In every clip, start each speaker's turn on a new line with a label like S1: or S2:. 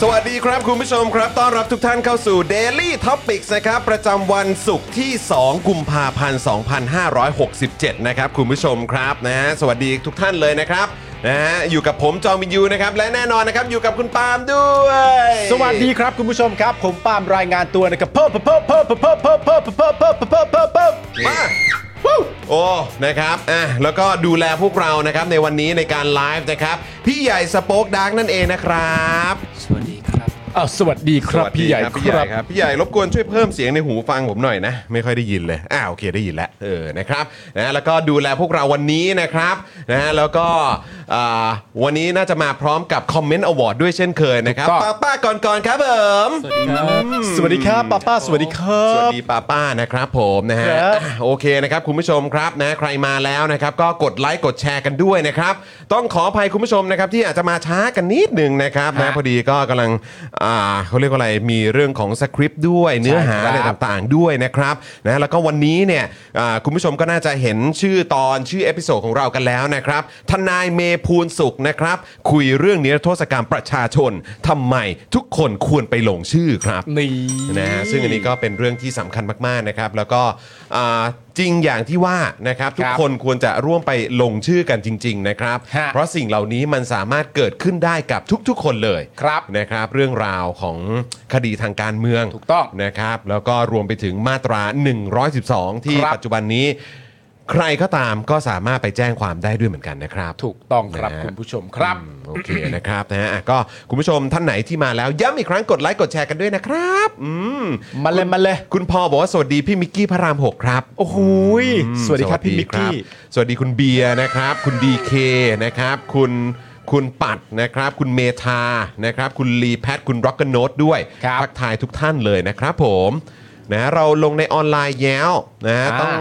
S1: สวัสดีครับคุณผู้ชมครับต้อนรับทุกท่านเข้าสู่ Daily Topics นะครับประจำวันศุกร์ที่ 2 กุมภาพันธ์ 2567 นะครับคุณผู้ชมครับนะฮะสวัสดีทุกท่านเลยนะครับนะฮะอยู่กับผมจอมินยูนะครับและแน่นอนนะครับอยู่กับคุณปาล์มด้วย
S2: สวัสดีครับคุณผู้ชมครับ ผมปาล์มรายงานตัวนะครับเพิ่มเพิ่มเพิ่มเพิ่มเพิ่มเพิ่มเพิ่มเพิ่มเพิ่มเพิ่มเพิ่ม
S1: มาวู้โอ้นะครับอ่ะแล้วก็ดูแลพวกเรานะครับในวันนี้ในการไลฟ์นะครับพี่ใหญ่สป็อกดังนั่นเองนะครับ
S3: สวัสดีครับ
S2: อ้าวสวัสดีครับ
S1: สวัสดี
S2: พี่ใหญ่
S1: พี่
S2: ค
S1: ให
S2: รั
S1: ญ่
S2: บ
S1: ครับพี่ใหญ่รบกวนช่วยเพิ่มเสียงในหูฟังผมหน่อยนะ ไม่ค่อยได้ยินเลยอ้าวโอเคได้ยินแล้วเออนะครับนะแล้วก็ดูแลพวกเราวันนี้นะครับนะแล้วก็อ่าวันนี้น่าจะมาพร้อมกับคอมเมนต์อวอร์ดด้วยเช่นเคยนะครับ
S2: ถูกต้
S1: ป้า
S2: อง
S1: ป้าก่อนก่อนๆครับผม
S3: สวัสดีครับ
S2: สวัสดีครับป้าป้าสวัสดีครั
S1: สวั
S2: บ
S1: สดีป้าป้านะครับผมนะฮะ
S2: ครับ
S1: อ่ะโอเคนะครับคุณผู้ชมครับนะใครมาแล้วนะครับ ก็กดไลค์กดแชร์กันด้วยนะครับ ต้องขออภัยคุณผู้ชมนะครับที่อาจจะมาช้ากันนิดหนึ่งนะครับนะพอดีก็กำลังอ่าเขาเรียกว่าอะไรมีเรื่องของสคริปต์ด้วยเนื้อหา
S2: ใช่ครับ
S1: อะไรต่าง ต่างๆด้วยนะครับนะแล้วก็วันนี้เนี่ยอ่าคุณผู้ชมก็น่าจะเห็นชื่อตอนชื่อเอพิโซดของเรากันแล้วนะครับ ทนายเมย์พูลสุขนะครับ คุยเรื่องนิรโทษกรรมประชาชนทำไมทุกคนควรไปลงชื่อครับ
S2: นี่
S1: นะฮะซึ่งอันนี้ก็เป็นเรื่องที่สำคัญมากๆนะครับ แล้วก็อ่าจริงอย่างที่ว่านะครับ ทุกคนควรจะร่วมไปลงชื่อกันจริง ๆ นะครับ
S2: ฮะ
S1: เพราะสิ่งเหล่านี้มันสามารถเกิดขึ้นได้กับทุกๆ คนเลย
S2: ครับ
S1: นะครับ เรื่องราวของคดีทางการเมือง
S2: ถูกต้อง
S1: นะครับ แล้วก็รวมไปถึงมาตรา 112 ที่
S2: ครับ
S1: ปัจจุบันนี้ ใครก็ตามก็สามารถไปแจ้งความได้ด้วยเหมือนกันนะครับ
S2: ถูกต้องครับ
S1: นะฮะ
S2: คุณผู้ชมครับ
S1: อืมโอเคนะครับนะฮะอ่ะก็คุณผู้ชมท่านไหนที่มาแล้วย้ำอีกครั้งกดไลค์กดแชร์กันด้วยนะครับอืม
S2: มาเลยมาเลย
S1: คุณพอบอกว่าสวัสดีพี่มิกกี้พระรามหกครับ
S2: โอ้โหย
S1: อื
S2: สวัสดีครับพี่มิก
S1: รับ
S2: กี้
S1: สวัสดีคุณเบียร์นะครับ คุณดีเคนะครับ คุณคุณปัดนะครับ คุณเมธานะครับ คุณลีแพทคุณร็อกก n นโนด้วย
S2: ครับ
S1: ทักทายทุกท่านเลยนะครับผมนะเราลงในออนไลน์แย้วนะฮะต้อง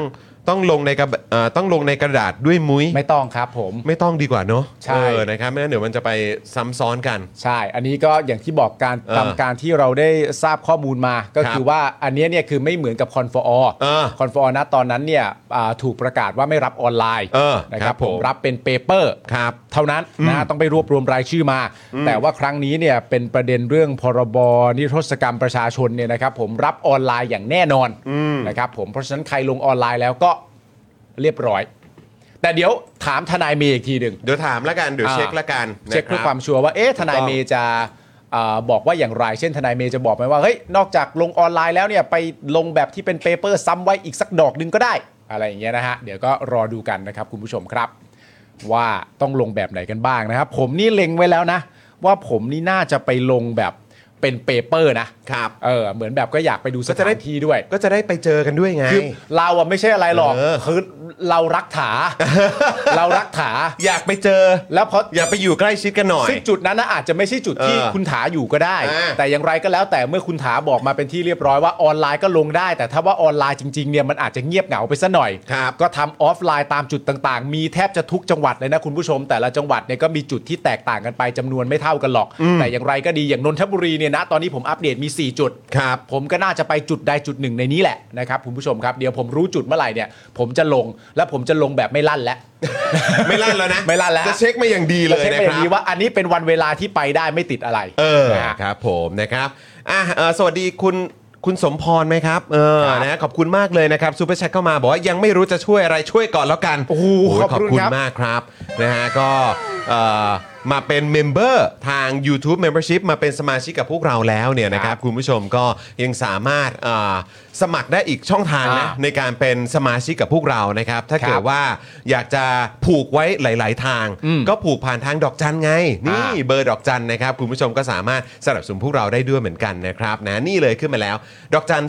S1: ต้องลงในกระเอ่อต้องลงในกระดาษด้วยมุ้ย
S2: ไม่ต้องครับผม
S1: ไม่ต้องดีกว่าเนอะ
S2: ใช่
S1: เออนะครับไม่งั้นเดี๋ยวมันจะไปซ้ำซ้อนกัน
S2: ใช่ อันนี้ก็อย่างที่บอกการ
S1: เออ
S2: ตามการที่เราได้ทราบข้อมูลมา ก็คือว่าอันเนี้ยเนี่ยคือไม่เหมือนกับคอนฟอร์
S1: เออ
S2: คอนฟอร์นะตอนนั้นเนี่ยอ่าถูกประกาศว่าไม่รับออนไลน์
S1: เออ
S2: นะ
S1: ค
S2: ค
S1: รั
S2: รั
S1: บบ ผ
S2: ผม มรับเป็นเปเปอร์
S1: ครับ
S2: เท่านั้นนะต้องไปรวบรวมรายชื่อมา แต่ว่าครั้งนี้เนี่ยเป็นประเด็นเรื่องพรบนิรโทษกรรมประชาชนเนี่ยนะครับผมรับออนไลน์อย่างแน่นอนนะครับผมเพราะฉะนั้นใครลงออนไลน์แล้วก็เรียบร้อย แต่เดี๋ยวถามทนายเมย์อีกทีหนึ่ง
S1: เดี๋ยวถามแล้วกันเดี๋ยว
S2: อ่า
S1: เช็คแล้วกันนะ
S2: เช็คเพื่อ
S1: รับ
S2: ความชัวร์ว่าเอ๊ะทนายเมย์จะเอ่อบอกว่าอย่างไร เช่นทนายเมย์จะบอกไหมว่าเฮ้ยนอกจากลงออนไลน์แล้วเนี่ยไปลงแบบที่เป็นเปเปอร์ซ้ำไว้อีกสักดอกหนึงก็ได้ อะไรอย่างเงี้ยนะฮะ เดี๋ยวก็รอดูกันนะครับคุณผู้ชมครับ ว่าต้องลงแบบไหนกันบ้างนะครับ ผมนี่เล็งไว้แล้วนะ ว่าผมนี่น่าจะไปลงแบบเป็นเปเปอร์นะ
S1: ครับ
S2: เออเหมือนแบบก็อยากไปดูสถานที่ด้วย
S1: ก็จะได้ไปเจอกันด้วยไง
S2: คือเราอะไม่ใช่อะไรหรอก
S1: เออ
S2: คือเรารักถา เรารักถา
S1: อยากไปเจอ
S2: แล้วพอ
S1: อย่าไปอยู่ใกล้ชิดกันหน่อย
S2: ซึ่งจุดนั้นนะอาจจะไม่ใช่จุดที่
S1: เออ
S2: คุณถาอยู่ก็ได้
S1: อ่า
S2: แต่อย่างไรก็แล้วแต่เมื่อคุณถาบอกมาเป็นที่เรียบร้อยว่าออนไลน์ก็ลงได้ แต่ถ้าว่าออนไลน์จริงๆเนี่ยมันอาจจะเงียบเหงาไปซะหน่อย
S1: ครับ
S2: ก็ทำออฟไลน์ตามจุดต่างๆ มีแทบจะทุกจังหวัดเลยนะคุณผู้ชม แต่ละจังหวัดเนี่ยก็มีจุดที่แตกต่างกันไปจำนวนไม่เท่ากันหรอก แต่อย่างไรก็ดีอย่างนนทบุรีเนี่ยนะตอนนี้ผมอัปเดตมี 4 จุด
S1: ครับ
S2: ผมก็น่าจะไปจุดใดจุดหนึ่งในนี้แหละนะครับคุณผู้ชมครับเดี๋ยวผมรู้จุดเมื่อไหร่เนี่ยผมจะลงแล้วผมจะลงแบบไม่ลั่นแล้ว
S1: ไม่ลั่นแล้วนะ
S2: ไม่ลั่นแล้ว
S1: จะเช็คมาอย่างดีเลย
S2: จะช็
S1: นะ
S2: ไป
S1: ครับ
S2: ดีว่าอันนี้เป็นวันเวลาที่ไปได้ไม่ติดอะไร
S1: เออ
S2: นะฮะ
S1: ครับผมนะครับอ่ะเอ่อสวัสดีคุณคุณสมพรไหมครับเออ
S2: ครับ
S1: นะขอบคุณมากเลยนะครับซูเปอร์แชทเข้ามาบอกว่ายังไม่รู้จะช่วยอะไรช่วยก่อนแล้วกัน
S2: โอ้โห
S1: ข
S2: ข
S1: อ
S2: อ
S1: บบ
S2: คุณ
S1: คุณ
S2: ครับ
S1: มากครับนะฮะก็เอ่อมาเป็นเมมเบอร์ทาง YouTube Membership มาเป็นสมาชิกกับพวกเราแล้วเนี่ยนะค
S2: ครั
S1: รับบ คุณผู้ชมก็ยังสามารถเอ่อสมัครได้อีกช่องทางนะ
S2: อ่า
S1: ในการเป็นสมาชิกกับพวกเรานะครับ ถ้า
S2: ครับ
S1: เกิดว่าอยากจะผูกไว้หลาย ๆ ทาง
S2: อืม
S1: ก็ผูกผ่านทางดอกจันไงนี่
S2: อ่า
S1: เบอร์ดอกจันนะครับ คุณผู้ชมก็สามารถสนับสนุนพวกเราได้ด้วยเหมือนกันนะครับนะนี่เลยขึ้นมาแล้ว ดอกจัน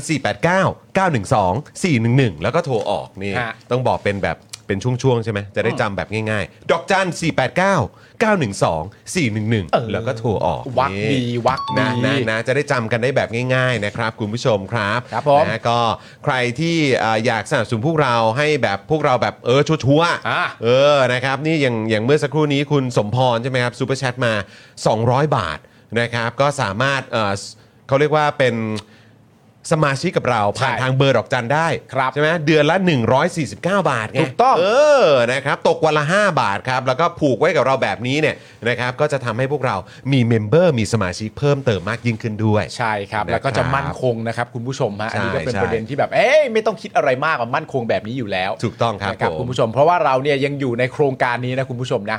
S1: 489 912 411 แล้วก็โทรออกนี่
S2: ฮะ
S1: ต้องบอกเป็นแบบเป็นช่วง ๆ ใช่ไหมจะได้จำแบบง่าย ๆ ดอกจัน 489 912 411 แล้วก็โทรออก
S2: วัก
S1: นี่
S2: ดีวักดี
S1: นะนะนะจะได้จำกันได้แบบง่าย ๆ นะครับ คุณผู้ชมครับ
S2: ครับผม
S1: นะก็ใครที่อ่าอยากสนับสนุนพวกเราให้แบบพวกเราแบบเออชัวร์ๆ
S2: อ่ะ
S1: เออ นะครับ นี่อย่างอย่างเมื่อสักครู่นี้คุณสมพรใช่ไหมครับซูเปอร์แชทมา 200 บาทนะครับ ก็สามารถเอ่อสเขาเรียกว่าเป็นสมาชิกกับเรา ผ่าน
S2: ใช่
S1: ทางเบอร์ดอกจันได้
S2: ครับ
S1: ใช่ไหมเดือนละ 149 บาทไง
S2: ถูกต้อง
S1: เออนะครับ ตกวันละ 5 บาทครับ แล้วก็ผูกไว้กับเราแบบนี้เนี่ยนะครับ ก็จะทำให้พวกเรามีเมมเบอร์มีสมาชิกเพิ่มเติมมากยิ่งขึ้นด้วย
S2: ใช่ครับ แล้วก็
S1: นะครับ
S2: จะมั่นคงนะครับคุณผู้ชมฮะ
S1: ใช่
S2: อันนี้ก็เป็น
S1: ใช่
S2: ประเด็นที่แบบเอ้ยไม่ต้องคิดอะไรมากมันมั่นคงแบบนี้อยู่แล้ว
S1: ถูกต้องครับ
S2: นะ
S1: ผม
S2: คุณผู้ชม เพราะว่าเราเนี่ยยังอยู่ในโครงการนี้นะคุณผู้ชมนะ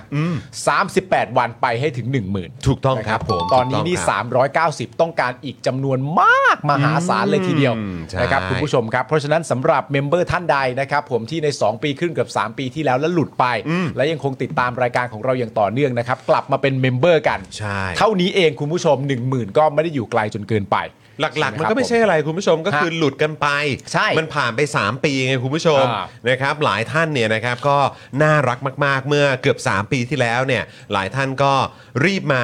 S2: สามสิบแปดวันไปให้ถึง 1 0,000
S1: ถูกต้องครับ
S2: นะ
S1: ผม
S2: ตอนนี้นี่
S1: ถูกต้องครับ
S2: 390 ต้องการอีกจำนวนมากมหาศาลเลยทีเดียว
S1: อืมใช่
S2: นะครับคุณผู้ชมครับเพราะฉะนั้นสำหรับเมมเบอร์ท่านใดนะครับผมที่ใน 2 ปีครึ่งเกือบ3 ปีที่แล้วแล้วหลุดไป และยังคงติดตามรายการของเราอย่างต่อเนื่องนะครับกลับมาเป็นเมมเบอร์กัน
S1: ใช่
S2: เท่านี้เองคุณผู้ชม 1 0,000 ก็ไม่ได้อยู่ไกลจนเกินไป
S1: หลักๆ มันก็ไม่
S2: ใช่
S1: ใช่
S2: ไห
S1: อะไรคุณผู้ชมก็คือหลุดกันไป
S2: ใช่
S1: มันผ่านไป 3 ปีไงคุณผู้ชม
S2: อ่า
S1: นะครับหลายท่านเนี่ยนะครับก็น่ารักมากๆ เมื่อเกือบ 3 ปีที่แล้วเนี่ยหลายท่านก็รีบมา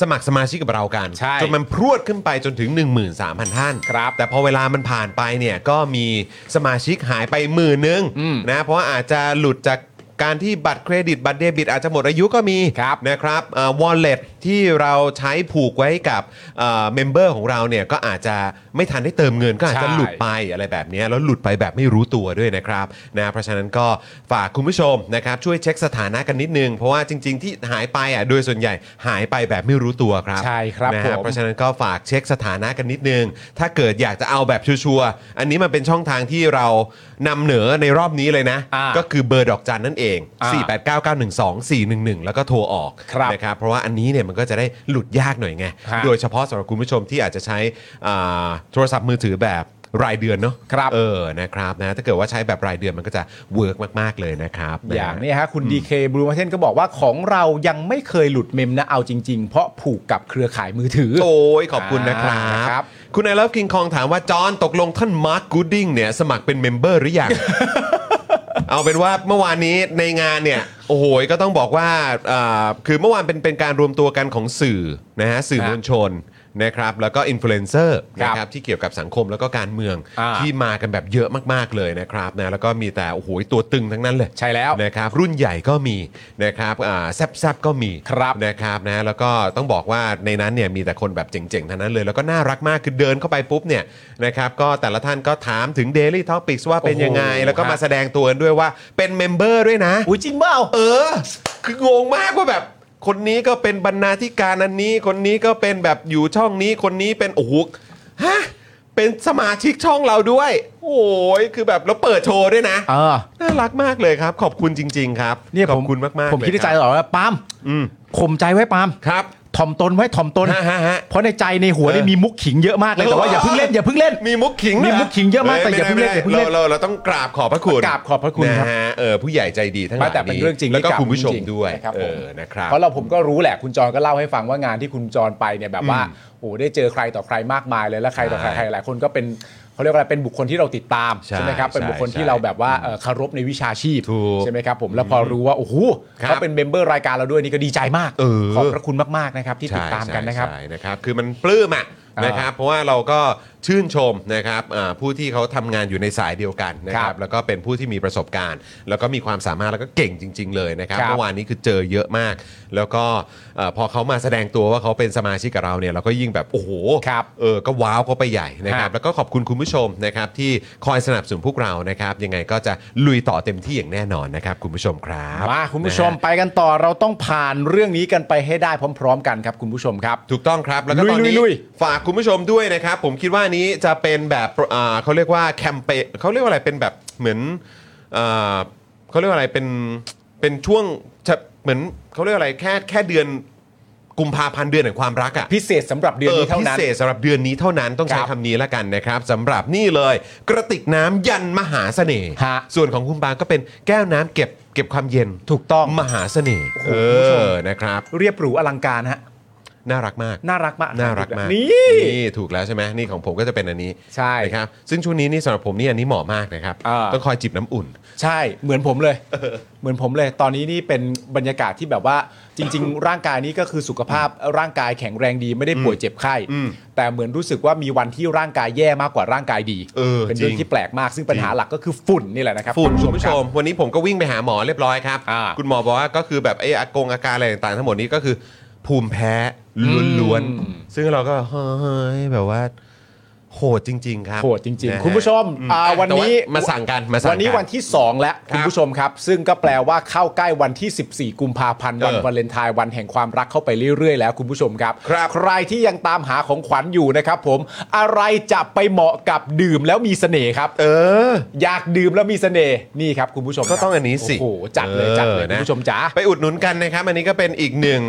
S1: สมัครสมาชิกกับเรากัน
S2: ใช่
S1: จนมันพรวดขึ้นไปจนถึง 13,000 ท่าน
S2: ครับ
S1: แต่พอเวลามันผ่านไปเนี่ยก็มีสมาชิกหายไปหมื่นนึงนะเพราะว่าอาจจะหลุดจากการที่บัตรเครดิตบัตรเดบิตอาจจะหมดอายุก็มี
S2: ครับ
S1: นะครับวอลเล็ตที่เราใช้ผูกไว้กับเมมเบอร์ของเราเนี่ยก็อาจจะไม่ทันได้เติมเงินก็อาจจะ
S2: ใช่
S1: หลุดไปอะไรแบบเนี้ยแล้วหลุดไปแบบไม่รู้ตัวด้วยนะครับนะเพราะฉะนั้นก็ฝากคุณผู้ชมนะครับช่วยเช็คสถานะกันนิดนึง เพราะว่าจริง ๆ ที่หายไปอ่ะโดยส่วนใหญ่หายไปแบบไม่รู้ตัวครับ
S2: ใช่ครับ
S1: นะ
S2: ผ
S1: ฮะ
S2: ม
S1: เพราะฉะนั้นก็ฝากเช็คสถานะกันนิดนึง ถ้าเกิดอยากจะเอาแบบชัวร์ๆอันนี้มันเป็นช่องทางที่เรานำเหนือในรอบนี้เลยนะ
S2: อ่า
S1: ก็คือเบอร์ดอกจันนั่นเอง
S2: อ่า
S1: 4 8 9 9 1 2 4 1 1 แล้วก็โทรออก
S2: ครับ
S1: นะครับเพราะว่าอันนี้เนี่ยมันก็จะได้หลุดยากหน่อยไง
S2: ฮะ
S1: โดยเฉพาะสำหรับคุณผู้ชมที่อาจจะใช้อ่าโทรศัพท์มือถือแบบรายเดือนเนาะ
S2: ครับ
S1: เออนะครับนะถ้าเกิดว่าใช้แบบรายเดือนมันก็จะเวิร์กมากๆเลยนะครับ
S2: ะอย่าง
S1: ะ
S2: เนี้ฮะคุณดีเคบลูมาเทนก็บอกว่าของเรายังไม่เคยหลุดเมมนะเอาจริง ๆ เพราะผูกกับเครือข่ายมือถือ
S1: โอ้ยขอบคุณนะครั
S2: อ่าครับ บ
S1: คุณไอ o ล e คิงคองถามว่า จอห์นตกลงท่านมาร์ g กูดดิ้งเนี่ยสมัครเป็นเมมเบอร์ห รือยัง เอาเป็นว่าเมื่อวานนี้ในงานเนี่ย โอ้โหก็ต้องบอกว่าอ่าคือเมื่อวานเป็นเป็นการรวมตัวกันของสื่อนะฮะสื่อมวลชนนะครับแล้วก็อินฟลูเอนเซอร์
S2: ครับ
S1: นะครับที่เกี่ยวกับสังคมแล้วก็การเมือง
S2: อ่า
S1: ที่มากันแบบเยอะมากๆเลยนะครับนะแล้วก็มีแต่โอ้โหตัวตึงทั้งนั้นเลย
S2: ใช่แล้ว
S1: นะครับรุ่นใหญ่ก็มีนะครับอ่าแซบๆก็มี
S2: ครับ
S1: นะครับนะแล้วก็ต้องบอกว่าในนั้นเนี่ยมีแต่คนแบบเจ๋งๆทั้งนั้นเลย แล้วก็น่ารักมากคือเดินเข้าไปปุ๊บเนี่ยนะครับก็แต่ละท่านก็ถามถึง Daily Topics ว่าเป็นยังไง
S2: โอ้โห
S1: แล้วก็มาแสดงตัวกันด้วยว่าเป็นเมมเบอร์ด้วยนะ
S2: อุ้ยจริงเปล่า
S1: เออ คืองงมากว่าแบบ คนนี้ก็เป็นบรรณาธิการอันนี้ คนนี้ก็เป็นแบบอยู่ช่องนี้คนนี้เป็นโอ้โหฮะเป็นสมาชิกช่องเราด้วย โอ้ยคือแบบแล้วเปิดโชว์ด้วยนะ
S2: เออ
S1: น่ารักมากเลยครับ ขอบคุณจริง ๆ ครับ
S2: เนี่ย
S1: ข
S2: ผ
S1: อบ
S2: ม
S1: คุณมากๆ
S2: ผมคิดในใจ
S1: เลย
S2: ตลอดว่าปาล์ม
S1: อืม
S2: ข่มใจไว้ปาล์ม
S1: ครับ
S2: ท ถ่อมตนไว้ถ่อมตน
S1: ฮะฮะฮะ
S2: เพราะในใจในหัวเนี่ยมีมุกขิงเยอะมากเลยแต่ว่าอย่าเพิ่งเล่นอย่าเพิ่งเล่น
S1: มีมุกขิง
S2: มี
S1: ด้วย
S2: มุกขิงเยอะมากแต่อย่าเพิ่งเล่
S1: ไม่ได้
S2: นอย่าเพิ่งเล่น
S1: เราเราต้องกราบขอบพระคุณ
S2: กราบขอบพระคุณ
S1: นะครับ ฮะเออผู้ใหญ่ใจดีทั้งหลาย
S2: ไม่แต่เป็นเรื่องจริง
S1: แล้วก็
S2: ที่กราบ
S1: คุณผู้ชม
S2: จริงๆ
S1: ด้วย
S2: นะครับ
S1: เอ
S2: ผม
S1: อนะครับ
S2: เพราะเราผมก็รู้แหละคุณจรก็เล่าให้ฟังว่างานที่คุณจรไปเนี่ยแบบว่าโอ้โหได้เจอใครต่อใครมากมายเลยแล้วใครต่อใคร
S1: ใช่
S2: ใครหลายคนก็เป็นเขาเรียกว่าอะไรเป็นบุคคลที่เราติดตาม
S1: ใช่
S2: ใช่ไหมครับเป็น
S1: ใช่
S2: บุคคล
S1: ใช่
S2: ที่เราแบบว่าเอ่อเคารพในวิชาชีพ
S1: ถูก
S2: ใช่ไหมครับผมแล้วพอรู้ว่าโอ้โห
S1: ครับ
S2: เขาเป็นเมมเบอร์รายการเราด้วยนี่ก็ดีใจมาก
S1: เออ
S2: ขอบพระคุณมากๆนะครับที่ติดตามกันนะครับ
S1: ใช่ใช่ใช่นะครับ คือมันปลื้มอ่ะ
S2: อ่าน
S1: นะครับ เพราะว่าเราก็ชื่นชมนะครับอ่าผู้ที่เขาทำงานอยู่ในสายเดียวกันนะค
S2: ค
S1: รั
S2: รับ บ
S1: แล้วก็เป็นผู้ที่มีประสบการณ์ แล้วก็มีความสามารถแล้วก็เก่งจริง ๆ เลยนะครับ
S2: ครับ
S1: เมื่อวานนี้คือเจอเยอะมาก แล้วก็เอ่อพอเขามาแสดงตัวว่าเขาเป็นสมาชิกกับเราเนี่ย เราก็ยิ่งแบบ โอ้โห
S2: ครับ
S1: เออ ก็ว้าวเขาไปใหญ่นะครั
S2: ครับ บ
S1: แล้วก็ขอบคุณคุณผู้ชมนะครับที่คอยสนับสนุนพวกเรานะครับ ยังไงก็จะลุยต่อเต็มที่อย่างแน่นอนนะครับคุณผู้ชมครับ
S2: มาคุณผู้ชม
S1: นะฮะ
S2: ไปกันต่อเราต้องผ่านเรื่องนี้กันไปให้ได้พร้อม ๆ กันครับคุณผู้ชมครับ
S1: ถูกต้องครับ แล้วก็ตอนนี้
S2: ลุยๆ
S1: ฝากคุณผู้ชมด้วยนะครับ ผมคิดว่านี้จะเป็นแบบอ่าเขาเรียกว่าแคมเปญเขาเรียกว่าอะไรเป็นแบบเหมือนอ่าเขาเรียกว่าอะไรเป็นเป็นช่วงจะเหมือนเขาเรียกว่าอะไรแค่แค่เดือนกุมภาพันธ์เดือนแห่งความรักอ่ะ
S2: พิเศษสำหรับเดือนนี้เท่านั้น
S1: พิเศษสำหรับเดือนนี้เท่านั้นต้องใช้
S2: ครับ
S1: คำนี้ละกันนะครับสำหรับนี่เลย กระติกน้ำยันมหาเสน่ห์
S2: ฮะ
S1: ส่วนของคุณปาก็เป็นแก้วน้ำเก็บเก็บความเย็น
S2: ถูกต้อง
S1: มหาเสน่ห์
S2: โอ้
S1: เอ
S2: โหคุณผู้ชม
S1: อนะครับ
S2: เรียบหรูอลังการฮะ
S1: น่ารักมาก
S2: น่ารักมาก
S1: น่ารักมาก
S2: นี่
S1: ถูกแล้วใช่ไหมนี่ของผมก็จะเป็นอันนี้
S2: ใช่
S1: นะครับซึ่งช่วงนี้นี่สำหรับผมนี่อันนี้เหมาะมากนะครับ
S2: อ่า
S1: ต้องคอยจิบน้ำอุ่น
S2: ใช่เหมือนผมเลยเหมือนผมเลย ตอนนี้นี่เป็นบรรยากาศที่แบบว่าจริง ๆ ร่างกายนี้ก็คือสุขภาพร่างกายแข็งแรงดีไม่ได้ป่วยเจ็บไข้
S1: อืม
S2: แต่เหมือนรู้สึกว่ามีวันที่ร่างกายแย่มากกว่าร่างกายดี
S1: เออ
S2: เป็นเรื่อ
S1: จริ
S2: ง
S1: ง
S2: ที่แปลกมากซึ่งปัญหาหลักก็คือฝุ่นนี่แหละนะครับ
S1: ฝุ่น
S2: คุ
S1: คุณ
S2: ณผู้
S1: ผู้
S2: ช
S1: ช
S2: ม
S1: ม วันนี้ผมก็วิ่งไปหาหมอเรียบร้อยครับ
S2: อ่า
S1: คุณหมอบอกว่าก็คือแบบไอ้อากงอาการอะไรต่างๆ ทั้งหมดนี้ก็คือ ภูมิแพ้ล้วน
S2: อืม
S1: ๆ ซึ่งเราก็เฮ้ยแบบว่า โหดจริง ๆ ครับ
S2: โหดจริง
S1: นะฮะ
S2: ๆ คุณผู้ชม
S1: อื
S2: อ่าวัน
S1: แต่
S2: นี้
S1: มาสั่งกันมาสั่ง
S2: วันนี้
S1: กั
S2: วันที่ 2 แล้ว
S1: ครับ
S2: คุณผู้ชมครับ ซึ่งก็แปลว่าเข้าใกล้วันที่ 14 กุมภาพันธ์วัน
S1: เออ
S2: วาเลนไทน์วันแห่งความรักเข้าไปเรื่อยๆ แล้วคุณผู้ชมครับ
S1: ครับ
S2: ใครที่ยังตามหาของขวัญอยู่นะครับผมอะไรจะไปเหมาะกับดื่มแล้วมีเสน่ห์ครับ เออ อยากดื่มแล้วมีเสน่ห์นี่ครับคุณผู้ชมครับ
S1: ก็ต้องอันนี้สิ
S2: โอ้โหจัดเลยจัดเลย
S1: เออ
S2: คุ
S1: นะ
S2: ณผู้ชมจ๋า
S1: ไปอุดหนุนกันนะครับ อันนี้ก็เป็นอีกหนึ่ง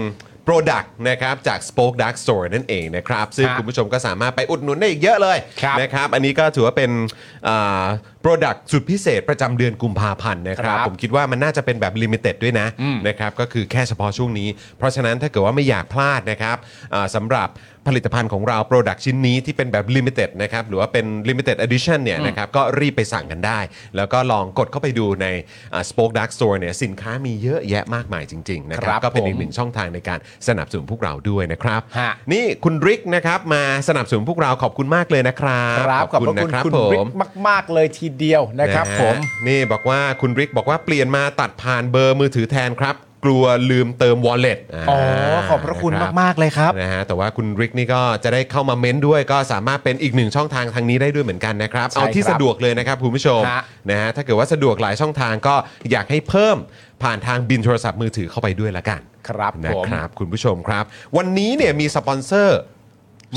S1: Product นะครับจาก Spoke Dark Store นั่นเองนะครับ ซึ่ง
S2: ครับ
S1: คุณผู้ชมก็สามารถไปอุดหนุนได้อีกเยอะเลย
S2: ครับ
S1: นะครับ อันนี้ก็ถือว่าเป็นอ่า Product สุดพิเศษประจำเดือนกุมภาพันธ์นะครับ
S2: ครับ
S1: ผมคิดว่ามันน่าจะเป็นแบบ Limited ด้วยนะ
S2: อืม
S1: นะครับก็คือแค่เฉพาะช่วงนี้ เพราะฉะนั้นถ้าเกิดว่าไม่อยากพลาดนะครับอ่าสำหรับผลิตภัณฑ์ของเรา Product ชิ้นนี้ที่เป็นแบบ Limited นะครับหรือว่าเป็น Limited Edition เนี่ยนะครับก็รีบไปสั่งกันได้ แล้วก็ลองกดเข้าไปดูในอ่า Spoke Dark Store เนี่ยสินค้ามีเยอะแยะมากมายจริงๆนะค
S2: ค
S1: รั
S2: รั
S1: บบ ก็เป็นอีก
S2: ผม
S1: หนึ่งช่องทางในการสนับสนุนพวกเราด้วยนะครับ
S2: ฮะ
S1: นี่คุณริกนะครับมาสนับสนุนพวกเราขอบคุณมากเลยนะครับ
S2: ครับขอบพระคุณ
S1: นะ
S2: คุณ
S1: ผ
S2: ริก
S1: ม
S2: มาก ๆ เลยทีเดียวนะครับ
S1: นะฮะ
S2: ผม
S1: นี่บอกว่าคุณริกบอกว่าเปลี่ยนมาตัดผ่านเบอร์มือถือแทนครับ กลัวลืมเติม wallet า
S2: อ๋อขอบพระคุณ
S1: น
S2: มากๆเลยครับ
S1: นะฮะแต่ว่าคุณริกนี่ก็จะได้เข้ามาเม้นด้วย ก็สามารถเป็นอีกหนึ่งช่องทางทางนี้ได้ด้วยเหมือนกันนะครับ
S2: ใช่
S1: เอาที่
S2: ครับ
S1: สะดวกเลยนะครับคุณผู้ชม
S2: ฮะ
S1: นะฮะถ้าเกิดว่าสะดวกหลายช่องทางก็อยากให้เพิ่มผ่านทางบินโทรศัพท์มือถือเข้าไปด้วยละกัน
S2: ครับ
S1: นะ
S2: ผม
S1: ครับคุณผู้ชมครับ วันนี้เนี่ยมีสปอนเซอร์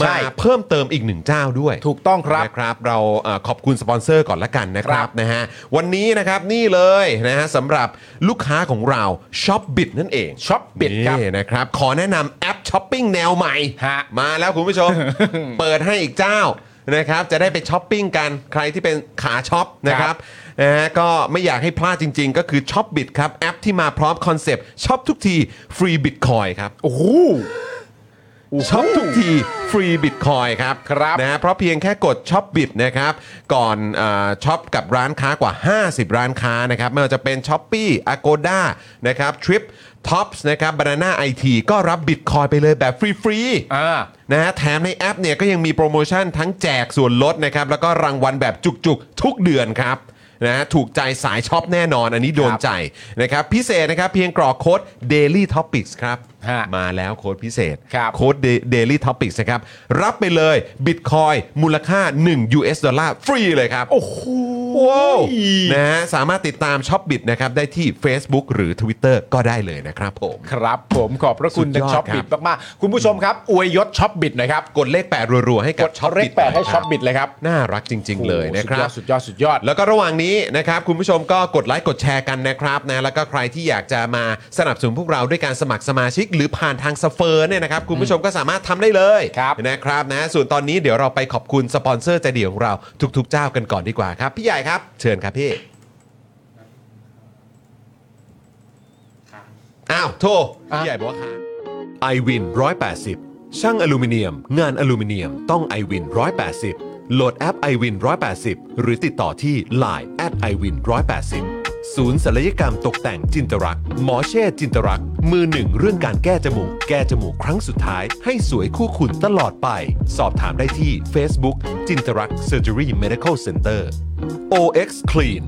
S2: ใช่
S1: มาเพิ่มเติมอีกหนึ่งเจ้าด้วย
S2: ถูกต้องครับ
S1: นะครับเราเอ่อขอบคุณสปอนเซอร์ก่อนละกันนะครั
S2: ครับ บ
S1: นะฮะวันนี้นะครับนี่เลยนะฮะสำหรับลูกค้าของเราช็อปบินั่นเอง
S2: Shopbit ครับ
S1: นี่นะครับขอแนะนำแอปช้อปปิ้งแนวใหม่
S2: ฮะ
S1: มาแล้วคุณ ผู้ชม เปิดให้อีกเจ้านะครับจะได้ไปช้อปปิ้งกันใครที่เป็นขาช็อปนะครับ นะฮะก็ไม่อยากให้พลาดจริง ๆ ก็คือช็อปบิตครับ แอปที่มาพร้อมคอนเซปต์ช็อปทุกที ฟรีบิตคอยครับ
S2: โอ้โห
S1: ช็อปทุกทีฟรีบิตคอยครับ
S2: ครับ
S1: นะฮะเพราะเพียงแค่กดช็อปบิตนะครับ ก่อนเออช็อปกับร้านค้ากว่า 50 ร้านค้านะครับ ไม่ว่าจะเป็น s h อ p e e Agoda นะครับ Trip Tops นะครับ Banana IT ก็รับบิตคอยไปเลยแบบฟรี
S2: อ่า
S1: ๆนะฮะแถมในแอปเนี่ยก็ยังมีโปรโมชั่นทั้งแจกส่วนลดนะครับ แล้วก็รางวัลแบบจุกๆ ทุกเดือนครับนะฮะถูกใจสายช็อปแน่นอนอันนี้โดนใจนะครับ พิเศษนะครับเพียงกรอกโค้ด daily topics ครับ
S2: ฮะ
S1: มาแล้วโค้ดพิเศษ
S2: ครับ
S1: โค้ด Daily Topics นะครับ รับไปเลยบิตคอยมูลค่า 1 US ดอลลาร์ฟรีเลยครับ
S2: โอ้โห
S1: ว้าวนะฮะสามารถติดตามช็อปบิดนะครับได้ที่ Facebook หรือ Twitter ก็ได้เลยนะครับผม
S2: ครับผมขอบพระคุณ
S1: สุด
S2: ทา
S1: ย
S2: ง
S1: อด
S2: ช็อ
S1: ครับ
S2: ปิดมากๆคุณผู้ชมครับอวยยศช็อปบิดหนะครับ
S1: กดเลขแปดรัวๆให้กับ
S2: กดช็อป
S1: Shopbit
S2: เลขแปด
S1: หน่
S2: ให้
S1: อยครับ
S2: ช็อปบิดเลยครับ
S1: น่ารักจริง ๆ เลยนะครับ
S2: สุดยอดสุดยอดสุดยอด
S1: แล้วก็ระหว่างนี้นะครับคุณผู้ชมก็กดไลค์กดแชร์กันนะครับนะแล้วก็ใครที่อยากจะมาสนับสนุนพวกเราด้วยการสมัครสมาชิก หรือผ่านทางสเฟอร์เนี่ยนะครับคุณผู้ชมก็สามารถทำได้เลย
S2: ครับ
S1: นะครับนะส่วนตอนนี้เดี๋ยวเราไปขอบคุณสปอนเซอร์ใจเดียวของเราทุก ๆ เจ้ากันก่อนดีกว่าครับ พี่ใหญ่ครับ เชิญครับพี่อ้าวโทษพี่ใหญ่บอกว่าค้าง i w วิน180 ช่างอลูมิเนียม งานอลูมิเนียมต้อง i w วิน180 โหลดแอป i w วิน180 หรือติดต่อที่ Line at i w วิน180 ศูนย์ศัลยกรรมตกแต่งจินตรัก หมอเช่จินตรัก มือหนึ่งเรื่องการแก้จมูก แก้จมูกครั้งสุดท้าย ให้สวยคู่คุณตลอดไป สอบถามได้ที่ Facebook จินตรัก Surgery Medical Center OX Clean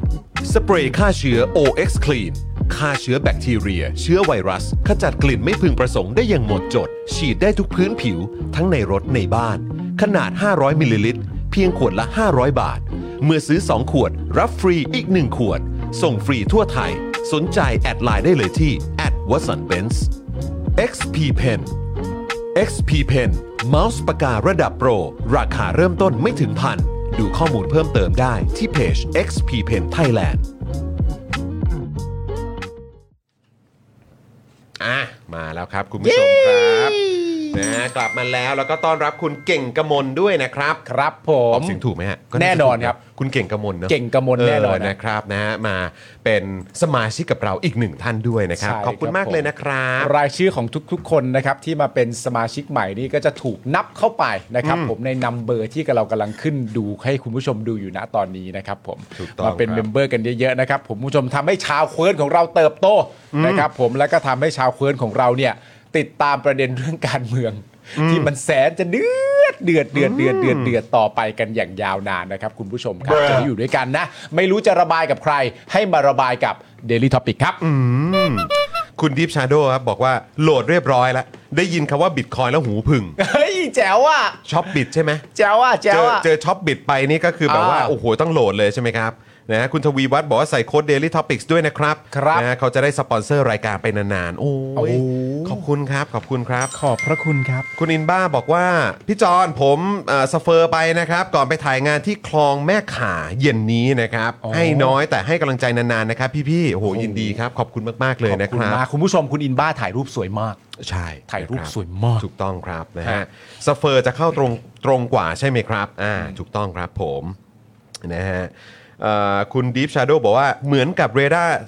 S1: สเปรย์ฆ่าเชื้อ OX Clean ฆ่าเชื้อแบคทีเรีย เชื้อไวรัส ขจัดกลิ่นไม่พึงประสงค์ได้อย่างหมดจด ฉีดได้ทุกพื้นผิว ทั้งในรถในบ้าน ขนาด 500 มิลลิลิตร เพียงขวดละ 500 บาท เมื่อซื้อ 2 ขวด รับฟรีอีก 1 ขวด ส่งฟรีทั่วไทย สนใจแอดไลน์ได้เลยที่ w a t s o n b e n z XP Pen XP Pen เมาส์ปากการะดับโปร ราคาเริ่มต้นไม่ถึงพัน ดูข้อมูลเพิ่มเติมได้ที่เพจ XP Pen Thailand อ่ะมาแล้วครับคุณผู้ชมครับนะกลับมาแล้วแล้วก็ต้อนรับคุณเก่งกมลด้วยนะครับ
S2: ครับผ
S1: ออ
S2: ม
S1: กเสียงถูกไหมฮะก็าจะ
S2: แน่นอน
S1: ถูกะ
S2: ครับ
S1: คุณเก่งกมลเนอะ
S2: เก่งกมลแน่นอน
S1: เนะครับนะฮะมาเป็นสมาชิกกับเราอีกหนึ่งท่านด้วยนะครับ
S2: ใช่
S1: ขอบคุณ
S2: ครับ
S1: มากเลย
S2: ผม
S1: นะครับ
S2: รายชื่อของทุกๆ คนนะครับที่มาเป็นสมาชิกใหม่นี่ก็จะถูกนับเข้าไปนะครับ ผมในนัมเบอร์ที่เรากำลังขึ้นดูให้คุณผู้ชมดูอยู่ณตอนนี้นะครับผม
S1: ถูกต้อง
S2: มาเป็น
S1: ครับ
S2: เมมเบอร์กันเยอะๆนะครับผมคุณผู้ชมทำให้ชาวเควิร์นของเราเติบโตนะครับผมแล้วก็ทำให้ชาวเควิร์นของเราเนี่ยติดตามประเด็นเรื่องการเมือง ที่มันแสนจะเดือดเดือดเดือดเดือดเดือดเดือดต่อไปกันอย่างยาวนานนะครับคุณผู้ชมครับจะได้อยู่ด้วยกันนะ ไม่รู้จะระบายกับใคร ให้มาระบายกับ Daily Topic ครับ
S1: คุณดิฟชาโดครับบอกว่าโหลดเรียบร้อยแล้ว ได้ยินคำว่าบิตคอยแล้วหูพึ่ง
S2: เฮ้ยแจ๋วอ่ะ
S1: ช็อปบิตใช่ไหม
S2: แจ๋วอ่ะ
S1: เจ
S2: แจ๋ว
S1: อ
S2: อ่ะ
S1: เจอช็อปบิดไปนี่ก็คือแบบว่า
S2: อ่า
S1: โอ้โห ต้องโหลดเลยใช่ไหมครับนะฮะคุณทวีวัฒน์บอกว่าใส่โค้ด Daily Topics ด้วยนะครับ
S2: ครับ
S1: นะฮะเขาจะได้สปอนเซอร์รายการไปนานๆ โอ้
S2: โอ้
S1: ย
S2: โห
S1: ขอบคุณครับ ขอบคุณครับ
S2: ขอบพระคุณครับ
S1: คุณอินบ้าบอกว่า พี่จอนผมเอ่อสเฟอร์ไปนะครับ ก่อนไปถ่ายงานที่คลองแม่ขาเย็นนี้นะครับ
S2: อ๋อ
S1: ให้น้อยแต่ให้กำลังใจนานๆนะครับ พี่ๆโอ้โหยินดีครับ ขอบคุณมากๆเลย
S2: ขอบ
S1: นะ
S2: คุ
S1: ค
S2: ณ
S1: รับ
S2: มากคุณผู้ชมคุณอินบ้าถ่ายรูปสวยมาก
S1: ใช่
S2: ถ่ายรูป
S1: นะคบ
S2: สวยมาก
S1: ถูกต้องครับนะฮะ
S2: ฮะ
S1: สเฟอร์จะเข้าตรงตรงกว่าใช่ไหมครับอ่าถูกต้องครับผมนะฮะเอ่อคุณดีฟชาโดบอกว่าเหมือนกับเรดาร์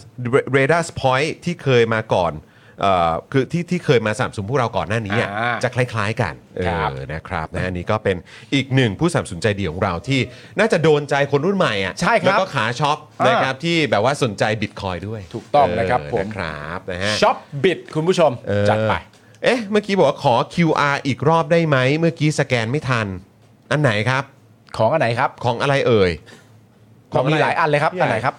S1: เรดาร์สพอยที่เคยมาก่อนเอ่อคือที่ที่เคยมาสามสนุนพวกเราก่อนหน้านี้อะ
S2: อ่า
S1: จะคล้ายๆกันเอ
S2: ครับ
S1: อนะครับนะฮะนี่ก็เป็นอีกหนึ่งผู้สนับสนุนใจดีของเราที่น่าจะโดนใจคนรุ่นใหม่อ่ะ
S2: ใช่ครับ
S1: แล้วก็ขาช็อป
S2: อ่าน
S1: นะครับที่แบบว่าสนใจบิตคอยด้วย
S2: ถูกต้องนะครับผม
S1: เออนะครับนะฮะ
S2: ช็อปบิดคุณผู้ชม
S1: เออ
S2: จัดไป
S1: เอ๊ะ เมื่อกี้บอกว่าขอ QR อีกรอบได้ไหม เมื่อกี้สแกนไม่ทัน อันไหนครับ
S2: ของอันไหนครับ
S1: ของอะไรเอ่ย ข
S2: ข
S1: อ
S2: อง ง
S1: อะไร
S2: มีหลายอันเลยครับ
S1: พี่ใหญ่
S2: อันไหนครับ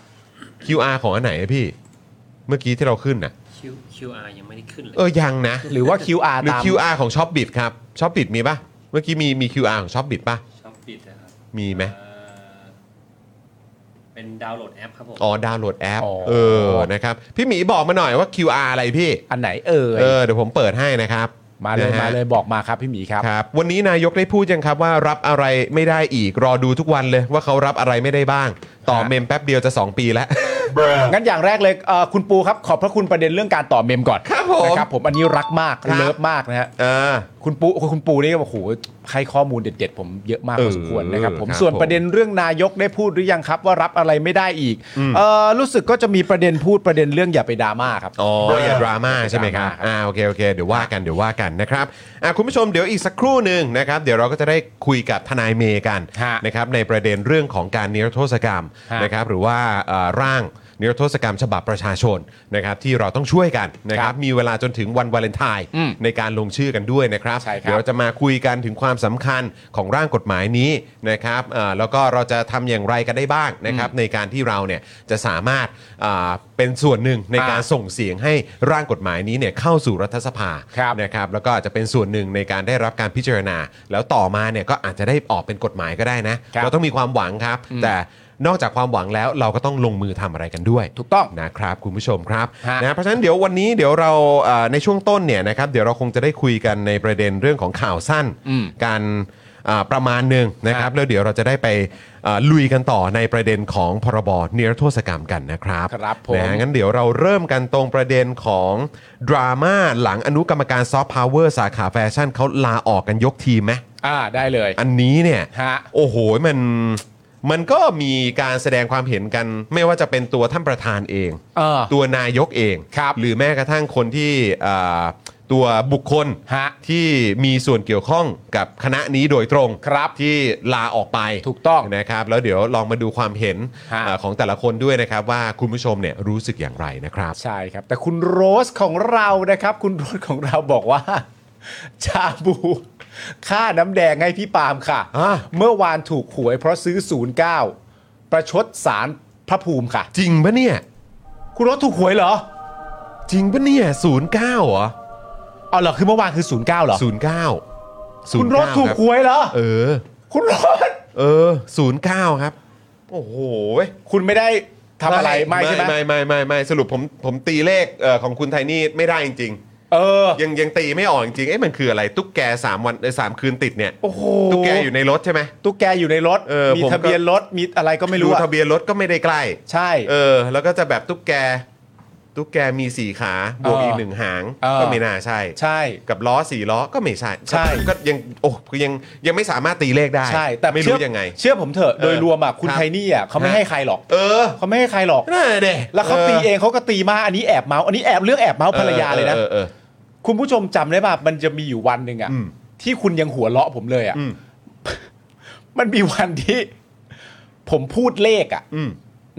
S1: QR ของอันไหนอะพี่ เมื่อกี้ที่เราขึ้นน่ะ
S3: Q QR ยังไม่ได้ขึ้นเลย
S1: เออ ยังนะ
S2: หรือว่า QR
S1: หรือ
S2: ตาม
S1: QR ของ s h o p บิ t ครับ s h o p บิ t มีปะเมื่อกี้มีมี QR ของ s h o p บิ t ปะ
S3: ชอบปิดนะครับ
S1: มีไหม
S3: เอ่อเป็นดาวน์โหลดแอปครับผม
S1: อ๋อ ดาวน์โหลดแอป
S2: อ๋อ
S1: เออ นะครับ พี่หมีบอกมาหน่อยว่า QR อะไรพี่
S2: อันไหนเอ่ย
S1: เออ เดี๋ยวผมเปิดให้นะครับ
S2: มาเลย
S1: นะฮะ
S2: มาเลยบอกมาครับพี่หมีครับ
S1: ครับวันนี้นายกได้พูดยังครับว่ารับอะไรไม่ได้อีกรอดูทุกวันเลยว่าเขารับอะไรไม่ได้บ้าง ต่อ
S2: ฮะ
S1: เมมแป๊บเดียวจะ 2 ปีแล้ว
S2: งั้นอย่างแรกเลยเอ่อคุณปูครับ ขอบพระคุณประเด็นเรื่องการต่อเมมก่อน
S1: ครับผม
S2: นะครับผมอันนี้รักมาก
S1: ครับ
S2: เลิฟมากนะฮะ
S1: เออ
S2: คุณปูคุณปูนี่ก็บอกโอ้โหให้ข้อมูลเด็ด ๆ ผมเยอะมาก
S1: เอ
S2: พ
S1: อ
S2: อสมควรนะครับผม
S1: ครับ
S2: ส่วน
S1: ผม
S2: ประเด็นเรื่องนายกได้พูดหรือยังครับ ว่ารับอะไรไม่ได้อีกเออรู้สึกก็จะมีประเด็นพูดประเด็นเรื่องอย่าไปดราม่าครับ
S1: ๋ออย่าดราม่าใช่ไหมครับ
S2: ดราม่าครับ
S1: อ่าโอเคโอเคเดี๋ยวว่ากันเดี๋ยวว่ากันนะครับอ่าคุณผู้ชมเดี๋ยวอีกสักครู่หนึ่งนะครับเดี๋ยวเราก็จะได้คุยกับทนายเมย์กัน
S2: ฮะ
S1: นะครับในประเด็นเรื่องของการนิรโทษกรรม
S2: ฮะ
S1: นะครับหรือว่าเอ่อร่างนิรโทษกรรมฉบับประชาชนนะครับที่เราต้องช่วยกันนะค
S2: ค
S1: รั
S2: รั
S1: บบ มีเวลาจนถึงวันวาเลนไทน์
S2: อืม
S1: ในการลงชื่อกันด้วยนะครับ
S2: ใช่ครับ
S1: เดี๋ยว จะมาคุยกันถึงความสำคัญของร่างกฎหมายนี้นะครับเอ่อแล้วก็เราจะทำอย่างไรกันได้บ้างนะครับในการที่เราเนี่ยจะสามารถอ่าเป็นส่วนหนึ่งใน
S2: อ่า
S1: การส่งเสียงให้ร่างกฎหมายนี้เนี่ยเข้าสู่รัฐสภา
S2: ครับ
S1: นะครับแล้วก็อาจจะเป็นส่วนหนึ่งในการได้รับการพิจารณา แล้วต่อมาเนี่ยก็อาจจะได้ออกเป็นกฎหมายก็ได้นะครับ เราต้องมีความหวังครับ แต่ นอกจากความหวังแล้วเราก็ต้องลงมือทำอะไรกันด้วย
S2: ถูกต้อง
S1: นะครับคุณผู้ชมครับ
S2: ฮะ
S1: นะเพราะฉะนั้นเดี๋ยววันนี้เดี๋ยวเราเอ่อในช่วงต้นเนี่ยนะครับเดี๋ยวเราคงจะได้คุยกันในประเด็นเรื่องของข่าวสั้น
S2: อืม
S1: การอ่าประมาณหนึ่งนะครับ
S2: ฮะ
S1: แล้วเดี๋ยวเราจะได้ไปเอ่อลุยกันต่อในประเด็นของพรบนิรโทษกรรมกันนะครับ
S2: ครับผม
S1: นะฮะงั้นเดี๋ยวเราเริ่มกันตรงประเด็นของดราม่าหลังอนุกรรมการซอฟต์พาวเวอร์สาขาแฟชั่นเขาลาออกกันยกทีมไหม
S2: อ่าได้เลย
S1: อันนี้เนี่ย
S2: ฮะ
S1: โอ้โหมันมันก็มีการแสดงความเห็นกัน ไม่ว่าจะเป็นตัวท่านประธานเอง
S2: เออ
S1: ตัวนายกเอง
S2: ครับ
S1: หรือแม้กระทั่งคนที่อ่าตัวบุคคล
S2: ฮะ
S1: ที่มีส่วนเกี่ยวข้องกับคณะนี้โดยตรง
S2: ครับ
S1: ที่ลาออกไป
S2: ถูกต้อง
S1: นะครับ แล้วเดี๋ยวลองมาดูความเห็น
S2: ฮะ
S1: อ่าของแต่ละคนด้วยนะครับ ว่าคุณผู้ชมเนี่ยรู้สึกอย่างไรนะครับ
S2: ใช่ครับ แต่คุณโรสของเรานะครับ คุณโรสของเราบอกว่า ชาบูค่าน้ำแดงให้พี่ปาล์มค่ะ
S1: อ่ะ
S2: เมื่อวานถูกหวยเพราะซื้อ 09 ประชดสารพระภูมิค่ะ
S1: จริงปะเนี่ย
S2: คุณโรสถูกหวยเหรอ
S1: จริงปะเนี่ยศูนย์เก้าเหรอ
S2: อ๋อเหรอคือเมื่อวานคือ 09เหรอ
S1: ศูนย์เก้า
S2: คุณโรสถูกหวยเหรอ
S1: เออ
S2: คุณโรส
S1: เออศูนย์เก้าครับ โอ้โหเว้ย
S2: คุณไม่ได้ทำอะไรไม่ใช่ไหม
S1: ไม่ไม่ไม่ไม่สรุปผมผมตีเลขเอ่อของคุณไทนี่ไม่ได้จริง
S2: เออ
S1: ๆ ยังยังตีไม่ออกจริงๆเอ๊ะมันคืออะไร ตุ๊กแกสามวันเอ่อสามคืนติดเนี่ย
S2: โอ้โห
S1: ตุ๊กแกอยู่ในรถใช่ไหม
S2: ตุ๊กแกอยู่ในรถ
S1: เออ
S2: มี
S1: ผมก็
S2: ทะเบียนรถมีอะไรก็ไม่รู้
S1: ดู
S2: อะ
S1: ทะเบียนรถก็ไม่ได้ใกล้
S2: ใช่
S1: เออ แล้วก็จะแบบตุ๊กแก ตุ๊กแกมีสี่ขาบวก
S2: เอออี
S1: อีกหนึ่งหาง
S2: เออ
S1: ก็ไม่น่าใช่
S2: ใช่
S1: กับล้อสี่ล้อก็ไม่ใช่
S2: ใช่
S1: ก็ยังโอ้คือยังยังไม่สามารถตีเลขได้
S2: ใช่แต่
S1: ไม่
S2: เชื่
S1: รู้
S2: อ
S1: ยังไง
S2: เชื่อผมเถอะโดยรวมอะคุณ
S1: ครับ
S2: ไทนี่อะเขาไม่ให้ใครหรอก
S1: เออ
S2: เขาไม่ให้ใครหรอก
S1: นั่นเด็
S2: แล้วเขาตีเองเขาก็ตีมาอันนี้แอบเมาส์อันนี้แอบเรื่องแอบเมาส์ภรรยาเลยนะ
S1: ออออออ
S2: คุณผู้ชมจำได้ป่ะมันจะมีอยู่วันหนึ่งอะ
S1: อืม
S2: ที่คุณยังหัวเราะผมเลยอะ
S1: อืม
S2: มันมีวันที่ ผมพูดเลขอะ
S1: อืม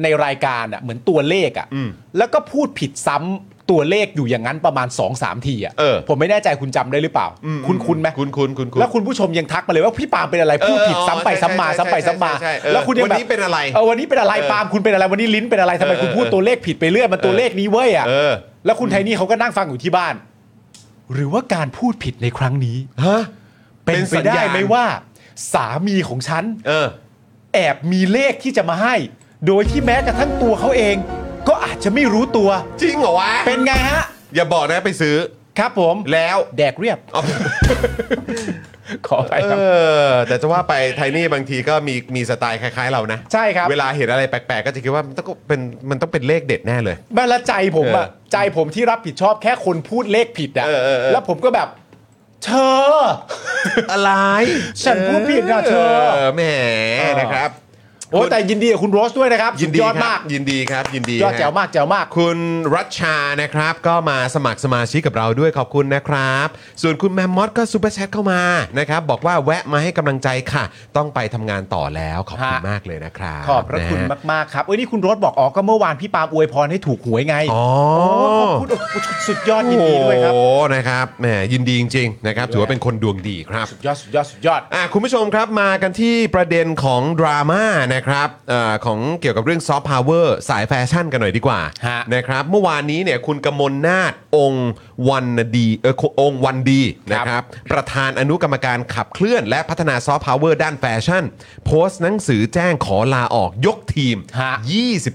S2: ในรายการอะเหมือนตัวเลขอะ
S1: อืม
S2: แล้วก็พูดผิดซ้ำตัวเลขอยู่อย่างนั้นประมาณ2อสามทีอะ
S1: เออ
S2: ผมไม่แน่ใจคุณจำได้หรือเปล่า
S1: อืม
S2: คุณคุณไหม
S1: คุณคุณคุณคุณ
S2: แล้วคุณผู้ชมยังทักมาเลยว่าพี่ปาล์มเป็นอะไรพูดผิดซ้ำไปซ้ำมาซ้ำไปซ้ำมา
S1: ใช่ใช่ใช่
S2: แล้วคุณยัง
S1: วัน
S2: แบบ
S1: นี้เป็นอะไร
S2: เออวันนี้เป็นอะไร
S1: เออ
S2: ปาล์มคุณเป็นอะไรวันนี้ลิ้นเป็นอะไรทำไม
S1: เออ
S2: คุณพูด
S1: เออ
S2: ตัวเลขผิดไปเรื่อยมันตัว
S1: เออ
S2: เลขนี้เว้ยอ่ะ
S1: เออ
S2: แล้วคุณไทนี่เขาก็นั่งฟังอยู่ที่บ้าน หรือว่าการพูดผิดในครั้งนี้
S1: ฮะ
S2: เป็น
S1: เป็น
S2: ไป
S1: สัญญาณ
S2: ได้ไหมว่า สามีของฉัน
S1: เออ
S2: แอบมีเลขที่จะมาให้ โดยที่แม้กระทั่งตัวเขาเอง ก็อาจจะไม่รู้ตัว
S1: จริงเหรอวะ
S2: เป็นไงฮะ
S1: อย่าบอกนะไปซื้อ
S2: ครับผม
S1: แล้ว
S2: แดกเรียบ
S1: เอา
S2: ขอไปครับ
S1: เออ แต่จะว่าไปไทนี่บางทีก็มีมีสไตล์คล้ายๆเรานะ
S2: ใช่ครับ
S1: เวลาเห็นอะไรแปลกๆ ก็จะคิดว่ามันต้องเป็นมันต้องเป็นเลขเด็ดแน่เลย
S2: ไมาละใจผมอะ
S1: เออ
S2: ใจผมที่รับผิดชอบแค่คนพูดเลขผิดอะ
S1: เออเออเออ
S2: แล้วผมก็แบบ เธอ
S1: อะไร
S2: ฉันพูดผิดนะเธอ
S1: แหมนะครับ
S2: โอ้แต่ยินดีกับคุณโรสด้วยนะครับ
S1: ยินดี
S2: สุยอด
S1: ครับ
S2: มาก
S1: ยินดีครับยินดี
S2: ยอด
S1: ฮะ
S2: แจ๋วมากแจ๋วมาก
S1: คุณรัชชานะครับก็มาสมัครสมาชิกกับเราด้วยขอบคุณนะครับ ส่วนคุณแมมมอสก็ซูเปอร์แชทเข้ามานะครับบอกว่าแวะมาให้กำลังใจค่ะ ต้องไปทำงานต่อแล้วขอบคุณ
S2: ฮะ
S1: มากเลยนะครับ
S2: ขอบพระคุณ
S1: นฮ
S2: มากๆครับเอ้ยนี่คุณโรสบอกอ๋อก็เมื่อวานพี่ปาล์มอวยพรให้ถูกหวยไง
S1: อ๋อ
S2: โอ้ขอบคุณโอ้โหสุดยอดยินดีด้วยครับ
S1: โอ้โหนะครับแหมยินดีจริงๆนะครับถือว่าเป็นคนดวงดีครับ
S2: สุดยอดสุดยอดสุดยอด
S1: อ่ะคุณผู้ชมครับมากันที่ประเด็นของดราม่านะครับเออของเกี่ยวกับเรื่องซอฟต์พาวเวอร์สายแฟชั่นกันหน่อยดีกว่า
S2: ฮะ
S1: นะครับเมื่อวานนี้เนี่ยคุณกมลนาฏองค์วันดีเออองค์วันดีนะค
S2: ครั
S1: รับบ ประธานอนุกรรมการขับเคลื่อน และพัฒนาซอฟต์พาวเวอร์ด้านแฟชั่น โพสต์หนังสือแจ้งขอลาออกยกทีม
S2: ฮะ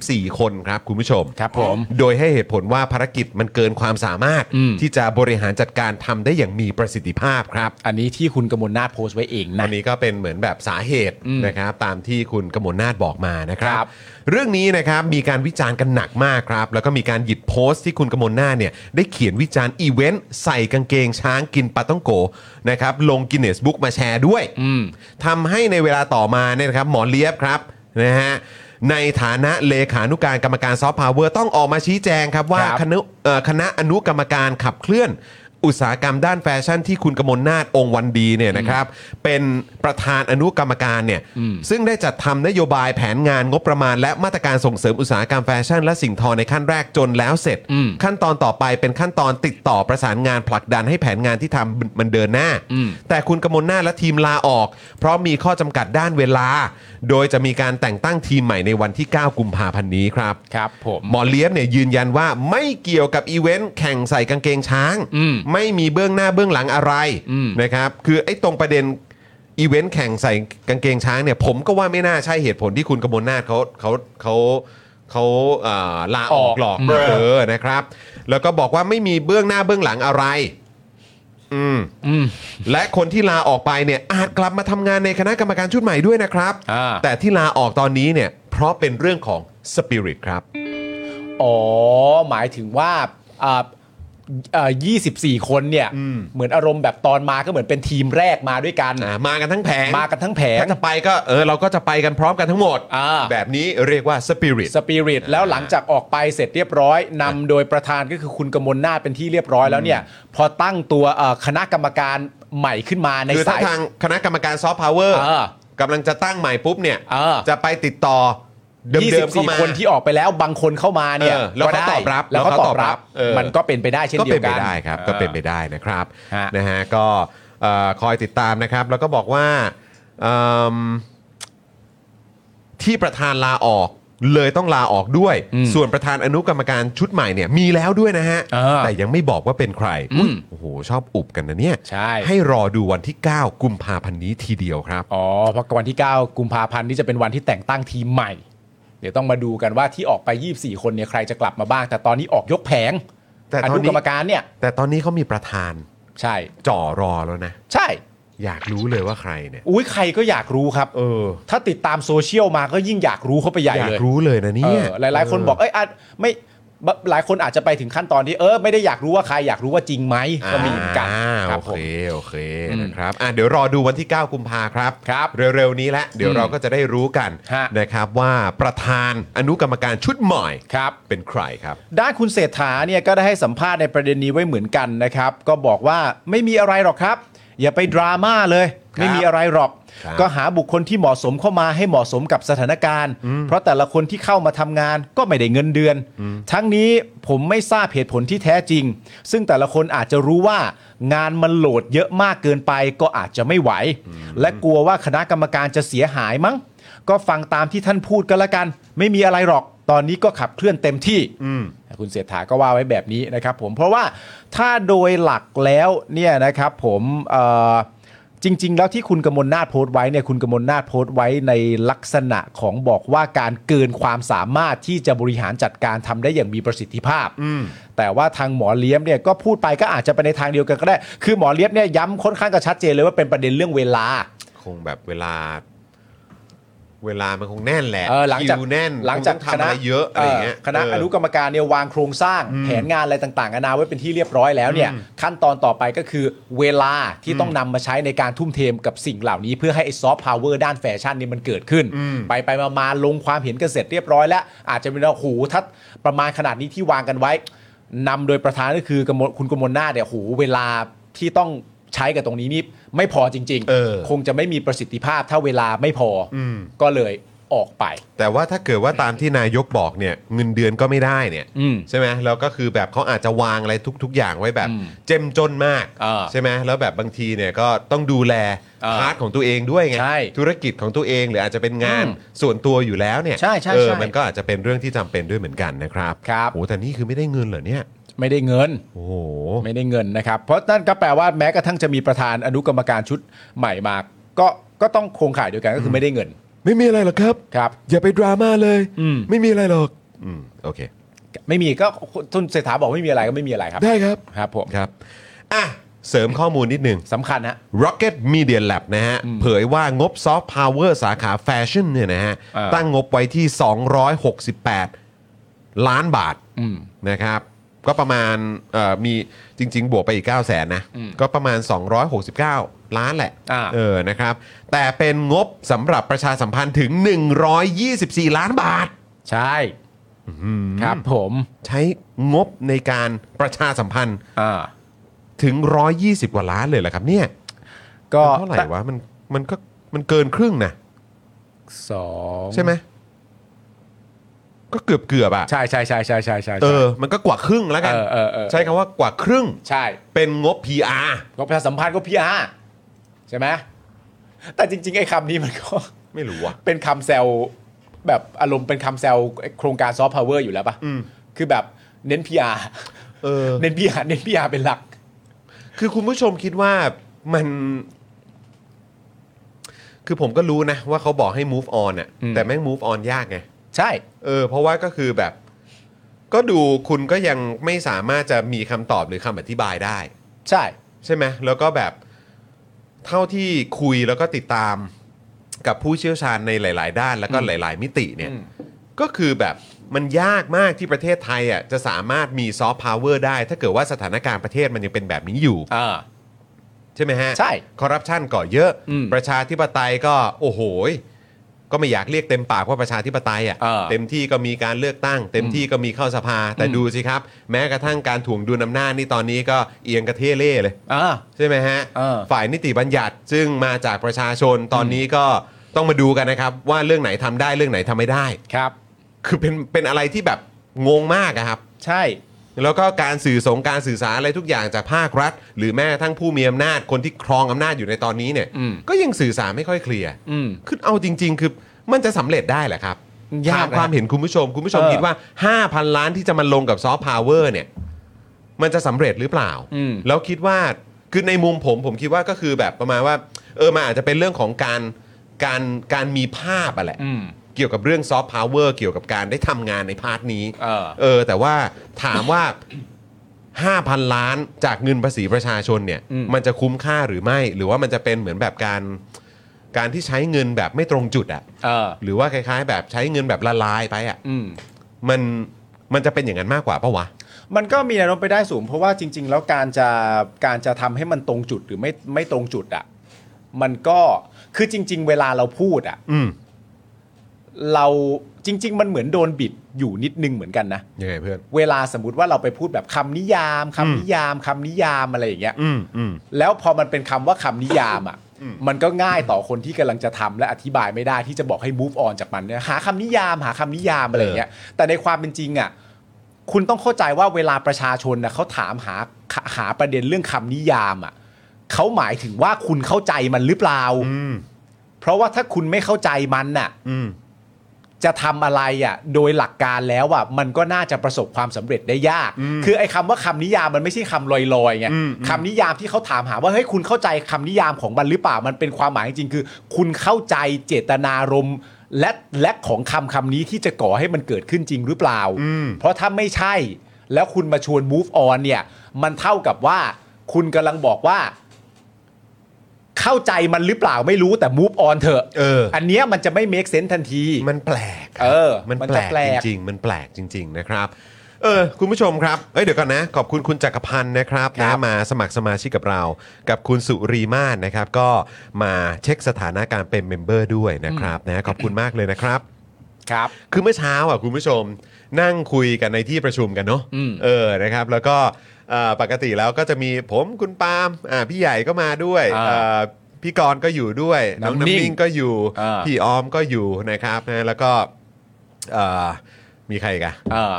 S1: 24 คนครับคุณผู้ชม
S2: ครับผม
S1: โดยให้เหตุผลว่าภารกิจมันเกินความสามารถที่จะบริหารจัดการทำได้อย่างมีประสิทธิภาพครับ
S2: อันนี้ที่คุณกมลนาถโพสต์ไว้เองนะ
S1: อันนี้ก็เป็นเหมือนแบบสาเหตุนะครับตามที่คุณกมลนาถบอกมานะครับ
S2: ครับ
S1: เรื่องนี้นะครับมีการวิจารณ์กันหนักมากครับ แล้วก็มีการหยิบโพสต์ที่คุณกมลนาถเนี่ยได้เขียนวิจารณ์อีเวนต์ใส่กางเกงช้างกินปลาต้องโกนะครับลงกินเนสบุ๊กมาแชร์ด้วยทำให้ในเวลาต่อมาเนี่ยนะครับหมอเลียบครับนะฮะในฐานะเลขานุการกรรมการซอฟต์พาวเวอร์ต้องออกมาชี้แจงครับว่า
S2: ครับ
S1: คณะเอ่อคณะอนุกรรมการขับเคลื่อน อุตสาหกรรมด้านแฟชั่นที่คุณกมลนาถองค์วันดีเนี่ยนะครับ เป็นประธานอนุกรรมการเนี่ยซึ่งได้จัดทำนโยบายแผนงานงบประมาณ และมาตรการส่งเสริมอุตสาหกรรมแฟชั่น และสิ่งทอในขั้นแรกจนแล้วเสร็จ ขั้นตอนต่อไปเป็นขั้นตอนติดต่อประสานงานผลักดันให้แผนงานที่ทำมันเดินหน้า แต่คุณกมลนาถและทีมลาออก เพราะมีข้อจำกัดด้านเวลา โดยจะมีการแต่งตั้งทีมใหม่ในวันที่ 9 กุมภาพันธ์นี้ครับ
S2: ครับผม
S1: หมอเลียบเนี่ยยืนยันว่าไม่เกี่ยวกับอีเวนต์แข่งใส่กางเกงช้าง
S2: อืม
S1: ไม่มีเบื้องหน้าเบื้องหลังอะไร
S2: อืม
S1: นะครับ คือไอ้ตรงประเด็น อีเวนต์แข่งใส่กางเกงช้างเนี่ยผมก็ว่าไม่น่าใช่เหตุผลที่คุณกมลนาถเขาเขาเขาเขาเอ่อลาออกหรอก
S2: ออกเบรอ
S1: เออนะครับ แล้วก็บอกว่าไม่มีเบื้องหน้าเบื้องหลังอะไร อืม
S2: อืม
S1: และคนที่ลาออกไปเนี่ยอาจกลับมาทำงานในคณะกรรมการชุดใหม่ด้วยนะครับ
S2: อ่า
S1: แต่ที่ลาออกตอนนี้เนี่ยเพราะเป็นเรื่องของสปิริตครับ
S2: อ๋อ หมายถึงว่าอ่าเอ่อ24 คนเนี่ย เหมือนอารมณ์แบบตอนมาก็เหมือนเป็นทีมแรกมาด้วยกัน
S1: อ่ะมากันทั้งแผง
S2: มากันทั้งแผง
S1: ถ้าจะไปก็เออเราก็จะไปกันพร้อมกันทั้งหมด
S2: อ่า
S1: แบบนี้เรียกว่าสปิริต
S2: สปิริตแล้วหลังจากออกไปเสร็จเรียบร้อยนำโดยประธานก็คือคุณกมลนาถเป็นที่เรียบร้อยแล้วเนี่ย พอตั้งตัวเอ่อคณะกรรมการใหม่ขึ้นมาใน
S1: คือถ้า
S2: สาย
S1: ทางคณะกรรมการซอฟต์พาวเวอร์
S2: เออก
S1: ำลังจะตั้งใหม่ปุ๊บเนี่ย
S2: เออ
S1: จะไปติดต่อเดิมๆเข้ามา
S2: 24 คนที่ออกไปแล้วบางคนเข้ามาเนี่ย
S1: เออแล้วเขา
S2: ก็ได้
S1: ตอบรับ
S2: แล้วเขา
S1: แล้วเขา
S2: ตอบรั
S1: ต
S2: บ
S1: อบรับเออ
S2: มันก็เป็นไปได้เช่น
S1: ก็
S2: เดี
S1: เป็
S2: ย
S1: น
S2: ว
S1: ไป
S2: กัน
S1: ได้ครับ
S2: เออ
S1: ก็เป็นไปได้นะครับ
S2: ฮะ
S1: นะฮะก็เอ่อคอยติดตามนะครับ แล้วก็บอกว่าเอิ่มที่ประธานลาออกเลยต้องลาออกด้วย ส่วนประธานอนุกรรมการชุดใหม่เนี่ยมีแล้วด้วยนะฮะ
S2: เออ
S1: แต่ยังไม่บอกว่าเป็นใครอุ๊ยโอ้โหชอบอุบกันนะเนี่ย
S2: ใช่
S1: รอดูวันที่ 9 กุมภาพันธ์นี้ทีเดียวครับ
S2: อ๋อเพราะวันที่ 9 กุมภาพันธ์นี่จะเป็นวันที่แต่งตั้งทีมใหม่ เดี๋ยวต้องมาดูกันว่าที่ออกไป 24 คนเนี่ยใครจะกลับมาบ้าง แต่ตอนนี้ออกยกแผง
S1: แต่
S2: อ
S1: ตอน
S2: นุ
S1: นี้
S2: กรรมการเนี่ย
S1: แต่ตอนนี้เขามีประธาน
S2: ใช่
S1: จ่อรอแล้วนะ
S2: ใช่
S1: อยากรู้เลยว่าใครเนี่ย
S2: อุ้ยใครก็อยากรู้ครับ
S1: เออ
S2: ถ้าติดตามโซเชียลมาก็ยิ่งอยากรู้เข้าไปใหญ่
S1: อยาก
S2: เลย
S1: รู้เลยนะ
S2: เอ
S1: เนี่ย
S2: อหลาย ๆ คนบอกเอ้ยอาจไม่บหลายคนอาจจะไปถึงขั้นตอนที่เออไม่ได้อยากรู้ว่าใครอยากรู้ว่าจริงไหมก็มีเหมือนกัน
S1: อ่า
S2: ครั
S1: โอบ
S2: ผ
S1: เค
S2: ม
S1: โอเค
S2: อืม
S1: นะครับอ่ะเดี๋ยวรอดูวันที่ 9 กุมภาครับ
S2: ครับ
S1: เร็ว ๆ นี้แหละเดี๋ยว
S2: อืม
S1: เราก็จะได้รู้กัน
S2: ฮะ
S1: นะครับว่าประธานอนุกรรมการชุดใหม่
S2: ครับ
S1: เป็นใครครับ
S2: ด้านคุณเศรษฐาเนี่ยก็ได้ให้สัมภาษณ์ในประเด็นนี้ไว้เหมือนกันนะครับ ก็บอกว่าไม่มีอะไรหรอกครับ อย่าไปดราม่าเลย
S1: ครับ
S2: ไม่มีอะไรหรอก
S1: ครับ
S2: ก็หาบุคคลที่เหมาะสมเข้ามาให้เหมาะสมกับสถานการณ์ เพราะแต่ละคนที่เข้ามาทำงานก็ไม่ได้เงินเดือน ทั้งนี้ผมไม่ทราบเหตุผลที่แท้จริง ซึ่งแต่ละคนอาจจะรู้ว่า งานมันโหลดเยอะมากเกินไปก็อาจจะไม่ไหว และกลัวว่าคณะกรรมการจะเสียหายมั้ง ก็ฟังตามที่ท่านพูดก็แล้วกัน ไม่มีอะไรหรอก ตอนนี้ก็ขับเคลื่อนเต็มที่ คุณเศรษฐาก็ว่าไว้แบบนี้นะครับผมเพราะว่าถ้าโดยหลักแล้วเนี่ยนะครับผมเอ่อจริง ๆ แล้วที่คุณกมลนาถโพสต์ไว้เนี่ยคุณกมลนาถโพสต์ไว้ในลักษณะของบอกว่าการเกินความสามารถที่จะบริหารจัดการทำได้อย่างมีประสิทธิภาพ แต่ว่าทางหมอเลี้ยมเนี่ยก็พูดไปก็อาจจะไปในทางเดียวกันก็ได้ คือหมอเลี้ยมเนี่ยย้ำค่อนข้างกระชัดเจนเลยว่าเป็นประเด็นเรื่องเวลา
S1: คงแบบเวลา เวลามันคงแน่นแหละ
S2: เออหลังจาก
S1: คิวแน่น
S2: หลังจาก
S1: คต้อทำอะไรเยอะอะไรเงี้ย
S2: คณะ
S1: เ
S2: อนุกรรมการเนี่ยวางโครงสร้างแผนงานอะไรต่างๆนานาไว้เป็นที่เรียบร้อยแล้วเนี่ยขั้นตอนต่อไปก็คือเวลาที่ต้องนำมาใช้ในการทุ่มเทกับสิ่งเหล่านี้ เพื่อให้ไอ้ซอฟต์พาวเวอร์ด้านแฟชั่นเนี่ยมันเกิดขึ้น ไปไปมามาลงความเห็นกันเสร็จเรียบร้อยแล้ว อาจจะเป็นว่าโหูถ้าประมาณขนาดนี้ที่วางกันไว้นำโดยประธานก็คือกมลคุณกมลนาถเนี่ยโหูเวลาที่ต้องใช้กับตรงนี้นี่ไม่พอจริง
S1: เออ
S2: คงจะไม่มีประสิทธิภาพถ้าเวลาไม่พออก็เลยออกไป
S1: แต่ว่าถ้าเกิดว่าตามที่นายกบอกเนี่ย เงินเดือนก็ไม่ได้เนี่ย
S2: อืม
S1: ใช่ไหมแล้วก็คือแบบเขาอาจจะวางอะไรทุก ๆ อย่างไว้แบบ
S2: อืม
S1: เจ้มจนมาก
S2: อ่า
S1: ใช่ไหมแล้วแบบบางทีเนี่ยก็ต้องดูแล
S2: อ่า
S1: พาร์ทของตัวเองด้วยไง
S2: ใช่
S1: ธุรกิจของตัวเองหรืออาจจะเป็นงาน
S2: อืม
S1: ส่วนตัวอยู่แล้วเนี่ย
S2: ใช่ใช่
S1: เออ
S2: ใช่
S1: มันก็อาจจะเป็นเรื่องที่จำเป็นด้วยเหมือนกันนะครับ
S2: ครับ
S1: โอ้แต่นี่คือไม่ได้เงินเหรอเนี่ย
S2: ไม่ได้เงิน
S1: โอ้โห
S2: ไม่ได้เงินนะครับ เพราะนั่นก็แปลว่าแม้กระทั่งจะมีประธานอนุกรรมการชุดใหม่มาก็ก็ต้องโครงข่ายเดียวกันก็คือไม่ได้เงิน
S1: ไม่มีอะไรหรอกครับ
S2: ครับ
S1: อย่าไปดราม่าเลย
S2: อืม
S1: ไม่มีอะไรหรอกอืมโอเค
S2: ไม่มีก็ทุนเศรษฐาบอกไม่มีอะไรก็ไม่มีอะไรครับ
S1: ได้ครับ
S2: ครับผม
S1: ครับอ่ะเสริมข้อมูลนิดนึง
S2: สำคัญฮะ
S1: Rocket Media Lab นะฮะ เผยว่างบซอฟต์พาวเวอร์สาขาแฟชั่นเนี่ยนะฮะ
S2: อ่า
S1: ตั้งงบไว้ที่ 268 ล้านบาทนะครับ ก็ประมาณเอ่อมีจริง ๆ บวกไปอีก 9 0 0แสนนะ ก็ประมาณ 269 ล้านแหละ
S2: อ่า
S1: เออนะครับ แต่เป็นงบสำหรับประชาสัมพันธ์ถึง 124 ล้านบาท
S2: ใช่ครับผม
S1: ใช้งบในการประชาสัมพันธ์
S2: อ่า
S1: ถึง 120 กว่าล้านเลยเหรอครับเนี่ย
S2: ก็
S1: มันเท่าไหร่วะมันมันก็มันเกินครึ่งนะ
S2: สอง
S1: ใช่ไหมก็เกือบเกือบๆอ่ะ
S2: ใช่ใช่ใช่ใช่ใช่ใช่
S1: เออ มันก็กว่าครึ่งแล้ว
S2: เอ
S1: กัน
S2: อเออเออ
S1: ใช้คำว่ากว่าครึ่ง
S2: ใช่
S1: เป็นงบ PR
S2: ก็ประชาสัมพันธ์ก็พีอาใช่ไหมแต่จริง ๆ ไอ้คำนี้มันก็
S1: ไม่รู้อ่ะ
S2: เป็นคำแซวแบบอารมณ์เป็นคำแซวโครงการซอฟต์พาวเวอร์อยู่แล้วปะ
S1: อืม
S2: คือแบบเน้น PR
S1: เออ
S2: เน้น PR เน้น PR เป็นหลัก
S1: คือคุณผู้ชมคิดว่ามัน คือผมก็รู้นะว่าเขาบอกให้ move on อ่ะ
S2: อืม
S1: แต่แม่ง move on ยากไง
S2: ใช่
S1: เออเพราะว่าก็คือแบบ ก็ดูคุณก็ยังไม่สามารถจะมีคำตอบหรือคำอธิบายได้
S2: ใช่
S1: ใช่ไหมแล้วก็แบบเท่าที่คุยแล้วก็ติดตามกับผู้เชี่ยวชาญในหลาย ๆ ด้านแล้วก็หลาย ๆ มิติเนี่ย
S2: อืม
S1: ก็คือแบบมันยากมากที่ประเทศไทยอ่ะจะสามารถมีซอฟต์พาวเวอร์ได้ ถ้าเกิดว่าสถานการณ์ประเทศมันยังเป็นแบบนี้อยู่
S2: อ่า
S1: ใช่ไหมฮะ
S2: ใช่
S1: คอร์รัปชันก่อเยอะ
S2: อืม
S1: ประชาธิปไตยก็โอ้โหยก็ไม่อยากเรียกเต็มปากว่าประชาธิปไตยอ่ะ
S2: เออ
S1: เต็มที่ก็มีการเลือกตั้ง เต็มที่ก็มีเข้าสภา แต่
S2: อืม
S1: ดูสิครับ แม้กระทั่งการถ่วงดุลอำนาจนี่ตอนนี้ก็เอียงกระเทเล่เลย
S2: อ่า
S1: ใช่ไหมฮะ
S2: เออ
S1: ฝ่ายนิติบัญญัติซึ่งมาจากประชาชนตอนนี้ก็ต้องมาดูกันนะครับ ว่าเรื่องไหนทำได้เรื่องไหนทำไม่ได้
S2: ครับ
S1: คือเป็นเป็นอะไรที่แบบงงมากอะครับ
S2: ใช่
S1: แล้วก็การสื่อสงการสื่อสารอะไรทุกอย่างจากภาครัฐ หรือแม้กระทั้งผู้มีอำนาจคนที่ครองอำนาจอยู่ในตอนนี้เนี่ย
S2: อืม
S1: ก็ยังสื่อสารไม่ค่อยเคลียร์
S2: อืม
S1: คือเอาจริง ๆ คือมันจะสำเร็จได้เหรอครับ
S2: ยา
S1: ถา
S2: ก
S1: ม
S2: นะ
S1: ความเห็นคุณผู้ชม คุณผู้ชม
S2: เออ
S1: คิดว่า 5,000 ล้านที่จะมาลงกับซอฟต์พาวเวอร์เนี่ยมันจะสำเร็จหรือเปล่า
S2: อืม
S1: แล้วคิดว่าคือในมุมผมผมคิดว่าก็คือแบบประมาณว่า เออมันอาจจะเป็นเรื่องของการการการมีภาพอะแหละ
S2: อืม
S1: เกี่ยวกับเรื่องซอฟต์พาวเวอร์เกี่ยวกับการได้ทำงานในพาร์ทนี้
S2: เออ
S1: เออ แต่ว่าถามว่า 5,000 ล้านจากเงินภาษีประชาชนเนี่ย
S2: อืม
S1: มันจะคุ้มค่าหรือไม่ หรือว่ามันจะเป็นเหมือนแบบการการที่ใช้เงินแบบไม่ตรงจุดอะ
S2: เออ
S1: หรือว่าคล้าย ๆ แบบใช้เงินแบบละลายไปอะ
S2: อืม
S1: มันมันจะเป็นอย่างนั้นมากกว่าปะวะ
S2: มันก็มีแนวโน้มไปได้สูง เพราะว่าจริง ๆ แล้วการจะการจะทำให้มันตรงจุดหรือไม่ไม่ตรงจุดอะ่ะมันก็คือจริง ๆ เวลาเราพูดอะ่ะ
S1: อืม
S2: เราจริง ๆ มันเหมือนโดนบิดอยู่นิดนึงเหมือนกันนะ
S1: ยังไงเพื่อน
S2: เวลาสมมติว่าเราไปพูดแบบคำนิยามคำนิยามคำนิยามอะไรอย่างเงี้ย
S1: อืมอืม
S2: แล้วพอมันเป็นคำว่าคำนิยามอ่ะ
S1: อืม
S2: มันก็ง่ายต่อคนที่กำลังจะทำและอธิบายไม่ได้ที่จะบอกให้ move on จากมันเนี่ยหาคำนิยามหาคำนิยามอะไรอย่างเงี้ย แต่ในความเป็นจริงอ่ะ คุณต้องเข้าใจว่าเวลาประชาชนนะเขาถามหาหาประเด็นเรื่องคำนิยามอ่ะเขาหมายถึงว่าคุณเข้าใจมันหรือเปล่า
S1: อืม
S2: เพราะว่าถ้าคุณไม่เข้าใจมันน่ะ
S1: อืม
S2: จะทำอะไรอ่ะโดยหลักการแล้วอ่ะมันก็น่าจะประสบความสำเร็จได้ยาก คือไอ้คำว่าคำนิยามมันไม่ใช่คำลอยๆไง
S1: อืม
S2: คำนิยามที่เขาถามหาว่าเฮ้ยคุณเข้าใจคำนิยามของมันหรือเปล่ามันเป็นความหมายจริงๆคือ คุณเข้าใจเจตนารมณ์และและของคำคำนี้ที่จะก่อให้มันเกิดขึ้นจริงหรือเปล่า เพราะถ้าไม่ใช่ แล้วคุณมาชวน move on เนี่ย มันเท่ากับว่า คุณกำลังบอกว่า เข้าใจมันหรือเปล่าไม่รู้แต่ move on เถอะ
S1: เออ
S2: อันเนี้ยมันจะไม่ make sense ทันที
S1: มันแปลก
S2: เออ
S1: มัน
S2: มัน
S1: แปล
S2: จะ
S1: ก
S2: แปลก
S1: จริงๆ มันแปลกจริง ๆ นะครับ เออ คุณผู้ชมครับ เอ้ย เดี๋ยวก่อนนะ ขอบคุณคุณจักรพันธ์นะครับนะมาสมัครสมาชิกกับเรา กับคุณสุรีมาศนะครับ ก็มาเช็คสถานะการเป็นเมมเบอร์ด้วยนะครับนะ ขอบคุณมากเลยนะครับ
S2: ครับ
S1: คือเมื่อเช้าอ่ะคุณผู้ชมนั่งคุยกันในที่ประชุมกันเนาะ
S2: อืม
S1: เออนะครับแล้วก็เอ่อปกติแล้วก็จะมีผมคุณปาล์มอ่าพี่ใหญ่ก็มาด้วย
S2: อ่า
S1: เอ่อพี่กรณ์ก็อยู่ด้วยน้อง
S2: น้ำนิ่
S1: น้ำ
S2: ง
S1: นิ่งก็อยู่
S2: อ่า
S1: พี่ออมก็อยู่นะครับนะแล้วก็เอ่อมีใครอีกัน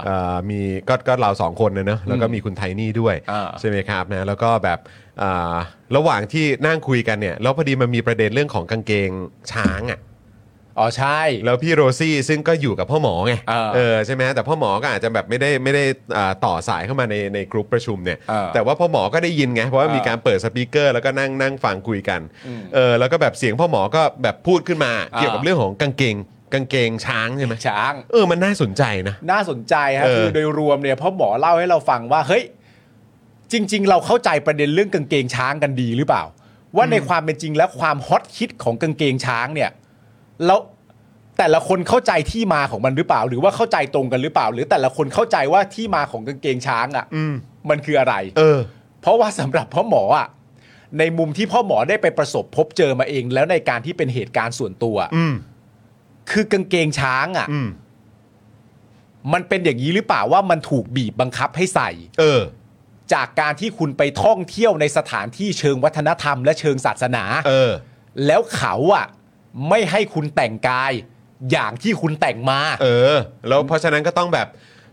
S2: อ่า
S1: มีก็ก็เราสองคนนะเนอะแล้วก็มีคุณไทนี่ด้วย
S2: อ่า
S1: ใช่ไหมครับนะแล้วก็แบบอ่าระหว่างที่นั่งคุยกันเนี่ยแล้วพอดีมันมีประเด็นเรื่องของกางเกงช้างอ่ะ
S2: อ๋อใช่
S1: แล้วพี่โรซี่ซึ่งก็อยู่กับพ่อหมอไง
S2: เออ
S1: เออใช่ไหมแต่พ่อหมอก็อาจจะแบบไม่ได้ไม่ได้อ่าต่อสายเข้ามาในในกลุ่มประชุมเนี่ย
S2: เออ
S1: แต่ว่าพ่อหมอก็ได้ยินไงเพราะว่า
S2: เออ
S1: มีการเปิดสปีกเกอร์แล้วก็นั่งนั่งฟังคุยกัน
S2: อืม
S1: เออแล้วก็แบบเสียงพ่อหมอก็แบบพูดขึ้นมา
S2: เออ
S1: เกี่ยวกับเรื่องของกางเกงกางเกงช้างใช่ไหม
S2: ช้าง
S1: เออมันน่าสนใจนะ
S2: น่าสนใจฮะ
S1: เออ
S2: คือโดยรวมเนี่ยเพราะหมอเล่าให้เราฟังว่าเฮ้ยจริง ๆ เราเข้าใจประเด็นเรื่องกางเกงช้างกันดีหรือเปล่า ว่าในความเป็นจริงแล้วความฮอตฮิตของกางเกงช้างเนี่ยแล้วแต่ละคนเข้าใจที่มาของมันหรือเปล่า หรือว่าเข้าใจตรงกันหรือเปล่า หรือแต่ละคนเข้าใจว่าที่มาของกางเกงช้างอะ่ะ
S1: อืม
S2: มันคืออะไร
S1: เออ
S2: เพราะว่าสำหรับพ่อหมออ่ะในมุมที่พ่อหมอได้ไปประสบพบเจอมาเอง แล้วในการที่เป็นเหตุการณ์ส่วนตัว
S1: อืม
S2: คือกางเกงช้างอ่ะ
S1: อืม
S2: มันเป็นอย่างนี้หรือเปล่าว่ามันถูกบีบบังคับให้ใส่
S1: เออ
S2: จากการที่คุณไปท่องเที่ยวในสถานที่เชิงวัฒนธรรมและเชิงศาสนา
S1: เออ
S2: แล้วเขาอ่ะไม่ให้คุณแต่งกาย อย่างที่คุณแต่งมา
S1: เออ แล้วเพราะฉะนั้นก็ต้องแบบ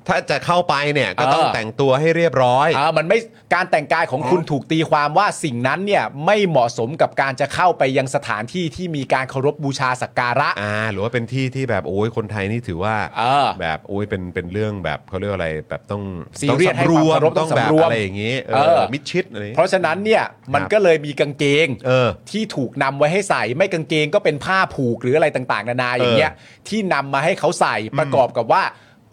S1: ถ้าจะเข้าไปเนี่ยก็ต้อง
S2: เออ
S1: แต่งตัวให้เรียบร้อย
S2: อ่ามันไม่การแต่งกายของคุณถูกตีความว่าสิ่งนั้นเนี่ยไม่เหมาะสมกับการจะเข้าไปยังสถานที่ที่มีการเคารพบูชาสักการะ
S1: อ่าหรือว่าเป็นที่ที่แบบโอ้ยคนไทยนี่ถือว่า
S2: เออ
S1: แบบโอ้ยเป็นเป็นเรื่องแบบเขาเรียกอะไรแบบต้อง
S2: ซีเรียสให้
S1: ต้องสำรว
S2: ความ มเคารพ
S1: ต้องแบบ
S2: ต้องสำรวม
S1: อะไรอย่างงี้เอ
S2: เอ
S1: อ
S2: อ
S1: มิดชิดอะไรอย่าง
S2: เพ
S1: งี้
S2: ราะฉะนั้นเนี่ยมั
S1: ค
S2: น
S1: รับ
S2: ก็เลยมีกางเกง
S1: เออ
S2: ที่ถูกนำไว้ให้ใส่ไม่กางเกงก็เป็นผ้าผูกหรืออะไรต่างๆ นานาอย่างเงี้ยที่นำมาให้เขาใส่ประกอบกับว่า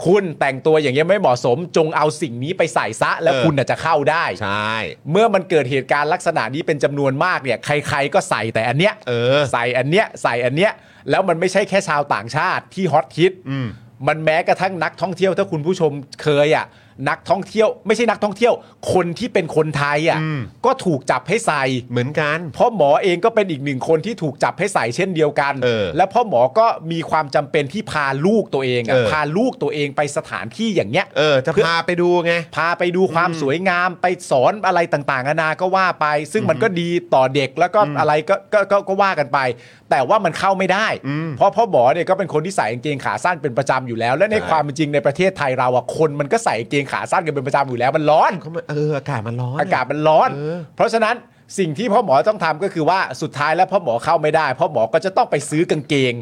S2: คุณแต่งตัวอย่างเงี้ยไม่เหมาะสมจงเอาสิ่งนี้ไปใส่ซะ แล้ว
S1: เออ
S2: คุณน่ะจะเข้าได้
S1: ใช่
S2: เมื่อมันเกิดเหตุการณ์ลักษณะนี้เป็นจำนวนมากเนี่ยใคร ๆ ก็ใส่แต่อันเนี้ย
S1: เออ
S2: ใส่อันเนี้ยใส่อันเนี้ยแล้วมันไม่ใช่แค่ชาวต่างชาติที่ฮอตฮิต
S1: อืม
S2: มันแม้กระทั่งนักท่องเที่ยวถ้าคุณผู้ชมเคยอ่ะนักท่องเที่ยว ไม่ใช่นักท่องเที่ยว คนที่เป็นคนไทยอ่ะ
S1: อืม
S2: ก็ถูกจับให้ใส่
S1: เหมือนกัน
S2: เพราะหมอเองก็เป็นอีกหนึ่งคนที่ถูกจับให้ใส่เช่นเดียวกัน
S1: เออ
S2: และพ่อหมอก็มีความจำเป็นที่พาลูกตัวเองอะ
S1: เออ
S2: พาลูกตัวเองไปสถานที่อย่างเงี้ย
S1: เออจะพาไปดูไง
S2: พาไปดูความสวยงามไปสอนอะไรต่างๆนานาก็ว่าไป ซึ่งมันก็ดีต่อเด็กแล้วก็อะไรก็กก็ก็ว่ากันไป แต่ว่ามันเข้าไม่ได้ เพราะพ่อหมอเนี่ยก็เป็นคนที่ใส่กางเกงขาสั้นเป็นประจำอยู่แล้ว และใน
S1: ใช่
S2: ความเป็นจริงในประเทศไทยเราอ่ะคนมันก็ใส่กางเกงขาสั้นกันเป็นประจำอยู่แล้วมันร้อน
S1: เขามาเอออากาศมันร้อน
S2: อากาศมันร้อน
S1: เออ
S2: เพราะฉะนั้นสิ่งที่พ่อหมอต้องทำก็คือว่าสุดท้ายแล้วพ่อหมอเข้าไม่ได้ พ่อหมอก็จะต้องไปซื้อกางเกง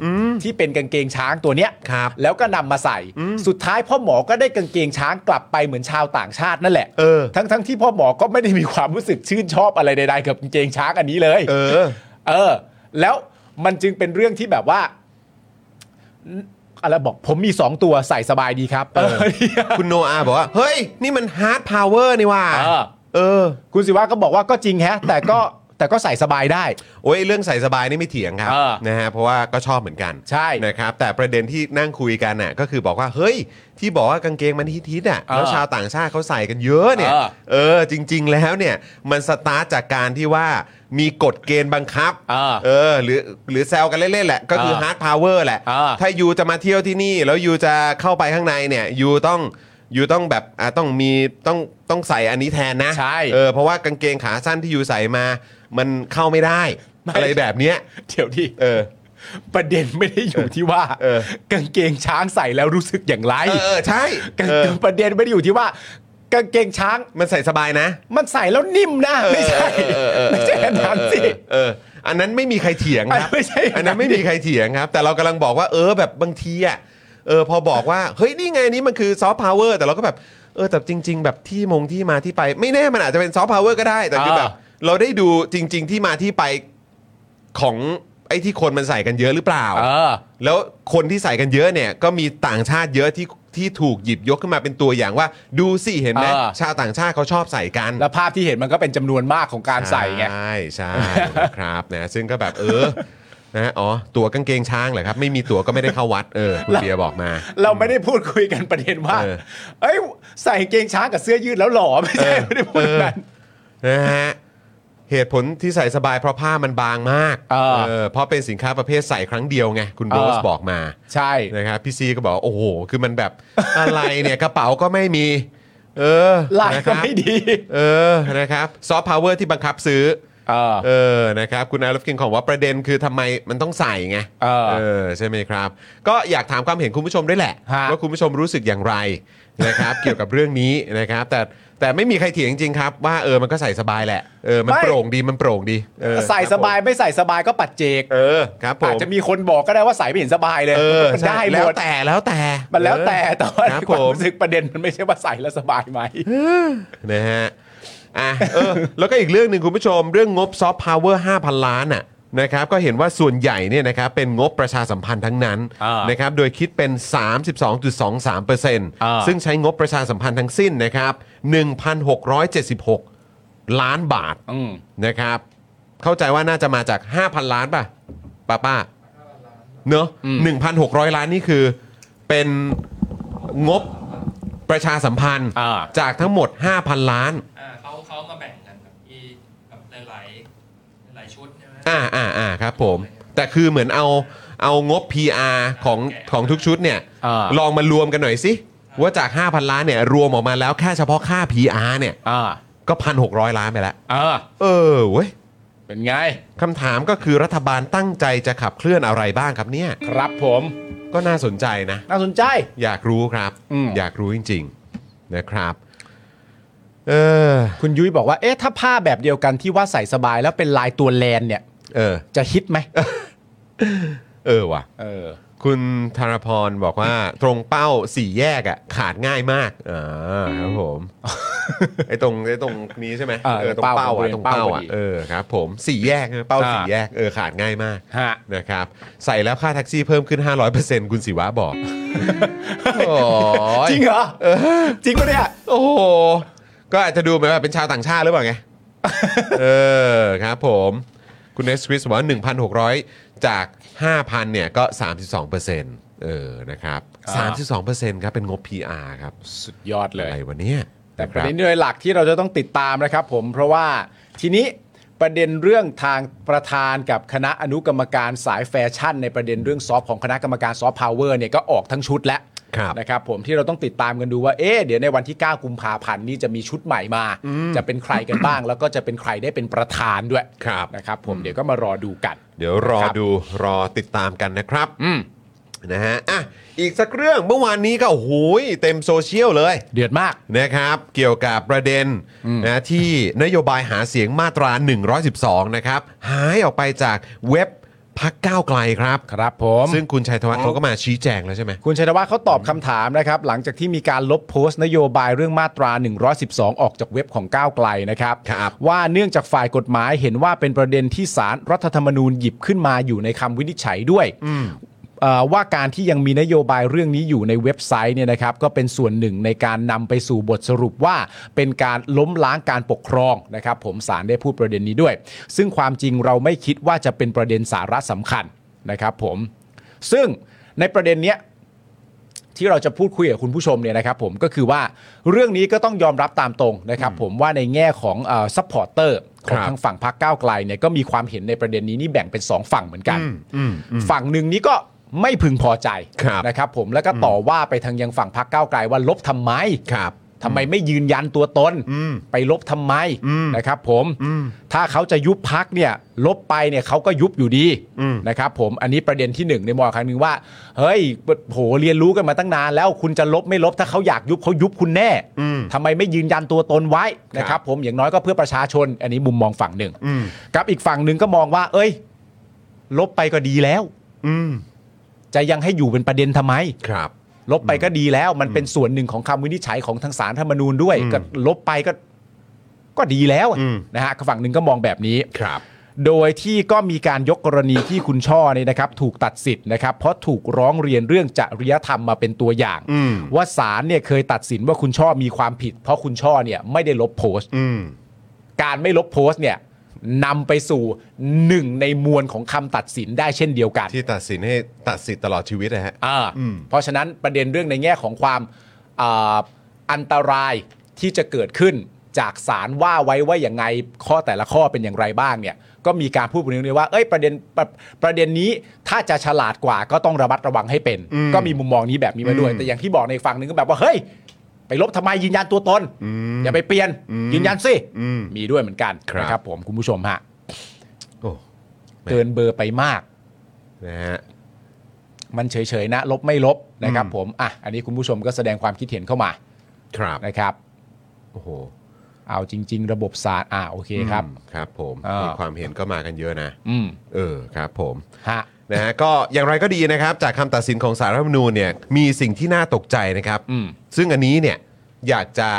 S2: ที่เป็นกางเกงช้างตัวเนี้ย
S1: ครับ
S2: แล้วก็นำมาใส่ สุดท้ายพ่อหมอก็ได้กางเกงช้างกลับไปเหมือนชาวต่างชาตินั่นแหละ
S1: เออ
S2: ทั้งทั้งที่พ่อหมอก็ไม่ได้มีความรู้สึกชื่นชอบอะไรใดๆกับกางเกงช้างอันนี้เลย
S1: เออ
S2: เออ แล้วมันจึงเป็นเรื่องที่แบบว่าอืมอะไรบอกผมมีสองตัวใส่สบายดีครับ
S1: เออ คุณโนอาบอกว่า เฮ้ย นี่มันฮาร์ดพาวเวอร์นี่ว่า
S2: เออ
S1: เออ
S2: คุณสิวะก็บอกว่าก็จริงแฮะ แต่ก็แต่ก็ใส่สบายได้
S1: โอ้ยเรื่องใส่สบายนี่ไม่เถียงครับ
S2: เออ
S1: นะฮะเพราะว่าก็ชอบเหมือนกัน
S2: ใช่
S1: นะครับ แต่ประเด็นที่นั่งคุยกันน่ะก็คือบอกว่าเฮ้ย ที่บอกว่ากางเกงมันฮิตๆอ่ะ
S2: เออ
S1: แล้วชาวต่างชาติเขาใส่กันเยอะเนี่ย
S2: เออ
S1: เออ จริง ๆ แล้วเนี่ยมันสตาร์ทจากการที่ว่ามีกฎเกณฑ์บังคับ
S2: เออ
S1: เออหรือหรือแซวกันเล่นๆแหละก็คือ
S2: เออ
S1: ฮาร์ดพาวเวอร์แหละ
S2: เออ
S1: ถ้ายูจะมาเที่ยวที่นี่ แล้วยูจะเข้าไปข้างในเนี่ยยูต้องยูต้องแบบอ่ะต้องมีต้องต้องใส่อันนี้แทนนะ
S2: ใช่
S1: เออเพราะว่ากางเกงขาสั้นที่อยู่ใส่มา มันเข้าไม่ได้ อะไรแบบเนี้ย
S2: เดี๋ยวดิ
S1: เออ
S2: ประเด็นไม่ได้อยู่ที่ว่า
S1: เออ
S2: กางเกงช้างใส่แล้วรู้สึกอย่างไร
S1: เออเออใช่
S2: กาง
S1: เออ
S2: ประเด็นไม่ได้อยู่ที่ว่ากางเกงช้าง
S1: มันใส่สบายนะ
S2: มันใส่แล้วนิ่มนะไม่ใช่
S1: เออเออเออ
S2: ไม่ใช่แบบนั้นสิ
S1: เออเอออันนั้นไม่มีใครเถียงครับ
S2: อันนั้นไม่ใช่
S1: อันนั้นไม่มีใครเถียงครับ แต่เรากำลังบอกว่าเออแบบบางทีอ่ะเออพอบอกว่าเฮ้ยนี่ไงนี่มันคือซอฟต์พาวเวอร์แต่เราก็แบบเออแต่จริง ๆ แบบที่มงที่มาที่ไป ไม่แน่มันอาจจะเป็นซอฟต์พาวเวอร์ก็ได้ แต่คือแบบเราได้ดูจริง ๆ ที่มาที่ไปของไอ้ที่คนมันใส่กันเยอะหรือเปล่า
S2: เออ
S1: แล้วคนที่ใส่กันเยอะเนี่ยก็มีต่างชาติเยอะที่ที่ถูกหยิบยกขึ้นมาเป็นตัวอย่างว่า ดูสิเห็นไหม
S2: เออ
S1: ชาวต่างชาติเขาชอบใส่กัน
S2: แล้วภาพที่เห็นมันก็เป็นจำนวนมากของการใส่ไง
S1: ใช่ใช่ครับนะซึ่งก็แบบเออนะอ๋อตัวกางเกงช้างเหรอครับ ไม่มีตัวก็ไม่ได้เข้าวัดเออคุณเบียร์บอกมา
S2: เราไม่ได้พูดคุยกันประเด็นว่า
S1: เออ
S2: เอ้ยใส่กางเกงช้างกับเสื้อยืดแล้วหล่อไม่ใช่ไม่ได้พูดแบบนั้น
S1: นะฮะเหตุผลที่ใส่สบายเพราะผ้ามันบางมาก
S2: เออ
S1: เออเพราะเป็นสินค้าประเภทใส่ครั้งเดียวไงคุณโรส
S2: เออ
S1: บอกมา
S2: ใช่
S1: นะครับพี่ซีก็บอกว่าโอ้โห คือมันแบบ อะไรเนี่ยกระเป๋าก็ไม่มี เออ
S2: ลายก็
S1: นะครับ
S2: ไม่ดี
S1: เออนะครับซอฟต์พาวเวอร์ที่บังคับซื้อ
S2: เออ
S1: เออนะครับคุณอารัฟกินของว่าประเด็นคือทำไมมันต้องใส่ไง
S2: เออ
S1: ใช่ไหมครับ ก็อยากถามความเห็นคุณผู้ชมด้วยแหละ
S2: ฮะ
S1: ว่าคุณผู้ชมรู้สึกอย่างไร นะครับ เกี่ยวกับเรื่องนี้นะครับ แต่แต่ไม่มีใครเถียงจริงๆครับว่าเออมันก็ใส่สบายแหละเออมัน
S2: ไม่
S1: โปร่งดีมันโปร่งดีเออ
S2: ใส่สบายไม่ใส่สบายก็ปัดเจก
S1: เออครับผม
S2: อาจจะมีคนบอกก็ได้ว่าใส่ไม่เห็นสบายเลย
S1: เออ
S2: มัน
S1: ใช่
S2: ได้ห
S1: แล้ว
S2: มด
S1: แต่แล้วแต่
S2: มันแล้วแต่แต่ว่า
S1: ครับ
S2: ค
S1: ผ
S2: วาม
S1: ม
S2: รู้สึกประเด็นมันไม่ใช่ว่าใส่แล้วสบายไหม
S1: นะฮะ อ่ะ เออ แล้วก็อีกเรื่องหนึ่งคุณผู้ชม เรื่องงบซอฟต์พาวเวอร์5,000 ล้านน่ะนะครับ ก็เห็นว่าส่วนใหญ่เนี่ยนะครับเป็นงบประชาสัมพันธ์ทั้งนั้น
S2: อ่าน
S1: นะครับ โดยคิดเป็น 32.23%ซึ่งใช้งบประชาสัมพันธ์ทั้งสิ้นนะครับ 1,676 ล้านบาท
S2: อืม
S1: นะครับ เข้าใจว่าน่าจะมาจาก 5,000 ล้านป่ะป้าป้าเนอะ1,600 ล้านนี่คือเป็นงบประชาสัมพันธ์
S2: อ่า
S1: จากทั้งหมด 5,000 ล้าน
S3: อ่าเขาเขามาแบ่งกันแบบที่แบบหลายๆหลายๆชุดใช่ไหม
S1: อ่าอ่าอ่าครับผม แต่คือเหมือนเอาเอางบ PR ของของทุกชุดเนี่ย
S2: อ่า
S1: ลองมารวมกันหน่อยสิ ว่าจาก 5,000 ล้านเนี่ยรวมออกมาแล้วแค่เฉพาะค่า PR เนี่ย
S2: อ่า
S1: ก็ 1,600 ล้านไปแล้ว
S2: อ่า
S1: เออเว้ย
S2: เป็นไง
S1: คำถามก็คือรัฐบาลตั้งใจจะขับเคลื่อนอะไรบ้างครับเนี่ย
S2: ครับผม
S1: น ก็น่าสนใจนะ
S2: น่าสนใจ
S1: อยากรู้ครับ
S2: อืม
S1: อยากรู้จริง ๆ นะครับ เออ
S2: คุณยุ้ยบอกว่าเอ๊ะถ้าผ้าแบบเดียวกันที่ว่าใส่สบายแล้วเป็นลายตัวแลนเนี่ย
S1: เออ
S2: จะฮิตไหม
S1: เออว่ะ
S2: เออ
S1: คุณธารพรบอกว่า ตรงเป้าสี่แยกอ่ะขาดง่ายมากอ่าครับผม ไอ้ตรงไอ้ตรงนี้ใช่ไหม
S2: เออ
S1: ตรงเป้า
S2: ตรง
S1: อ่ะตรงเป้า
S2: เป้าอะเป้าพ
S1: อ่ะ
S2: อดี
S1: เออครับ ผมสี่แยกใช่ไหมเป้า
S2: อ่า
S1: สี่แยกเออขาดง่ายมาก
S2: ฮะ
S1: นะครับ ใส่แล้วค่าแท็กซี่เพิ่มขึ้น 500%คุณสิวะบอก โอ้ย
S2: จริงเหรอจริงปะเนี่ย
S1: โอ้โหก็อาจจะดูเหมือนแบบเป็นชาวต่างชาติหรือเปล่า ไง เออครับผม คุณเนสคริสบอกว่า 1,600 จาก 5,000 เนี่ย ก็ 32%เออนะครับ
S2: อ่
S1: 32%ครับ เป็นงบ PR ครับ
S2: สุดยอดเล
S1: อะไร
S2: ย
S1: วะเนี่ย
S2: แต่
S1: นะ
S2: ป
S1: ค
S2: ระ
S1: รับ
S2: เด็นโดยหลักที่เราจะต้องติดตามนะครับผมเพราะว่าทีนี้ประเด็นเรื่องทางประธานกับคณะอนุกรรมการสายแฟชั่น ในประเด็นเรื่องซอฟต์ของคณะกรรมการซอฟต์พาวเวอร์เนี่ยก็ออกทั้งชุดแล้ว
S1: ครับ
S2: นะครับผมที่เราต้องติดตามกันดูว่าเอ๊ะเดี๋ยวในวันที่ 9 กุมภาพันธ์นี่จะมีชุดใหม่มา จะเป็นใครกันบ้าง แล้วก็จะเป็นใครได้เป็นประธานด้วย
S1: ครับ
S2: นะครับผมเดี๋ยวก็มารอดูกัน
S1: เดี๋ยวรอ
S2: ครับ
S1: ดูรอติดตามกันนะครับ
S2: อืม
S1: นะฮะอ่ะอีกสักเรื่องเมื่อวานนี้ก็โอ้โหยเต็มโซเชียลเลย
S2: เดือดมาก
S1: นะครับเกี่ยวกับประเด็นนะที่นโยบายหาเสียงมาตรา 112 นะครับหายออกไปจากเว็บพักก้าวไกลครับ
S2: ครับผม
S1: ซึ่งคุณชัยธวัฒน์เขาก็มาชี้แจงแล้วใช่ไหม
S2: คุณชัยวัฒน์เขาตอบคำถามนะครับ หลังจากที่มีการลบโพสต์นโยบายเรื่องมาตรา 112 ออกจากเว็บของก้าวไกลนะครับ
S1: ครับ
S2: ว่าเนื่องจากฝ่ายกฎหมายเห็นว่าเป็นประเด็นที่สารรัฐธรรมนูญหยิบขึ้นมาอยู่ในคำวินิจฉัยด้วยเอ่อว่าการที่ยังมีนโยบายเรื่องนี้อยู่ในเว็บไซต์เนี่ยนะครับ ก็เป็นส่วนหนึ่งในการนำไปสู่บทสรุปว่าเป็นการล้มล้างการปกครองนะครับ ผมสารได้พูดประเด็นนี้ด้วย ซึ่งความจริงเราไม่คิดว่าจะเป็นประเด็นสาระสำคัญนะครับ ผม ซึ่งในประเด็นเนี้ย ที่เราจะพูดคุยกับคุณผู้ชมเนี่ยนะครับผมก็คือว่าเรื่องนี้ก็ต้องยอมรับตามตรงนะครับผมว่าในแง่ของซัพพอร์เตอร์ขอ
S1: ครั
S2: ง
S1: บ
S2: ทางฝั่งพรรคก้าวไกลเนี่ยก็มีความเห็นในประเด็นนี้นี่แบ่งเป็น 2 ฝั่งเหมือนกัน ฝั่งหนึ่งนี้ก็ไม่พึงพอใจ
S1: ครับ
S2: นะครับผมแล้วก็ต่อว่าไปทางยังฝั่งพรรคก้าวไกลว่าลบทำไม
S1: ครับ
S2: ทำไมไม่ยืนยันตัวตน
S1: อืม
S2: ไปลบทำไม
S1: อืม
S2: นะครับผม
S1: อืม
S2: ถ้าเขาจะยุบพักเนี่ยลบไปเนี่ยเขาก็ยุบอยู่ดี
S1: อืม
S2: นะครับผมอันนี้ประเด็นที่หนึ่งในมองอีกครั้งหนึ่งว่า เฮ้ยโหเรียนรู้กันมาตั้งนานแล้วคุณจะลบไม่ลบถ้าเขาอยากยุบเขายุบคุณแน่
S1: อืม
S2: ทำไมไม่ยืนยันตัวตนไว้นะค
S1: ครั
S2: รับ บ ผมอย่างน้อยก็เพื่อประชาชน อันนี้มุมมองฝั่งหนึ่ง
S1: อืม
S2: กับอีกฝั่งหนึ่งก็มองว่า เอ้ย ลบไปก็ดีแล้ว
S1: อืม
S2: จะยังให้อยู่เป็นประเด็นทำไม
S1: ครับ
S2: ลบไปก็ดีแล้ว มันเป็นส่วนหนึ่งของคำวินิจฉัยของทางสารธรรมนูญด้วย
S1: อืม
S2: ก็ลบไปก็ก็ดีแล้ว
S1: อืม
S2: นะฮะฝั่งหนึ่งก็มองแบบนี้
S1: ครับ
S2: โดยที่ก็มีการยกกรณีที่คุณช่อเนี่ยนะครับ ถูกตัดสิทธิ์นะครับ เพราะถูกร้องเรียนเรื่องจริยธรรมมาเป็นตัวอย่าง
S1: อืม
S2: ว่าศาลเนี่ยเคยตัดสินว่าคุณช่อมีความผิด เพราะคุณช่อเนี่ยไม่ได้ลบโพสต์
S1: อืม
S2: การไม่ลบโพสต์เนี่ยนำไปสู่หนึ่งในมวลของคำตัดสินได้เช่นเดียวกัน
S1: ที่ตัดสินให้ตัดสิทธิ์ตลอดชีวิตนะฮะ
S2: อ่า
S1: อืม
S2: เพราะฉะนั้นประเด็นเรื่องในแง่ของความอ่าอันตรายที่จะเกิดขึ้นจากศาลว่าไว้ว่าอย่างไงข้อแต่ละข้อเป็นอย่างไรบ้างเนี่ย ก็มีการพูดประเด็นนี้ว่า เอ้ยประเด็นประประเด็นนี้ถ้าจะฉลาดกว่าก็ต้องระมัดระวังให้เป็น ก็มีมุมมองนี้แบบนี้มาด้วย แต่อย่างที่บอกในฝั่งหนึงก็แบบว่า เฮ้ย ไปลบทำไมยืนยันตัวตน อย่าไปเปลี่ยน ยืนยันสิ
S1: อืม
S2: มีด้วยเหมือนกัน
S1: ครับ
S2: นะครับผมคุณผู้ชมฮะ
S1: โอ้
S2: เกินเบอร์ไปมาก
S1: นะฮะ
S2: มันเฉยๆนะ ลบไม่ลบนะครับ
S1: อืม
S2: ผมอ่ะอันนี้คุณผู้ชมก็แสดงความคิดเห็นเข้ามา
S1: ครับ
S2: นะครับ
S1: โอ้โห
S2: เอาจริง ๆ ระบบศาสตร์อ่าโอเคครับ
S1: อืมครับผม
S2: อ่ามี
S1: ีความเห็นก็มากันเยอะนะ
S2: อืม
S1: เออครับผม
S2: ฮะ
S1: นะฮะก็อย่างไรก็ดีนะครับ จากคำตัดสินของสารรัฐธรรมนูญเนี่ยมีสิ่งที่น่าตกใจนะครับ
S2: อืม
S1: ซึ่งอันนี้เนี่ยอยากจะ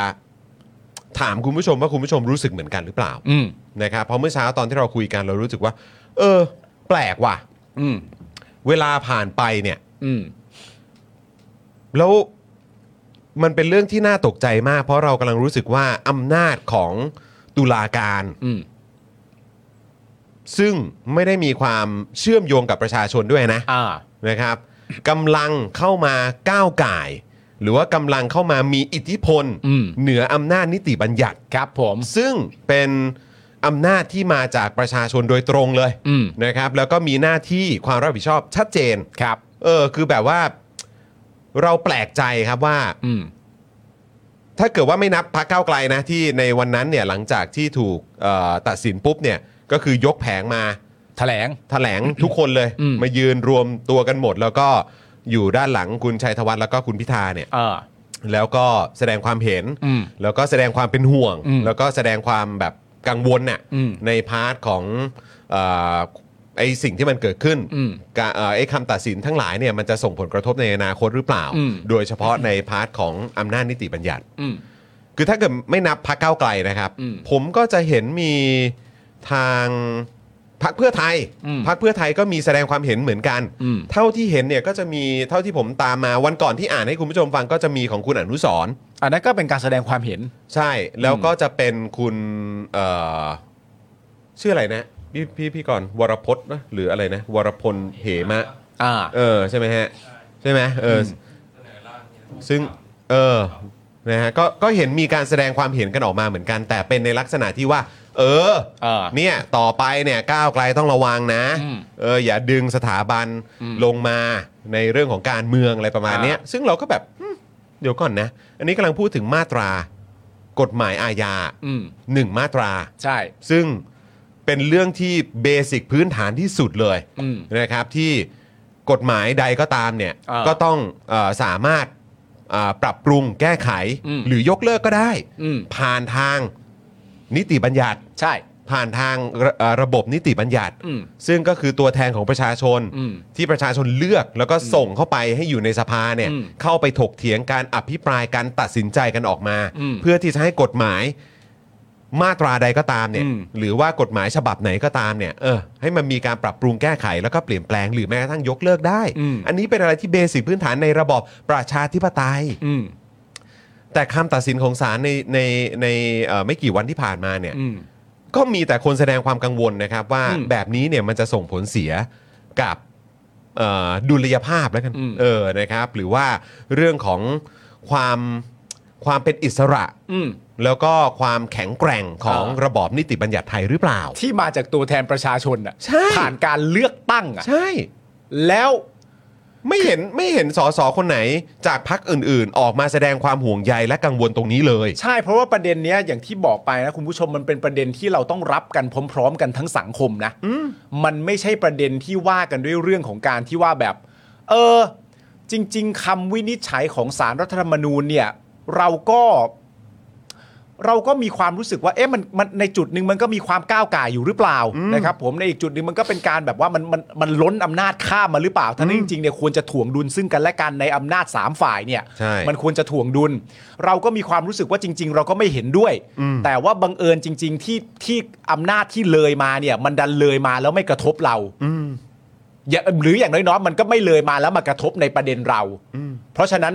S1: ถามคุณผู้ชมว่าคุณผู้ชมรู้สึกเหมือนกันหรือเปล่า
S2: อืม
S1: นะครับเพราะเมื่อเช้าตอนที่เราคุยกันเรารู้สึกว่า เออ แปลกว่ะ
S2: อืม
S1: เวลาผ่านไปเนี่ย
S2: อืม
S1: แล้วมันเป็นเรื่องที่น่าตกใจมาก เพราะเรากำลังรู้สึกว่าอำนาจของตุลาการ
S2: อืม
S1: ซึ่งไม่ได้มีความเชื่อมโยงกับประชาชนด้วยนะ
S2: อ่า
S1: นะครับกำลังเข้ามาก้าวก่าย หรือว่ากำลังเข้ามามีอิทธิพล
S2: อืม
S1: เหนืออำนาจนิติบัญญัติ
S2: ครับผม
S1: ซึ่งเป็นอำนาจที่มาจากประชาชนโดยตรงเลย
S2: อืม
S1: นะครับแล้วก็มีหน้าที่ความรับผิดชอบชัดเจน
S2: ครับ
S1: เออคือแบบว่าเราแปลกใจครับว่า
S2: อืม
S1: ถ้าเกิดว่าไม่นับพักเก้าวไกลนะที่ในวันนั้นเนี่ยหลังจากที่ถูกเอ่อตัดสินปุ๊บเนี่ยก็คือยกแผงมา
S2: แถลง
S1: ถแถลงทุกคนเลย
S2: อืม
S1: มายืนรวมตัวกันหมด แล้วก็ อยู่ด้านหลังคุณชัยธวัฒน์แล้วก็คุณพิธาเนี่ย
S2: เออ
S1: แล้วก็แสดงความเห็น
S2: อืม
S1: แล้วก็แสดงความเป็นห่วง
S2: อืม
S1: แล้วก็แสดงความแบบกังวลน่ะ
S2: อืม
S1: ในพาร์ทของเอ่อไอสิ่งที่มันเกิดขึ้น
S2: อืม
S1: กะเอ่อไอคำตัดสินทั้งหลายเนี่ยมันจะส่งผลกระทบในอนาคตหรือเปล่า
S2: อืม
S1: โดยเฉพาะในพาร์ทของอำนาจนิติบัญญัติ
S2: อืม
S1: คือถ้าเกิดไม่นับพักเก้าวไกลนะครับ
S2: อืม
S1: ผมก็จะเห็นมีทางพักเพื่อไทย
S2: อืม
S1: พักเพื่อไทยก็มีแสดงความเห็นเหมือนกัน
S2: อืม
S1: เท่าที่เห็นเนี่ยก็จะมีเท่าที่ผมตามมาวันก่อนที่อ่านให้คุณผู้ชมฟังก็จะมีของคุณอนุสรณ์
S2: อันนั้นก็เป็นการแสดงความเห็น
S1: ใช่แล้วก็จะเป็นคุณเอ่อชื่ออะไรนะ พี่พี่พี่ก่อนวรพจน์นะหรืออะไรนะ วรพลเหมะ
S2: อ่า
S1: เออใช่ไหมฮะ ใช่ไหมเอออ
S3: เสนอร่างเนี่ย
S1: ซึ่งเออนะฮะก็ก็เห็นมีการแสดงความเห็นกันออกมาเหมือนกัน แต่เป็นในลักษณะที่ว่า เออ
S2: เออ
S1: เนี่ยต่อไปเนี่ยก้าวไกลต้องระวังนะ
S2: อืม
S1: เอออย่าดึงสถาบันลงมาในเรื่องของการเมืองอะไรประมาณเนี้ยซึ่งเราก็แบบอืมเดี๋ยวก่อนนะ อันนี้กำลังพูดถึงมาตรากฎหมายอาญา
S2: อืม
S1: หนึ่งมาตรา
S2: ใช่
S1: ซึ่งเป็นเรื่องที่เบสิกพื้นฐานที่สุดเลย
S2: อืม
S1: นะครับที่กฎหมายใดก็ตามเนี่ย
S2: อ่า
S1: ก็ต้องเออสามารถเอ่อปรับปรุงแก้ไข
S2: อืม
S1: หรือยกเลิกก็ได้
S2: อืม
S1: ผ่านทางนิติบัญญัติ
S2: ใช่
S1: ผ่านทางระเอ่อระบบนิติบัญญัติ
S2: อืม
S1: ซึ่งก็คือตัวแทนของประชาชน
S2: อืม
S1: ที่ประชาชนเลือกแล้วก็ส่งเข้าไปให้อยู่ในสภาเนี่ย
S2: อืม
S1: เข้าไปถกเถียงการอภิปรายการตัดสินใจกันออกมา
S2: อืม
S1: เพื่อที่จะให้กฎหมายมาตราใดก็ตามเนี่ย
S2: อืม
S1: หรือว่ากฎหมายฉบับไหนก็ตามเนี่ยเออให้มันมีการปรับปรุงแก้ไขแล้วก็เปลี่ยนแปลงหรือแม้กระทั่งยกเลิกได้
S2: อืม
S1: อันนี้เป็นอะไรที่เบสิกพื้นฐานในระบอบประชาธิปไตย
S2: อืม
S1: แต่คำตัดสินของศาลในในในเอ่อไม่กี่วันที่ผ่านมาเนี่ย
S2: อืม
S1: ก็มีแต่คนแสดงความกังวลนะครับ ว่า
S2: อืม
S1: แบบนี้เนี่ยมันจะส่งผลเสียกับเอ่อดุลยภาพแล้วกัน
S2: อืม
S1: เออนะครับ หรือว่าเรื่องของความความเป็นอิสระ
S2: อืม
S1: แล้วก็ความแข็งแกร่งของระบอบนิติบัญญัติไทยหรือเปล่า
S2: ที่มาจากตัวแทนประชาชนอ่ะ
S1: ใช่
S2: ผ่านการเลือกตั้งอ่ะ
S1: ใช่
S2: แล้ว
S1: ไม่เห็นไม่เห็นสสคนไหนจากพรรคอื่นๆ ออกมาแสดงความห่วงใยและกังวลตรงนี้เลย
S2: ใช่เพราะว่าประเด็นเนี้ยอย่างที่บอกไปนะคุณผู้ชมมันเป็นประเด็นที่เราต้องรับกันพร้อม ๆ กันทั้งสังคมนะมันไม่ใช่ประเด็นที่ว่ากันด้วยเรื่องของการที่ว่าแบบ เออ จริง ๆคำวินิจฉัยของสารรัฐธรรมนูญเนี่ย เราก็ เราก็มีความรู้สึกว่า เอ๊ะมันมันในจุดหนึ่งมันก็มีความก้าวก่ายอยู่หรือเปล่านะครับ ผมในอีกจุดหนึ่งมันก็เป็นการแบบว่ามันมันมันล้นอำนาจข้ามมาหรือเปล่าทั้งนี้จริงๆเนี่ยควรจะถ่วงดุลซึ่งกันและกันในอำนาจสามฝ่ายเนี่ย
S1: ใช่
S2: มัน ควรจะถ่วงดุล เราก็มีความรู้สึกว่าจริง ๆ เราก็ไม่เห็นด้วย แต่ว่าบังเอิญจริง ๆ ที่ที่อำนาจที่เลยมาเนี่ย มันดันเลยมาแล้วไม่กระทบเราอย่าหรืออย่างน้อยๆมันก็ไม่เลยมาแล้วมากระทบในประเด็นเราเพราะฉะนั้น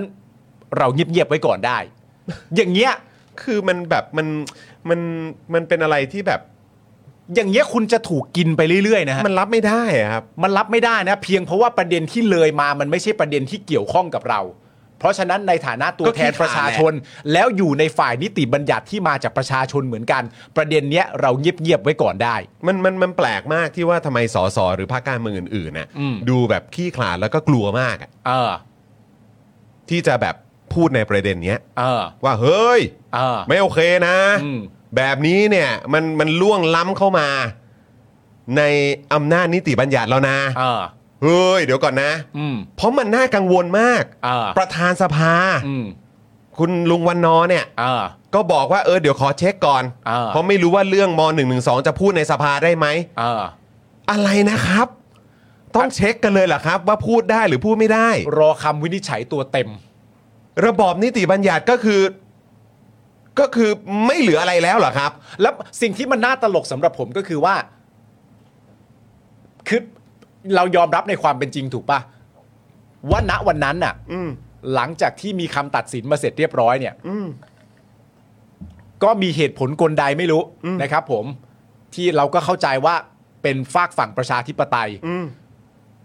S2: เราเงียบๆไว้ก่อนได้ อย่างเงี้ย
S1: คือมันแบบมันมันมันเป็นอะไรที่แบบ
S2: อย่างเงี้ยคุณจะถูกกินไปเรื่อยๆนะฮะ
S1: มันรับไม่ได้อะครับ
S2: มันรับไม่ได้นะ เพียงเพราะว่าประเด็นที่เลยมามันไม่ใช่ประเด็นที่เกี่ยวข้องกับเรา เพราะฉะนั้นในฐานะตัว
S1: ก็
S2: แท
S1: ขี้
S2: นประชา
S1: ขลาดแหละ
S2: ชน แล้วอยู่ในฝ่ายนิติบัญญัติที่มาจากประชาชนเหมือนกัน ประเด็นเนี้ยเราเงียบๆไว้ก่อนได้
S1: มันมันมันแปลกมากที่ว่าทำไมสสหรือพรรคการเมืองอื่นๆน่ะ
S2: อืม
S1: ดูแบบขี้ขลาดแล้วก็กลัวมากอะ
S2: เออ
S1: ที่จะแบบพูดในประเด็นเนี้ย
S2: เออ
S1: ว่าเฮ้ย
S2: เออ
S1: ไม่โอเคนะ
S2: อืม
S1: แบบนี้เนี่ยมันมันล่วงล้ำเข้ามา ในอำนาจนิติบัญญัติแล้วนะ
S2: เออ
S1: เฮ้ยเดี๋ยวก่อนนะ
S2: อืม
S1: เพราะมันน่ากังวลมาก
S2: อ่า
S1: ประธานสภา
S2: อืม
S1: คุณลุงวันนอเนี่ย
S2: เออ
S1: ก็บอกว่าเออเดี๋ยวขอเช็คก่อน
S2: อ่า
S1: เพราะไม่รู้ว่าเรื่องม .112 จะพูดในสภาได้ไหม
S2: เออ
S1: อะไรนะครับ ต้องเช็คกันเลยเหรอครับ ว่าพูดได้หรือพูดไม่ได้
S2: รอคำวินิจฉัยตัวเต็ม
S1: ระบอบนิติบัญญัติก็คือ ก็คือไม่เหลืออะไรแล้วเหรอครับ
S2: แล้วสิ่งที่มันน่าตลกสำหรับผมก็คือว่า คือเรายอมรับในความเป็นจริงถูกปะว่าณวันนั้นน่ะหลังจากที่มีคำตัดสินมาเสร็จเรียบร้อยเนี่ยก็มีเหตุผลกลใดไม่รู้นะครับ ผมที่เราก็เข้าใจว่าเป็นฝากฝั่งประชาธิปไตย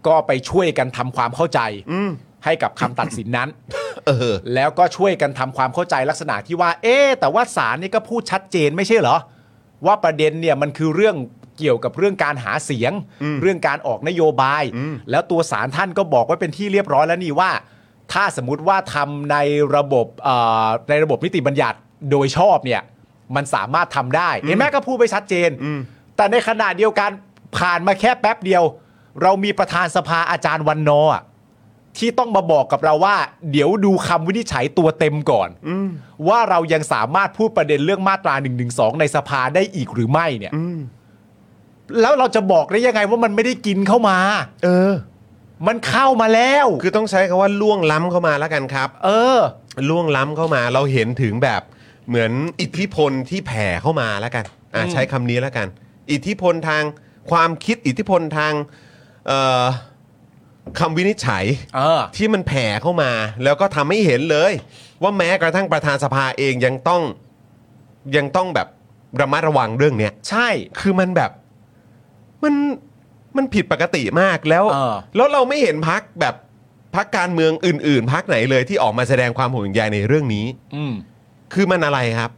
S2: ก็ไปช่วยกันทำความเข้าใจให้กับคำตัดสินนั้น
S1: เออ
S2: แล้วก็ช่วยกันทำความเข้าใจลักษณะที่ว่า เอ๊ะแต่ว่าศาลนี่ก็พูดชัดเจนไม่ใช่เหรอ ว่าประเด็นเนี่ยมันคือเรื่องเกี่ยวกับเรื่องการหาเสียง เรื่องการออกนโยบาย แล้วตัวศาลท่านก็บอกไว้เป็นที่เรียบร้อยแล้วนี่ว่า ถ้าสมมติว่าทำในระบบเอ่อในระบบนิติบัญญัติโดยชอบเนี่ย มันสามารถทำได้เห็นไหมก็พูดไปชัดเจนแต่ในขณะเดียวกันผ่านมาแค่แป๊บเดียว เรามีประธานสภาอาจารย์วันนอร์อะ ที่ต้องมาบอกกับเราว่า เดี๋ยวดูคำวินิจฉัยตัวเต็มก่อนว่าเรายังสามารถพูดประเด็นเรื่องมาตรา1นึในสภาได้อีกหรือไม่เนี่ยแล้วเราจะบอกได้ยังไงว่ามันไม่ได้กินเข้ามา
S1: เออ
S2: มันเข้ามาแล้ว
S1: คือต้องใช้คำว่าล่วงล้ำเข้ามาแล้วกันครับ
S2: เออ
S1: ล่วงล้ำเข้ามาเราเห็นถึงแบบเหมือนอิทธิพลที่แผ่เข้ามาแล้วกันอ่ะใช้คำนี้แล้วกัน อิทธิพลทางความคิดอิทธิพลทางเอ่อคำวินิจฉัย
S2: เออ
S1: ที่มันแผ่เข้ามา แล้วก็ทำให้เห็นเลย ว่าแม้กระทั่งประธานสภาเองยังต้องยังต้องแบบระมัดระวังเรื่องเนี้ย
S2: ใช่
S1: คือมันแบบมันมันผิดปกติมากแล้ว
S2: เออ
S1: แล้วเราไม่เห็นพักแบบพักการเมืองอื่น ๆ พักไหนเลยที่ออกมาแสดงความห่วงใยในเรื่องนี้
S2: อืม
S1: คือมันอะไรครับ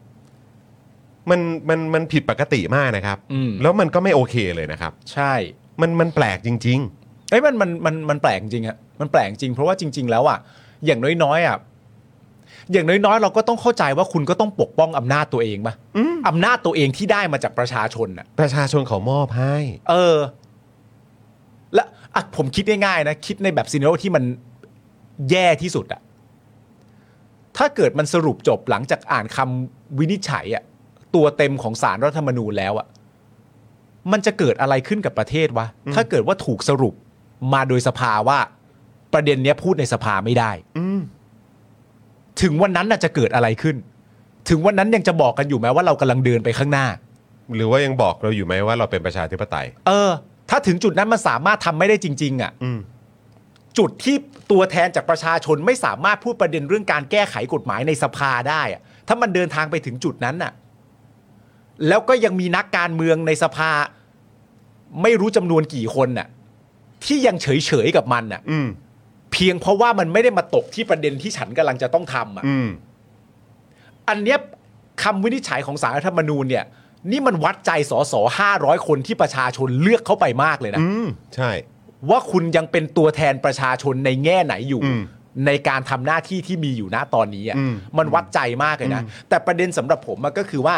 S1: มันมันมันผิดปกติมากนะครับ
S2: อืม
S1: แล้วมันก็ไม่โอเคเลยนะครับ
S2: ใช่
S1: มันมันแปลกจริง
S2: เอ้ยมันมันมันมันแปลกจริงอะมันแปลกจริงเพราะว่าจริง ๆ แล้วอะอย่างน้อยๆอะอย่างน้อยๆ เราก็ต้องเข้าใจว่าคุณก็ต้องปกป้องอำนาจตัวเองปะ
S1: อืม
S2: อำนาจตัวเองที่ได้มาจากประชาชนอะ
S1: ๆ ประชาชนเขามอบให้
S2: เออ และอ่ะผมคิดง่ายๆนะ คิดในแบบซีน n โ r ที่มันแย่ที่สุดอะถ้าเกิดมันสรุปจบหลังจากอ่านคำวินิจฉัยอะตัวเต็มของสารรัฐธรรมนูญแล้วอะมันจะเกิดอะไรขึ้นกับประเทศวะ ถ้าเกิดว่าถูกสรุปมาโดยสภาว่า ประเด็นเนี้ยพูดในสภาไม่ได้
S1: อืม
S2: ถึงวันนั้นน่ะจะเกิดอะไรขึ้น ถึงวันนั้นยังจะบอกกันอยู่ไหมว่าเรากำลังเดินไปข้างหน้า
S1: หรือว่ายังบอกเราอยู่ไหมว่าเราเป็นประชาธิปไตย
S2: เออ ถ้าถึงจุดนั้นมันสามารถทำไม่ได้จริง ๆอะ
S1: อืม
S2: จุดที่ตัวแทนจากประชาชนไม่สามารถพูดประเด็นเรื่องการแก้ไขกฎหมายในสภาได้อะถ้ามันเดินทางไปถึงจุดนั้นน่ะ แล้วก็ยังมีนักการเมืองในสภา ไม่รู้จำนวนกี่คนน่ะ ที่ยังเฉยๆกับมันน่ะ
S1: อืม
S2: เพียงเพราะว่ามันไม่ได้มาตกที่ประเด็นที่ฉันกำลังจะต้องทำอ่ะ
S1: อืม
S2: อันเนี้ยคำวินิจฉัยของสารรัฐธรรมนูญเนี่ย นี่มันวัดใจสอสอห้าร้อยคนที่ประชาชนเลือกเข้าไปมากเลยนะ
S1: อืม ใช่
S2: ว่าคุณยังเป็นตัวแทนประชาชนในแง่ไหนอยู่
S1: อืม
S2: ในการทำหน้าที่ที่มีอยู่ณตอนนี้อ่ะ
S1: อืม
S2: มันวัดใจมากเลยนะ แต่ประเด็นสำหรับผมอะก็คือว่า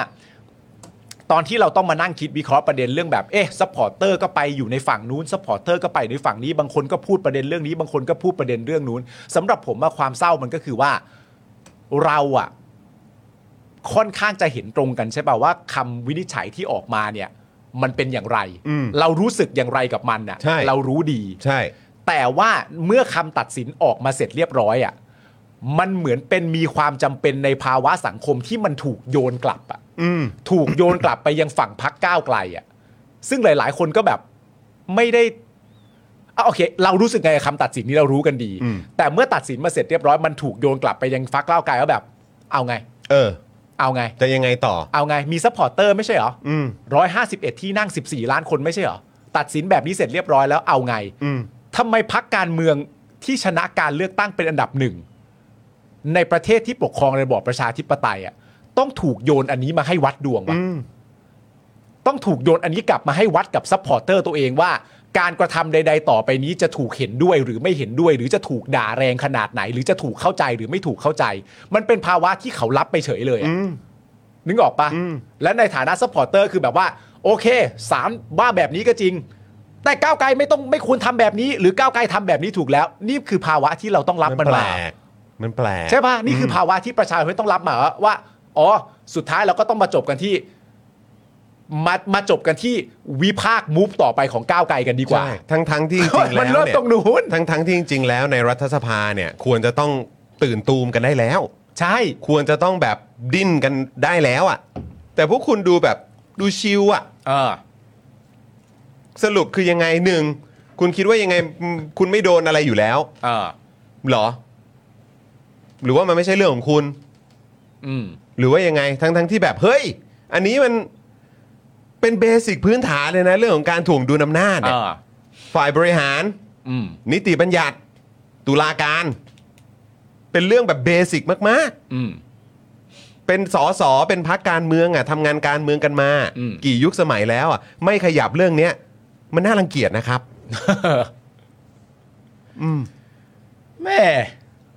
S2: ตอนที่เราต้องมานั่งคิดวิเคราะห์ประเด็นเรื่องแบบเอ๊ะซัพพอร์เตอร์ก็ไปอยู่ในฝั่งนู้นซัพพอร์เตอร์ก็ไปในฝั่งนี้บางคนก็พูดประเด็นเรื่องนี้ บางคนก็พูดประเด็นเรื่องนู้นสำหรับผมอะความเศร้ามันก็คือว่าเราอะค่อนข้างจะเห็นตรงกันใช่ป่าว่าคำวินิจฉัยที่ออกมาเนี่ย มันเป็นอย่างไร
S1: อืม
S2: เรารู้สึกอย่างไรกับมันอะ
S1: ใช่
S2: เรารู้ดี
S1: ใช่
S2: แต่ว่าเมื่อคำตัดสินออกมาเสร็จเรียบร้อยอะ่ะมันเหมือนเป็นมีความจำเป็นในภาวะสังคมที่มันถูกโยนกลับอะ่ะ
S1: อืม
S2: ถูกโยนกลับไปยังฝั่งพักก้าวไกลอะ่ะซึ่งหลาย ๆ คนก็แบบไม่ได้อ่ะโอเค เรารู้สึกไงกับคำตัดสินนี้เรารู้กันดี
S1: อืม
S2: แต่เมื่อตัดสินมาเสร็จเรียบร้อยมันถูกโยนกลับไปยังฟักก้าวไกลว่าแบบ เอาไง
S1: เออ
S2: เอาไง
S1: จะยังไงต่อ
S2: เอาไงมีซัพพอร์เตอร์ไม่ใช่เหรอ
S1: อืม
S2: ร้อยห้าสิบเอ็ดที่นั่งสิบสี่ล้านคนไม่ใช่เหรอ ตัดสินแบบนี้เสร็จเรียบร้อยแล้วเอาไง
S1: อืม
S2: ทำไมพักการเมืองที่ชนะการเลือกตั้งเป็นอันดับหนึ่ง ในประเทศที่ปกครองในระบอบประชาธิปไตยอ่ะต้องถูกโยนอันนี้มาให้วัดดวงวะ
S1: อืม
S2: ต้องถูกโยนอันนี้กลับมาให้วัดกับซัพพอร์เตอร์ตัวเองว่า การกระทำใด ๆ ต่อไปนี้จะถูกเห็นด้วยหรือไม่เห็นด้วย หรือจะถูกด่าแรงขนาดไหน หรือจะถูกเข้าใจหรือไม่ถูกเข้าใจ มันเป็นภาวะที่เขารับไปเฉยเลยอะ
S1: อืม
S2: นึกออกปะ
S1: อืม
S2: และในฐานะซัพพอร์เตอร์คือแบบว่า โอเคสารว่าแบบนี้ก็จริง แต่ก้าวไกลไม่ต้องไม่ควรทำแบบนี้ หรือก้าวไกลทำแบบนี้ถูกแล้ว นี่คือภาวะที่เราต้องรับมัน
S1: แปล
S2: มาม
S1: ก มันแปลก
S2: ใช่ปะนี่คือภาวะที่ประชาชนต้องรับมาว่าอ๋อสุดท้ายเราก็ต้องมาจบกันที่มามาจบกันที่วิพากษ์มูฟต่อไปของก้าวไกลกันดีกว่า
S1: ใช่ทั้งทั้งๆที่จริงๆแล้ว
S2: มันเริ่ม
S1: เนี่ย
S2: ตรงนู้น
S1: ทั้งทั้งๆที่จริงๆแล้วในรัฐสภาเนี่ย ควรจะต้องตื่นตูมกันได้แล้ว
S2: ใช่
S1: ควรจะต้องแบบดิ้นกันได้แล้วอะ่ะ แต่พวกคุณดูแบบดูชิวอะ่ะ
S2: เออ
S1: สรุปคือยังไงหนึ่งคุณคิดว่ายังไงอืมคุณไม่โดนอะไรอยู่แล้ว
S2: เออ
S1: เหรอ หรือว่ามันไม่ใช่เรื่องของคุณ
S2: อืม
S1: หรือว่ายังไงทั้งทั้งๆที่แบบเฮ้ย อันนี้มันเป็นเบสิกพื้นฐานเลยนะเรื่องของการถ่วงดุลอำนาจ
S2: เอ
S1: เนี่ย
S2: อ
S1: ฝ่ายบริหาร
S2: อืม
S1: นิติบัญญัติ ตุลาการ เป็นเรื่องแบบเบสิกมาก
S2: อืม
S1: ๆ เป็นสอสอเป็นพักการเมืองอ่ะทำงานการเมืองกันมา
S2: อืม
S1: กี่ยุคสมัยแล้วอ่ะไม่ขยับเรื่องเนี้ยมันน่ารังเกียจนะครับ
S2: แม่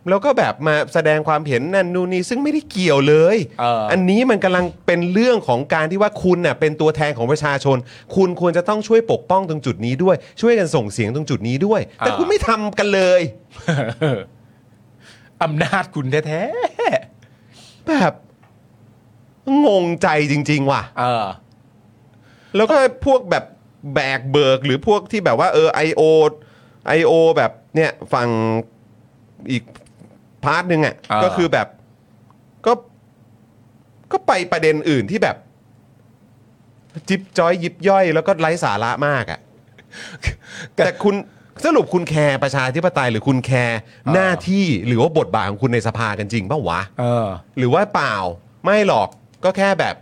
S1: แล้วก็แบบมาแสดงความเห็นนั่นนู่นนี่ซึ่งไม่ได้เกี่ยวเลย
S2: เอออั
S1: อันนี้มันกำลังเป็นเรื่องของการที่ว่าคุณน่ะเป็นตัวแทนของประชาชน คุณควรจะต้องช่วยปกป้องตรงจุดนี้ด้วย ช่วยกันส่งเสียงตรงจุดนี้ด้วย แต่คุณไม่ทำกันเลย
S2: อำนาจคุณแท้
S1: แบบงงใจจริง ๆ ว่ะ
S2: ๆเออ
S1: แล้วก็พวกแบบแบกเบิกหรือพวกที่แบบว่าเออ IO IO แบบเนี่ยฝั่งอีกพาร์ทหนึ่งอ่ะ
S2: อ่า
S1: ก็คือแบบก็ก็ไปประเด็นอื่นที่แบบ จิบจ้อยยิบย่อย แล้วก็ไร้สาระมากอ่ะ แต่คุณสรุปคุณแคร์ประชาธิปไตยหรือคุณแคร์หน้าที่หรือว่าบทบาทของคุณในสภากันจริงเปล่าวะ
S2: เออ
S1: หรือว่าเปล่าไม่หรอกก็แค่แบบ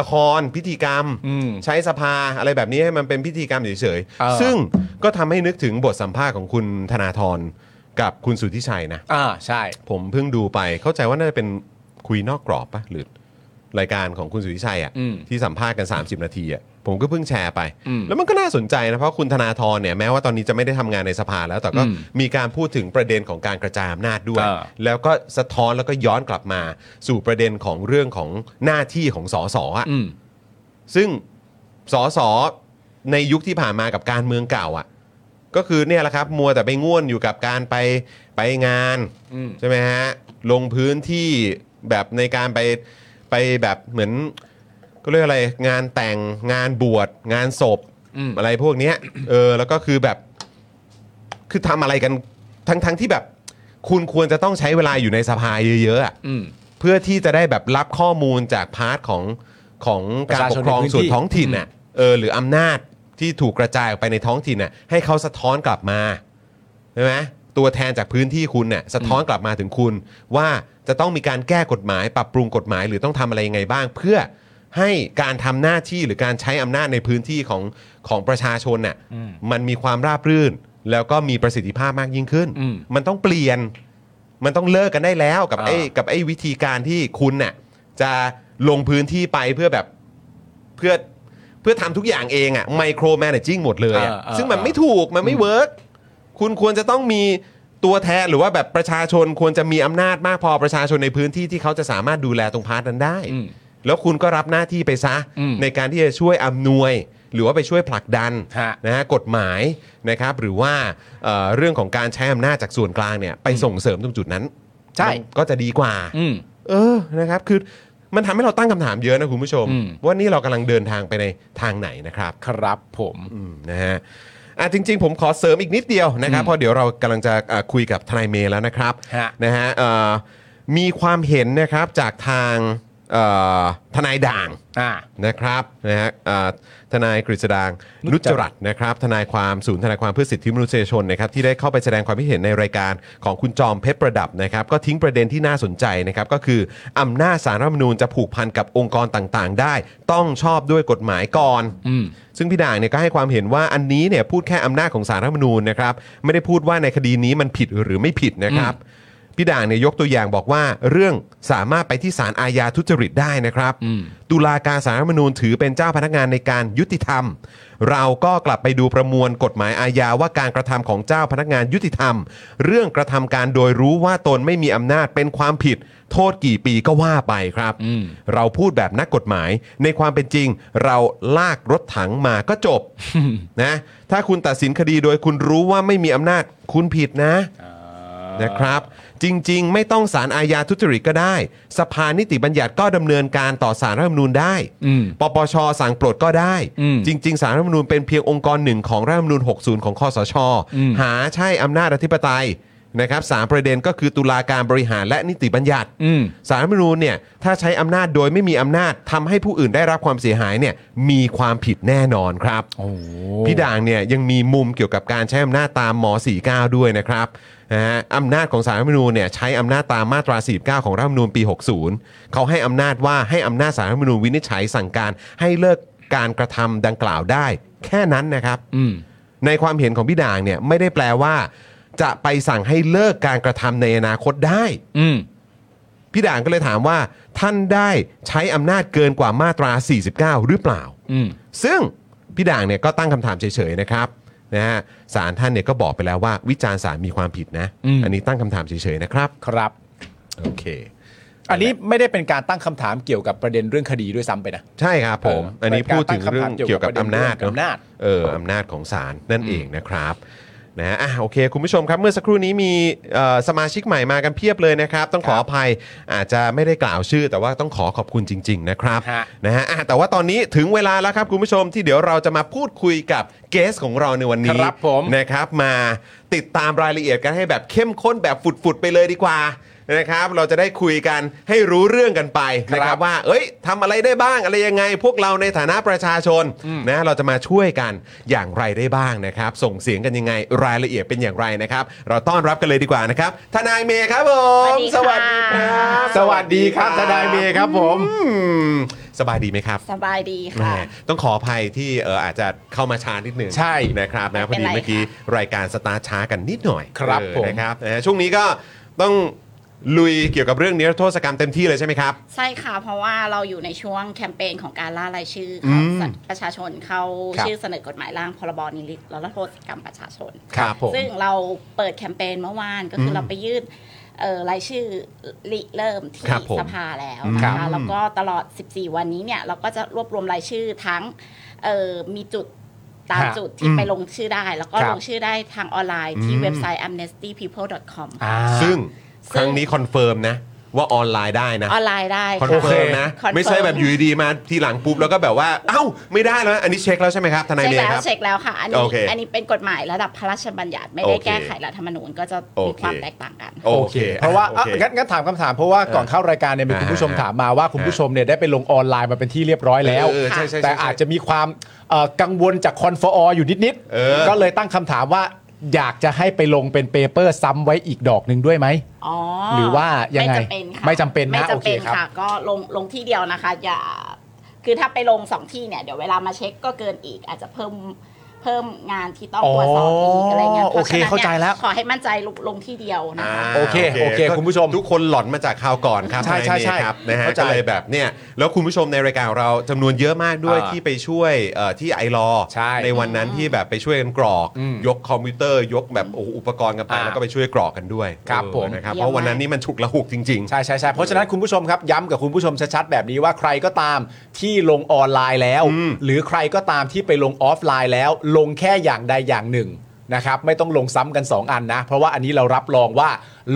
S1: ละครพิธีกรรม
S2: อืม
S1: ใช้สภาอะไรแบบนี้ให้มันเป็นพิธีกรรมเฉย
S2: เออ
S1: ๆ ซึ่งก็ทำให้นึกถึงบทสัมภาษณ์ของคุณธนาธรกับคุณสุทธิชัยนะ
S2: อ่าใช่
S1: ผมเพิ่งดูไปเข้าใจว่าน่าจะเป็นคุยนอกกรอบปะหรือรายการของคุณสุทธิชัยอะ
S2: อืม
S1: ที่สัมภาษณ์กัน 30 นาทีอะผมก็เพิ่งแชร์ไป
S2: อืม
S1: แล้วมันก็น่าสนใจนะ เพราะคุณธนาธรเนี่ยแม้ว่าตอนนี้จะไม่ได้ทำงานในสภาแล้วแต่ก็
S2: อืม
S1: มีการพูดถึงประเด็นของการกระจายอำนาจด้วย
S2: อ่า
S1: แล้วก็สะท้อนแล้วก็ย้อนกลับมา สู่ประเด็นของเรื่องของหน้าที่ของสสอะ
S2: อืม
S1: ซึ่งสอสอในยุคที่ผ่านมากับการเมืองเก่าอะ่ะ ก็คือเนี่ยแหละครับ มัวแต่ไปง่วนอยู่กับการไปไปงาน
S2: อืม
S1: ใช่ไหมฮะ ลงพื้นที่แบบในการไปไปแบบเหมือนก็เรียกอะไรงานแต่งงานบวชงานศพ
S2: อืม
S1: อะไรพวกเนี้ยเออแล้วก็คือแบบ คือทำอะไรกันทั้งทั้งที่แบบ คุณควรจะต้องใช้เวลาอยู่ในสภาเยอะๆอะ
S2: อืม
S1: เพื่อที่จะได้แบบรับข้อมูลจากพาร์ทของของการปกครอง
S2: ประชาชนในพื้นที่
S1: ส่วนท้องถิ่นน่ะเออหรืออำนาจที่ถูกกระจายออกไปในท้องถิ่นน่ะให้เขาสะท้อนกลับมาใช่ไหมตัวแทนจากพื้นที่คุณน่ะสะท้อนกลับมาถึงคุณ ว่าจะต้องมีการแก้กฎหมาย ปรับปรุงกฎหมายหรือต้องทำอะไรยังไงบ้าง เพื่อให้การทำหน้าที่หรือการใช้อำนาจในพื้นที่ของของประชาชนน่ะมันมีความราบรื่น แล้วก็มีประสิทธิภาพมากยิ่งขึ้น
S2: อืม
S1: มันต้องเปลี่ยน มันต้องเลิกกันได้แล้วกับ
S2: อ่า
S1: ไอ้กับไอ้วิธีการที่คุณน่ะจะลงพื้นที่ไปเพื่อแบบเพื่อเพื่อทำทุกอย่างเองอะไมโครแมเนจิ้งหมดเลยอะ
S2: อ่าอ่า
S1: ซึ่งมันไม่ถูกมันไม่เวิร์กคุณควรจะต้องมีตัวแทนหรือว่าแบบประชาชนควรจะมีอำนาจมากพอประชาชนในพื้นที่ที่เขาจะสามารถดูแลตรงพาร์ทนั้นได้
S2: อืม
S1: แล้วคุณก็รับหน้าที่ไปซะ
S2: อืม
S1: ในการที่จะช่วยอำนวย หรือว่าไปช่วยผลักดัน
S2: ฮะ
S1: นะฮะกฎหมายนะครับหรือว่าเอ่อเรื่องของการใช้อำนาจจากส่วนกลางเนี่ยไปส่งเสริมตรงจุดนั้น
S2: ใช่
S1: มันก็จะดีกว่า
S2: อืม
S1: เออนะครับคือมันทำให้เราตั้งคำถามเยอะนะคุณผู้ชม
S2: อืม
S1: ว่านี่เรากำลังเดินทางไปในทางไหนนะครับ
S2: ครับผม
S1: อืมนะฮะอ่ะจริง ๆ ผมขอเสริมอีกนิดเดียวนะครับ เพราะเดี๋ยวเรากำลังจะอ่ะคุยกับทนายเมย์แล้วนะครับ
S2: ฮะ
S1: นะฮะเอ่อมีความเห็นนะครับจากทางเอ่อทนายด่าง
S2: อ่า
S1: นะครับนะฮะอ่าทนายกฤษดางนุจรัตน์นะครับทนายความศูนย์ทนายความเพื่อสิทธิมนุษยชนนะครับที่ได้เข้าไปแสดงความคิดเห็นในรายการของคุณจอมเพชรประดับนะครับก็ทิ้งประเด็นที่น่าสนใจนะครับก็คืออำนาจสารรัฐธรรมนูญจะผูกพันกับองค์กรต่างๆ ได้ ต้องชอบด้วยกฎหมายก่อน
S2: อืม
S1: ซึ่งพี่ด่างเนี่ยก็ให้ความเห็นว่าอันนี้เนี่ยพูดแค่อำนาจของสารรัฐธรรมนูญนะครับไม่ได้พูดว่าในคดีนี้มันผิดหรือไม่ผิดนะครับ พี่ด่างเนี่ยยกตัวอย่างบอกว่า เรื่องสามารถไปที่ศาลอาญาทุจริตได้นะครับ ตุลาการสารรัฐธรรมนูญถือเป็นเจ้าพนักงานในการยุติธรรม เราก็กลับไปดูประมวลกฎหมายอาญาว่าการกระทำของเจ้าพนักงานยุติธรรม เรื่องกระทำการโดยรู้ว่าตนไม่มีอำนาจเป็นความผิด โทษกี่ปีก็ว่าไปครับ
S2: อืม
S1: เราพูดแบบนักกฎหมายในความเป็นจริง เราลากรถถังมาก็จบ นะถ้าคุณตัดสินคดีโดยคุณรู้ว่าไม่มีอำนาจคุณผิดนะนะครับ จริง ๆ ไม่ต้องสารอาญาทุจริตก็ได้ สภานิติบัญญัติก็ดำเนินการต่อสารรัฐธรรมนูญได้
S2: อืม
S1: ปปชสั่งปลดก็ได้
S2: อืม
S1: จริง ๆ สารรัฐธรรมนูญเป็นเพียงองค์กรหนึ่งของรัฐธรรมนูญ 60 ของคอสช
S2: อืม
S1: หาใช่อำนาจอธิปไตยนะครับสามประเด็นก็คือตุลาการบริหารและนิติบัญญัติ
S2: อืม
S1: สารรัฐธรรมนูญเนี่ยถ้าใช้อำนาจโดยไม่มีอำนาจทำให้ผู้อื่นได้รับความเสียหายเนี่ยมีความผิดแน่นอนครับ
S2: โอ้
S1: พี่ด่างเนี่ยยังมีมุมเกี่ยวกับการใช้อำนาจตามหมอ49 ด้วยนะครับนะฮะอำนาจของสารรัฐธรรมนูญเนี่ยใช้อำนาจตามมาตรา 49 ของรัฐธรรมนูญปี 60 เขาให้อำนาจว่าให้อำนาจสารรัฐธรรมนูญวินิจฉัยสั่งการให้เลิกการกระทำดังกล่าวได้ แค่นั้นนะครับ
S2: อืม
S1: ในความเห็นของพี่ด่างเนี่ยไม่ได้แปลว่า จะไปสั่งให้เลิกการกระทำในอนาคตได้
S2: อืม
S1: พี่ด่างก็เลยถามว่าท่านได้ใช้อำนาจเกินกว่ามาตรา 49 หรือเปล่า
S2: อืม
S1: ซึ่งพี่ด่างเนี่ยก็ตั้งคำถามเฉยๆนะครับ นะฮะศาลท่านเนี่ยก็บอกไปแล้วว่าวิจารณ์ศาลมีความผิดนะ
S2: อืม
S1: นนี้ตั้งคำถามเฉยๆนะครับ
S2: ครับ
S1: โอเค
S2: อันนี้ไม่ได้เป็นการตั้งคำถามเกี่ยวกับประเด็นเรื่องคดีด้วยซ้ำไปนะ
S1: ใช่ครับผม
S2: เอออั
S1: อันนี้พูดถึงเรื่องเกี่ยวกับอำนาจ
S2: อำนาจ
S1: เะเอออำนาจของศาลนั่นเองนะครับนะฮะอ่ะโอเค คุณผู้ชมครับ เมื่อสักครู่นี้มีเอ่อสมาชิกใหม่มากันเพียบเลยนะครับ ต้องขออภัยอาจจะไม่ได้กล่าวชื่อ แต่ว่าต้องขอขอบคุณจริง ๆ นะครับ
S2: ฮะ
S1: นะฮะอ่ะแต่ว่าตอนนี้ถึงเวลาแล้วครับคุณผู้ชมที่เดี๋ยวเราจะมาพูดคุยกับเกสของเราในวันนี้
S2: ครับผม
S1: นะครับมาติดตามรายละเอียดกันให้แบบเข้มข้นแบบฝุดๆไปเลยดีกว่านะครับเราจะได้คุยกันให้รู้เรื่องกันไปนะค
S2: ครั
S1: รับบ ว่า เอ้ยทำอะไรได้บ้างอะไรยังไง พวกเราในฐานะประชาชนนะเราจะมาช่วยกันอย่างไรได้บ้างนะครับ ส่งเสียงกันยังไงรายละเอียดเป็นอย่างไรนะครับ เราต้อนรับกันเลยดีกว่านะครับทนายเมย์ครับผม
S4: สวัสดี
S1: ค
S4: ค่ะ
S1: รับ
S2: สวัสดีครับทนายเมย์ครับผม
S1: อืมสบายดีไหมครับ
S4: สบายดี
S1: แห
S4: ค่ะ
S1: มต้องขออภัยที่เอออาจจะเข้ามาช้านิดหนึ่ง
S2: ใช่
S1: นะครับนะพ
S4: ไม่
S1: อ
S4: เป็น
S1: ดี
S4: ไร
S1: เมื่อกี้รายการสตาร์ทช้ากันนิดหน่อย
S2: ครับ
S1: เออ
S2: ผม
S1: นะครับนะช่วงนี้ก็ต้องลุยเกี่ยวกับเรื่องนิรโทษกรรมเต็มที่เลยใช่ไหมครับ
S4: ใช่ค่ะ เพราะว่าเราอยู่ในช่วงแคมเปญของการล่ารายชื่อของสัตว์ประชาชนเขา
S2: ครับ
S4: ชื่อเสนอกฎหมายร่างพรบนิริตและโทษกรรมประชาชน
S2: ครับผม
S4: ซึ่งเราเปิดแคมเปญเมื่อวานก็คือเราไปยื่นเอ่อรายชื่อริเริ่มที่
S1: ครับผม
S4: สภาแล้ว
S1: ครับ
S4: นะคะแล้วก็ตลอด 14 วันนี้เนี่ยเราก็จะรวบรวมรายชื่อทั้งเอ่อมีจุดตาม
S2: ฮะ
S4: จุดที่ไปลงชื่อได้ แล้วก็
S2: ครับ
S4: ลงชื่อได้ทางออนไลน์ที่เว็บไซต์ amnestypeople.com ค่ะ
S2: อ่า
S1: ซึ่งค
S4: ซึ่ง
S1: รั้งนี้คอนเฟิร์มนะว่าออนไลน์ได้นะ
S4: ออนไลน์ได้
S1: คอน
S4: ค่ะ
S1: เฟิร์มนะ
S4: คอนเฟิร์ม
S1: ไม่ใช่แบบอยู่ดีๆมาทีหลังปุ๊บแล้วก็แบบว่า เอ้า ไม่ได้แล้ว อันนี้เช็คแล้วใช่ไหมครับทนาย
S4: เช็
S1: เมย์
S4: คแล้
S1: คว รับ
S4: เช็คแล้วค่ะ อัน
S1: โอ
S4: นี้
S1: เค
S4: อันนี้เป็นกฎหมายระดับพระราชบัญญัติ ไม่ได้
S1: โอเค
S4: แก้ไขรัฐธรรมนูญก็จะมีความ
S1: โอเค
S4: แตกต่างกัน
S1: โอเค
S2: เพราะว่า
S1: โอ
S2: อ่ะ
S1: ค
S2: งั้นงั้นถามคำถามเพราะว่าก่อนเข้ารายการเนี่ยมีคุณผู้ชม
S1: อ่า
S2: ถามมาว่าคุณผู้ชมเนี่ยได้ไปลงออนไลน์มาเป็นที่เรียบร้อยแล้ว
S1: เออใช่ใช่ใช่
S2: แต่อาจจะมีความเอ่อกังวลจากคอนฟออยู่นิด
S1: เออ
S2: ๆ ก็เลยตั้งคำถามว่าอยากจะให้ไปลงเป็นเปเปอร์ซ้ำไว้อีกดอกหนึ่งด้วยไหม
S4: อ๋อ
S2: หรือว่ายังไง
S4: ไม่จำเป็นค่ะ
S2: ไม่จำเป็นนะ
S4: ไม่
S2: โอ
S4: จำ
S2: เค
S4: เป็น
S2: ครับ
S4: ค่ะ ก็ลงลงที่เดียวนะคะ อย่า คือถ้าไปลงสองที่เนี่ย เดี๋ยวเวลามาเช็คก็เกินอีก อาจจะเพิ่มเพิ่มงานที่ต้องตรวจสอบอีกอะไรเงี้ย
S2: อ๋อโอเค
S4: พระฉะนั้นนี่ย
S2: เข้าใจแล้ว
S4: ขอให้มั่นใจลงลงที่เดียวนะ
S1: อ่า
S4: คะ
S2: โอเคโอเค
S1: ก็
S2: คุณผู้ชม
S1: ทุกคนหลอนมาจากข่าวก่อนครับ
S2: ใช่ใช่
S1: นายเมย์
S2: ใช่
S1: ครับนะฮะ
S2: เข้าใจ
S1: ก็เลยแบบเนี่ยแล้วคุณผู้ชมในรายการเราจำนวนเยอะมากด้วย
S2: อ่า
S1: ที่ไปช่วยเอ่อที่ไอรอ
S2: ใช่
S1: ในวันนั้นที่แบบไปช่วยกันกรอก
S2: อืม
S1: ยกคอมพิวเตอร์ ยกแบบโอ้โหอุปกรณ์กันไป
S2: อ่า
S1: แล้วก็ไปช่วยกรอกกันด้วย
S2: ครับ
S1: เออ
S2: ผม
S1: นะครับ
S4: เยี่
S1: เพ
S4: ยม
S1: ราะวัน
S4: มาก
S1: นั้นนี่มันฉุกละหุกจริง ๆ
S2: ใช่ใช่ใช่เพราะฉะนั้นคุณผู้ชมครับย้ำกับคุณผู้ชมชัดๆแบบนี้ว่าใครก็ตามที่ลงออนไลน์แล้ว
S1: อืม
S2: หรือใครก็ตามที่ไปลงออฟไลน์แล้ว ลงแค่อย่างใดอย่างหนึ่งนะครับไม่ต้องลงซ้ำกัน 2 อันนะ เพราะว่าอันนี้เรารับรองว่า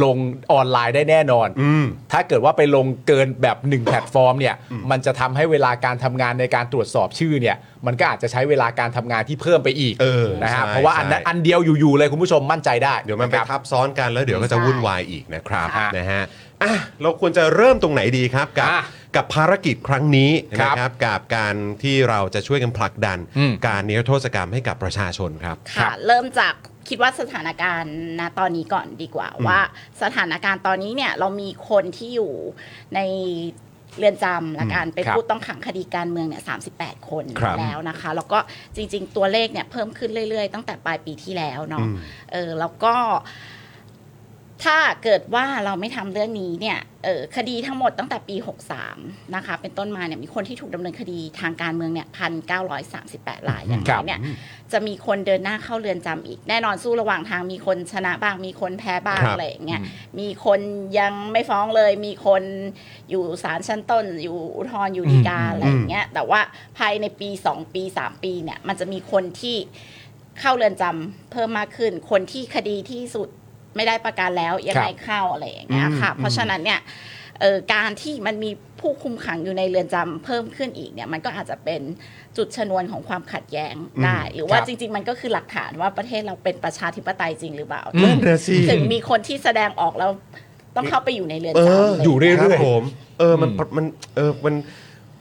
S2: ลงออนไลน์ได้แน่นอน
S1: อืม
S2: ถ้าเกิดว่าไปลงเกินแบบ 1 แพลตฟอร์มเนี่ยมันจะทำให้เวลาการทำงานในการตรวจสอบชื่อเนี่ยมันก็อาจจะใช้เวลาการทำงานที่เพิ่มไปอีก
S1: เออ
S2: นะฮะ
S1: ใช่
S2: เพราะว่าอันนั้น
S1: ใช่
S2: อันเดียวอยู่ๆเลยคุณผู้ชมมั่นใจได้
S1: เดี๋ยวมันไป
S2: ครับ
S1: ทับซ้อนกันแล้วเดี๋ยวก็จะวุ่นวายอีกนะครับนะฮะอ่ะเราควรจะเริ่มตรงไหนดีครับกับ
S2: อ่ะ
S1: กับภารกิจครั้งนี้
S2: ครั
S1: นะ
S2: บ
S1: ครับกับการที่เราจะช่วยกันผลักดัน
S2: อืม
S1: การนิรโทษกรรมให้กับประชาชนครับ
S2: ครั
S4: ค่ะ
S2: บ
S4: เริ่มจากคิดว่าสถานการณ์ณตอนนี้ก่อนดีกว่า ว่าสถานการณ์ตอนนี้เนี่ยเรามีคนที่อยู่ในเรือนจำละกันเป็น
S2: ครับ
S4: ผู้ต้องขังคดีการเมืองเนี่ย38 คน
S1: ครับ
S4: แล้วนะคะ แล้วก็จริง ๆ ตัวเลขเนี่ยเพิ่มขึ้นเรื่อย ๆ ตั้งแต่ปลายปีที่แล้วเนาะ
S1: อืม
S4: เออแล้วก็ ถ้าเกิดว่าเราไม่ทำเรื่องนี้เนี่ยเออคดีทั้งหมดตั้งแต่ปี 63 นะคะ เป็นต้นมาเนี่ยมีคนที่ถูกดำเนินคดีทางการเมืองเนี่ยพันเก้าร้อยสามสิบแปดรายอย่าง
S2: ครั
S4: น้อบ ยเนี่ย จะมีคนเดินหน้าเข้าเรือนจำอีก แน่นอนสู้ระหว่างทางมีคนชนะบ้าง มีคนแพ้บ้าง
S1: ครับ
S4: อะไรอย่างเงี้ยมีคนยังไม่ฟ้องเลย มีคนอยู่ศาลชั้นต้น อยู่อุทธรณ์อยู่ฎีกาอะไรอย่างเงี้ยแต่ว่าภายในปี 2 ปี 3 ปีเนี่ยมันจะมีคนที่เข้าเรือนจำเพิ่มมากขึ้น คนที่คดีที่สุดไม่ได้ประกันแล้วยังไงเข้าอะไรอย่างเงี้ยค่ะ เพราะฉะนั้นเนี่ย เอ่อการที่มันมีผู้คุมขังอยู่ในเรือนจำเพิ่มขึ้นอีกเนี่ยมันก็อาจจะเป็นจุดชนวนของความขัดแย้งได้ หรือว่า
S2: ครับ
S4: จริง ๆ มันก็คือหลักฐานว่าประเทศเราเป็นประชาธิปไตยจริงหรือเปล่า
S2: อืม
S1: นั่นนะสิ
S4: ถึงมีคนที่แสดงออกแล้วต้องเข้าไปอยู่ในเรือน
S1: เออ
S4: จำเล
S1: อยู่เรื่อยๆ
S2: ครับ
S1: ผมเออมันมันเออมัน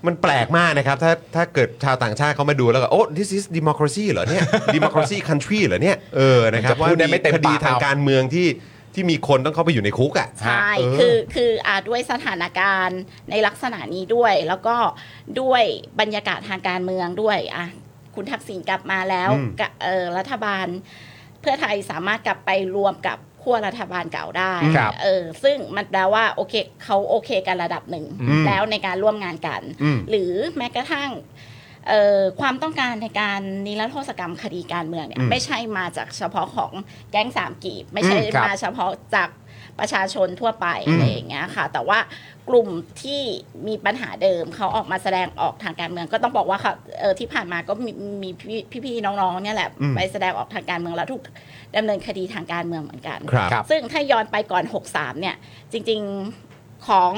S1: มันแปลกมากนะครับ ถ้าถ้าเกิดชาวต่างชาติเขามาดูแล้วก็โอ้ this is democracy เหรอ เนี่ย democracy country เหรอเนี่ยเออนะครับ
S2: จะพูดได้ไม่เต็ม
S1: คดี
S2: ปาก
S1: ทาง
S2: เอา
S1: การเมืองที่ที่มีคนต้องเข้าไปอยู่ในคุกอ่ะ
S4: ใช่
S1: เออ
S4: คือคืออาด้วยสถานการณ์ในลักษณะนี้ด้วย แล้วก็ด้วยบรรยากาศทางการเมืองด้วยอ่ะคุณทักษิณกลับมาแล้วกะเอ่อรัฐบาล เพื่อไทยสามารถกลับไปรวมกับขั้วรัฐบาลเก่าได้
S2: ครับ
S4: เออ ซึ่งมันแปลว่าโอเคเขาโอเคกันระดับหนึ่ง แล้วในการร่วมงานกัน หรือแม้กระทั่ง เอ่อความต้องการในการนิรโทษกรรมคดีการเมืองเนี่
S1: อื
S4: ย
S1: ม
S4: ไม่ใช่มาจากเฉพาะของแก๊งสามกีบ ไม่ใช่
S2: อืมครับ
S4: มาเฉพาะจากประชาชนทั่วไป
S1: อืม
S4: อะไรอย่างเงี้ยค่ะ แต่ว่ากลุ่มที่มีปัญหาเดิมเขาออกมาแสดงออกทางการเมือง ก็ต้องบอกว่าเขาเอ่อที่ผ่านมาก็มีมีพี่พี่ๆน้องๆเนี่ยแหละ
S1: อืม
S4: ไปแสดงออกทางการเมืองแล้วถูกดำเนินคดีทางการเมืองเหมือนกัน
S1: ครับ
S2: ครับ
S4: ซึ่งถ้าย้อนไปก่อน 63 เนี่ย จริงๆของ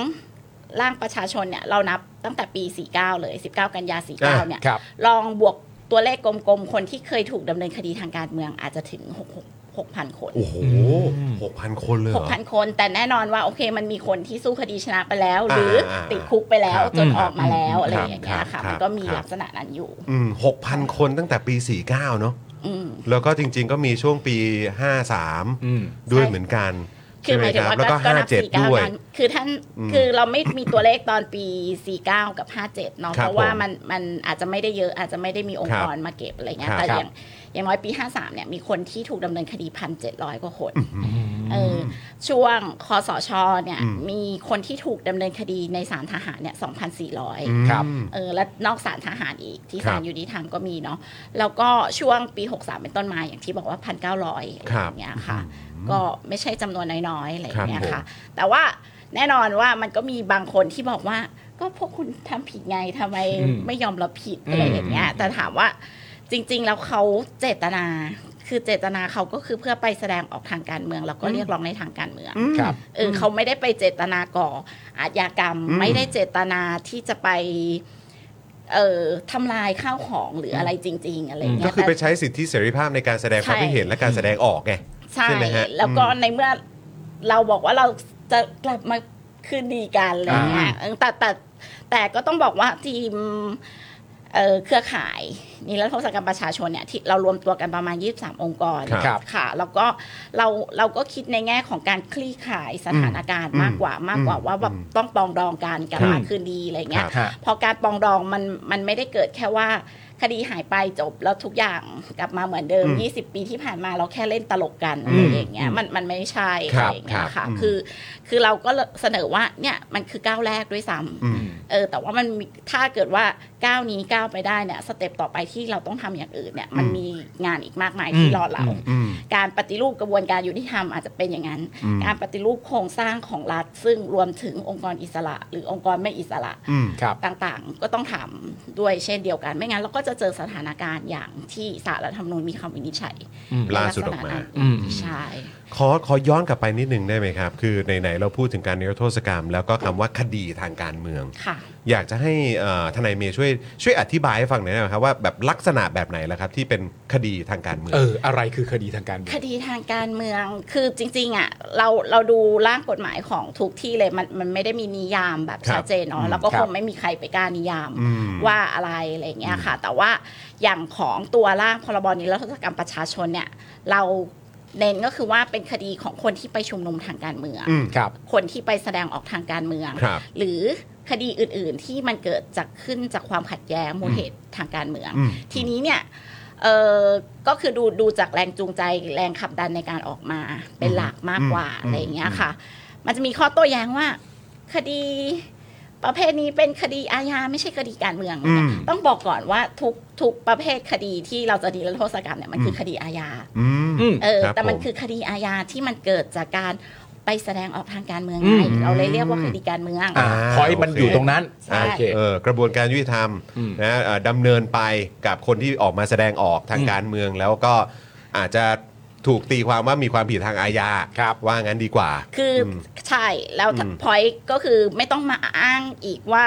S4: ร่างประชาชนเนี่ย เรานับตั้งแต่ปี 49 เลย 19 กันยา
S1: อ่า
S4: 49 เนี่ย
S2: ครับ
S4: ลองบวกตัวเลขกลมๆ คนที่เคยถูกดำเนินคดีทางการเมืองอาจจะถึง 6 6,000 คน
S1: โอ้โห
S2: อืม
S1: หกพันคนเลยเหรอ
S4: 6,000 คนแต่แน่นอนว่าโอเคมันมีคนที่สู้คดีชนะไปแล้ว หรืออา ติดคุกไปแล้
S1: ค
S4: ว
S1: รับ
S4: จนออกมาแล้ว
S1: อืม
S4: อะไรอย่างเงี้ย
S1: ครั
S4: ค่ะ
S1: บ
S4: มันก็มี
S1: ครับ
S4: ลักษณะนั้นอยู่
S1: หกพันคนตั้งแต่ปี 49 เนอะ
S4: อืม
S1: แล้วก็จริงๆก็มีช่วงปี
S2: อืม
S1: 53 ด้วยเหมือนกัน
S4: คือหมายถึง
S1: ใช่ไครับ
S4: ว่า
S1: แล้วก็
S4: ก็นับสี่
S1: 57
S4: เก้า
S1: ด้วย
S4: นั้นคือท่าน
S1: อืม
S4: คือเราไม่มีตัวเลขตอนปี 49 กับ 57 เนาะ
S1: ครับ
S4: เพราะว่า
S1: ผม
S4: มันมันอาจจะไม่ได้เยอะอาจจะไม่ได้มีอง
S1: ครั
S4: ค์
S1: บ
S4: กรมาเก็บอะไรเงี้ย
S1: ครับ
S4: แต่อย่างอย่างน้อยปี 53 เนี่ยมีคนที่ถูกดำเนินคดี 1,700 กว่าคนเออช่วงคอสชเนี่ยมีคนที่ถูกดำเนินคดีในศาลทหารเนี่ย 2,400
S2: ครับ
S1: อืม
S4: เออและนอกสารทหารอีกที่
S1: ครับ
S4: สารยุติธรรมก็มีเนาะแล้วก็ช่วงปี 63 เป็นต้นมาอย่างที่บอกว่า 1,900อะไร
S1: ครับ
S4: อย่างเงี้ยค่ะ ก็ไม่ใช่จำนวนน้อยๆอะไรอ
S1: ครับ
S4: ย่างเงี้ย
S1: ผม
S4: ค่ะ แต่ว่าแน่นอนว่ามันก็มีบางคนที่บอกว่า ก็พวกคุณทำผิดไงทำไม
S2: อืม
S4: ไม่ยอมรับผิดอะไรอย่างเงี้ยแต่ถามว่าจริง ๆ แล้วเขาเจตนา คือเจตนาเขาก็คือเพื่อไปแสดงออกทางการเมืองแล้วก็เรียกร้องในทางการเมือง
S2: ครับ
S4: เออเขาไม่ได้ไปเจตนาก่ออาชญากรรม
S1: อืม
S4: ไม่ได้เจตนาที่จะไปเอ่อทำลายข้าวของหรืออะไรจริง ๆ อะไรเงี้ย
S1: ก็คือไป
S4: แต่
S1: ใช้สิทธิเสรีภาพในการแสดงความ
S4: ใช่
S1: คิดเห็นและการแสดงออกไง
S4: ใช่
S1: ใช่ไหมฮะ
S4: แล้วก็
S1: อืม
S4: ในเมื่อเราบอกว่าเราจะกลับมาคืนดีกันอะไรเงี้ยเออแต่แต่แต่ก็ต้องบอกว่าทีมเอ่อเครือข่ายนี่รัฐศกรรมประชาชนเนี่ยที่เรารวมตัวกันประมาณ 23 องค์กร
S2: ครับ
S4: ค่ะ แล้วก็เราเราก็คิดในแง่ของการคลี่คลายสถานการณ์มากกว่ามากกว่าว่าแบบต้องปรองดองกันกลับมาคืนดีอะไรเงี้ย
S2: ฮะ
S4: พอการปรองดองมันมันไม่ได้เกิดแค่ว่าคดีหายไปจบแล้วทุกอย่างกลับมาเหมือนเดิม
S1: อืม
S4: 20 ปีที่ผ่านมาเราแค่เล่นตลกกัน
S2: อื
S4: อะ
S2: ม
S4: ไรอย่างเงี้ยมันมันไม่ใช่
S1: ค
S4: อะ
S1: รั
S4: ไร
S1: บ
S4: อย่างเงี้ย
S1: ครับ
S4: ค่ะ
S1: อืม
S4: คือคือเราก็เสนอว่าเนี่ยมันคือก้าวแรกด้วยซ้
S1: อืม
S4: ำเออแต่ว่ามันมีถ้าเกิดว่าก้าวนี้ก้าวไปได้เนี่ยสเต็ปต่อไปที่เราต้องทำอย่างอื่นเนี่ยมัน
S1: อืม
S4: มีงานอีกมากมาย
S2: อืม
S4: ที่รอเรา
S1: อืม
S4: การปฏิรูปกระบวนการยุติธรรมอาจจะเป็นอย่างนั้น
S1: อืม
S4: การปฏิรูปโครงสร้างของรัฐ ซึ่งรวมถึงองค์กรอิสระ หรือองค์กรไม่อิสระ
S1: อืม
S2: ครับ
S4: ต่างๆ ก็ต้องทำด้วยเช่นเดียวกัน ไม่งั้นเราก็จะเจอสถานการณ์อย่างที่สารรัฐธรรมนูญมีคำวินิจฉัย
S2: อืม
S4: ใน
S1: ล่า
S4: ลัก
S1: สุด
S4: ษ
S1: ออก
S4: ณะ
S1: มา
S4: นั้น
S2: อืม
S4: ใช่
S1: ขอขอย้อนกลับไปนิดหนึ่งได้ไหมครับ คือไหนๆเราพูดถึงการนิรโทษกรรม แล้วก็คำว่าคดีทางการเมือง
S4: ค่ะ
S1: อยากจะให้เอ่อทนายเมย์ช่วยช่วยอธิบายให้ฟังหน่อยได้ไหมครับว่าแบบลักษณะแบบไหนล่ะครับ ที่เป็นคดีทางการเมือง
S2: เออ อะไรคือคดีทางการเมือง
S4: คดีทางการเมืองคือจริงๆอ่ะเราเราดูร่างกฎหมายของทุกที่เลยมันมันไม่ได้มีนิยามแบบ
S1: ครับ
S4: ชัดเจน
S1: อื
S4: เนาะ
S1: ม
S4: แล้วก็
S2: ครั
S4: ค
S2: บ
S4: งไม่มีใครไปกล้านิยาม
S1: อืม
S4: ว่าอะไรอะไรเงี้ยค่ะ แต่ว่าอย่างของตัวร่างพรบนิรโทษกรรมประชาชนเนี่ยเราเน้นก็คือว่าเป็นคดีของคนที่ไปชุมนุมทางการเมือง
S1: อืม
S2: ครับ
S4: คนที่ไปแสดงออกทางการเมือง
S1: ครับ
S4: หรือคดีอื่นๆที่มันเกิดจากขึ้นจากความขัดแย้งมูลเหตุทางการเมือง
S1: อืม
S4: ทีนี้เนี่ยเออก็คือดูดูจากแรงจูงใจแรงขับดันในการออกมาเป็นหลักมากกว่า
S1: อืม
S4: อะไรอย่างเงี้ย
S1: อืม
S4: ค่ะ มันจะมีข้อโต้แย้งว่า คดีประเภทนี้เป็นคดีอาญาไม่ใช่คดีการเมือง
S1: อื
S4: นะ
S1: ม
S4: ต้องบอกก่อนว่าทุกทุกประเภทคดีที่เราจะดีและโทษกรรมเนี่ยมันคืออ
S1: ม
S4: คดีอาญา
S1: อืม
S2: อืม
S4: เออ
S1: รับ
S4: แต่มัน
S1: ผ
S4: คือคดีอาญาที่มันเกิดจากการไปแสดงออกทางการเมือง
S2: อื
S4: ไง
S2: ม
S4: เราเลยเรียกว่าคดีการเมือง
S2: อ่าพอยมัน
S1: โอเค
S2: อยู่ตรงนั้น
S4: ใช่
S2: อ่าโอเค
S1: เออกระบวนการยุติธรรม
S2: อืม
S1: นะเอ่อดำเนินไปกับคนที่ออกมาแสดงออกทาง
S2: อืม
S1: การเมือง แล้วก็อาจจะถูกตีความว่ามีความผิดทางอาญา
S2: ครับ
S1: ว่างั้นดีกว่า
S4: คืออ
S1: ม
S4: ใช่แล้ว
S1: อืม
S4: พอยก็คือไม่ต้องมาอ้างอีกว่า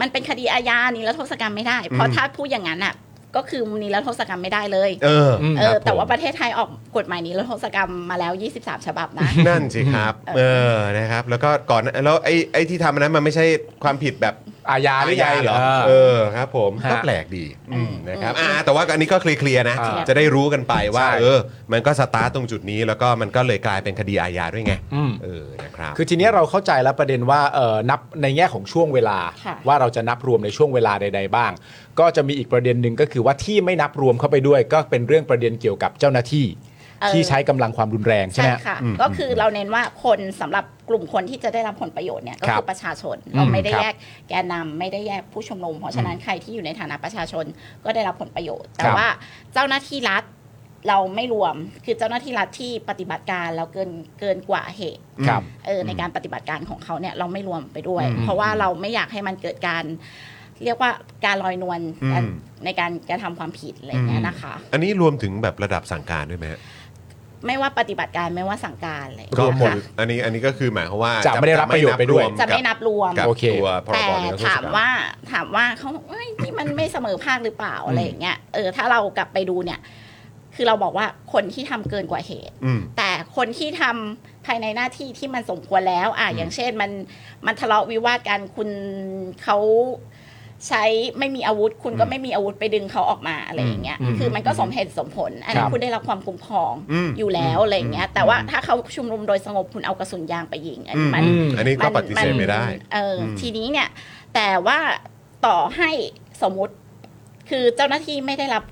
S4: มันเป็นคดีอาญานี่แล้วโทษกรรมไม่ได้ เพ
S1: อื
S4: ราะ
S1: ม
S4: ถ้าพูดอย่างนั้นอ่ะก็คือนี่แล้วโทษกรรมไม่ได้เลย
S1: เออ
S2: ม
S4: เอ
S1: ค
S4: อ
S1: รับ
S4: แต่
S1: ผ
S4: ว่า
S1: ม
S4: ประเทศไทยออกกฎหมายนี้แล้วโทษกรรมมาแล้ว 23 ฉบับนะ
S1: นั่นสิครับ เออนะครับ แล้วก็ก่อนแล้วไอ้ไอ้ที่ทำอันนั้นมันไม่ใช่ความผิดแบบ
S2: อาญาหรือยัง
S1: เหรอ
S2: เอ
S1: เอ
S2: อ
S1: อครับผม
S2: ฮะ
S1: ก็แปลกดีอืม
S4: อืม
S1: นะครับ
S4: อืม
S1: อ่าแต่ว่าอันนี้ก็เคลียร์ๆนะ
S2: อ่า
S1: จะได้รู้กันไปว่า
S2: ใช่
S1: เออ มันก็สตาร์ทตรงจุดนี้ แล้วก็มันก็เลยกลายเป็นคดีอาญาด้วยไง
S2: อืม
S1: เออนะครับ
S2: คือทีเนี้ยเราเข้าใจแล้วประเด็นว่าเอ่อนับในแง่ของช่วงเวลา
S4: ค่ะ
S2: ว่าเราจะนับรวมในช่วงเวลาใด ๆ บ้าง ก็จะมีอีกประเด็นหนึ่งก็คือว่าที่ไม่นับรวมเข้าไปด้วย ก็เป็นเรื่องประเด็นเกี่ยวกับเจ้าหน้าที่
S4: เออ
S2: ที่ใช้กำลังความรุนแรงใช่ไหมฮะ
S4: ค่ะ
S1: อืม
S4: ก็คือเราเน้นว่าคนสำหรับกลุ่มคนที่จะได้รับผลประโยชน์เนี่ยก็
S2: ครั
S4: คื
S2: บ
S4: อประชาชนเราไม่ได้
S2: ครับ
S4: แยกแกนนำไม่ได้แยกผู้ชุมนุมเพราะฉะนั้นใครที่อยู่ในฐานะประชาชนก็ได้รับผลประโยชน์ แต่
S2: ครับ
S4: ว่าเจ้าหน้าที่รัฐเราไม่รวมคือเจ้าหน้าที่รัฐที่ปฏิบัติการเราเกินเกินกว่าเหตุ
S2: ครับ
S4: เออในการปฏิบัติการของเขาเนี่ยเราไม่รวมไปด้วย
S2: อืม
S4: เพราะว่าเราไม่อยากให้มันเกิดการ เรียกว่าการลอยนวล
S1: อืม
S4: ในการกระทำความผิดอะไรอย่างเงี้ยนะคะ
S1: อันนี้รวมถึงแบบระดับสั่งการด้วยไหมฮะ
S4: ไม่ว่าปฏิบัติการไม่ว่าสั่งการอะไรอย่าง
S1: ก็
S4: เงี้ย
S1: หมด
S4: ค่ะ
S1: อันนี้อันนี้ก็คือหมายความว่า
S2: จะไม่ได้รับประโยชน์ไปด้วย
S4: จะไม่นับรวม
S1: กับ
S2: โอเค
S1: ตัวพร
S4: แต่
S1: บเรื่อง
S4: ถามว่าถามว่าเขาบอกเอ้ยนี่มันไม่เสมอภาคหรือเปล่าอะไรอย่างเงี้ยเออถ้าเรากลับไปดูเนี่ย คือเราบอกว่าคนที่ทำเกินกว่าเหตุ
S1: อืม
S4: แต่คนที่ทำภายในหน้าที่ที่มันสมควรแล้ว อ่ะอย่างเช่นมันมันทะเลาะวิวาทกันคุณเขาใช้ไม่มีอาวุธ คุณก็ไม่มีอาวุธไปดึงเขาออกมาอะไรอย่างเงี้ย
S2: อืม
S4: คือมันก็สมเหตุสมผล อัน
S2: ค
S4: นี้
S2: รับ
S4: คุณได้รับความคุ้มครอง
S1: อืม
S4: อยู่แล้วอะไรอย่างเงี้ยแต่ว่าถ้าเขาชุมนุมโดยสงบคุณเอากระสุนยางไปยิงอัน
S1: อื
S4: นี้
S1: ม
S4: มัน
S1: อืมอันนี้ก็ปฏิเสธไม่ได้
S4: เอออ
S1: ม
S4: ทีนี้เนี่ย แต่ว่าต่อให้สมมุติคือเจ้าหน้าที่ไม่ได้รับ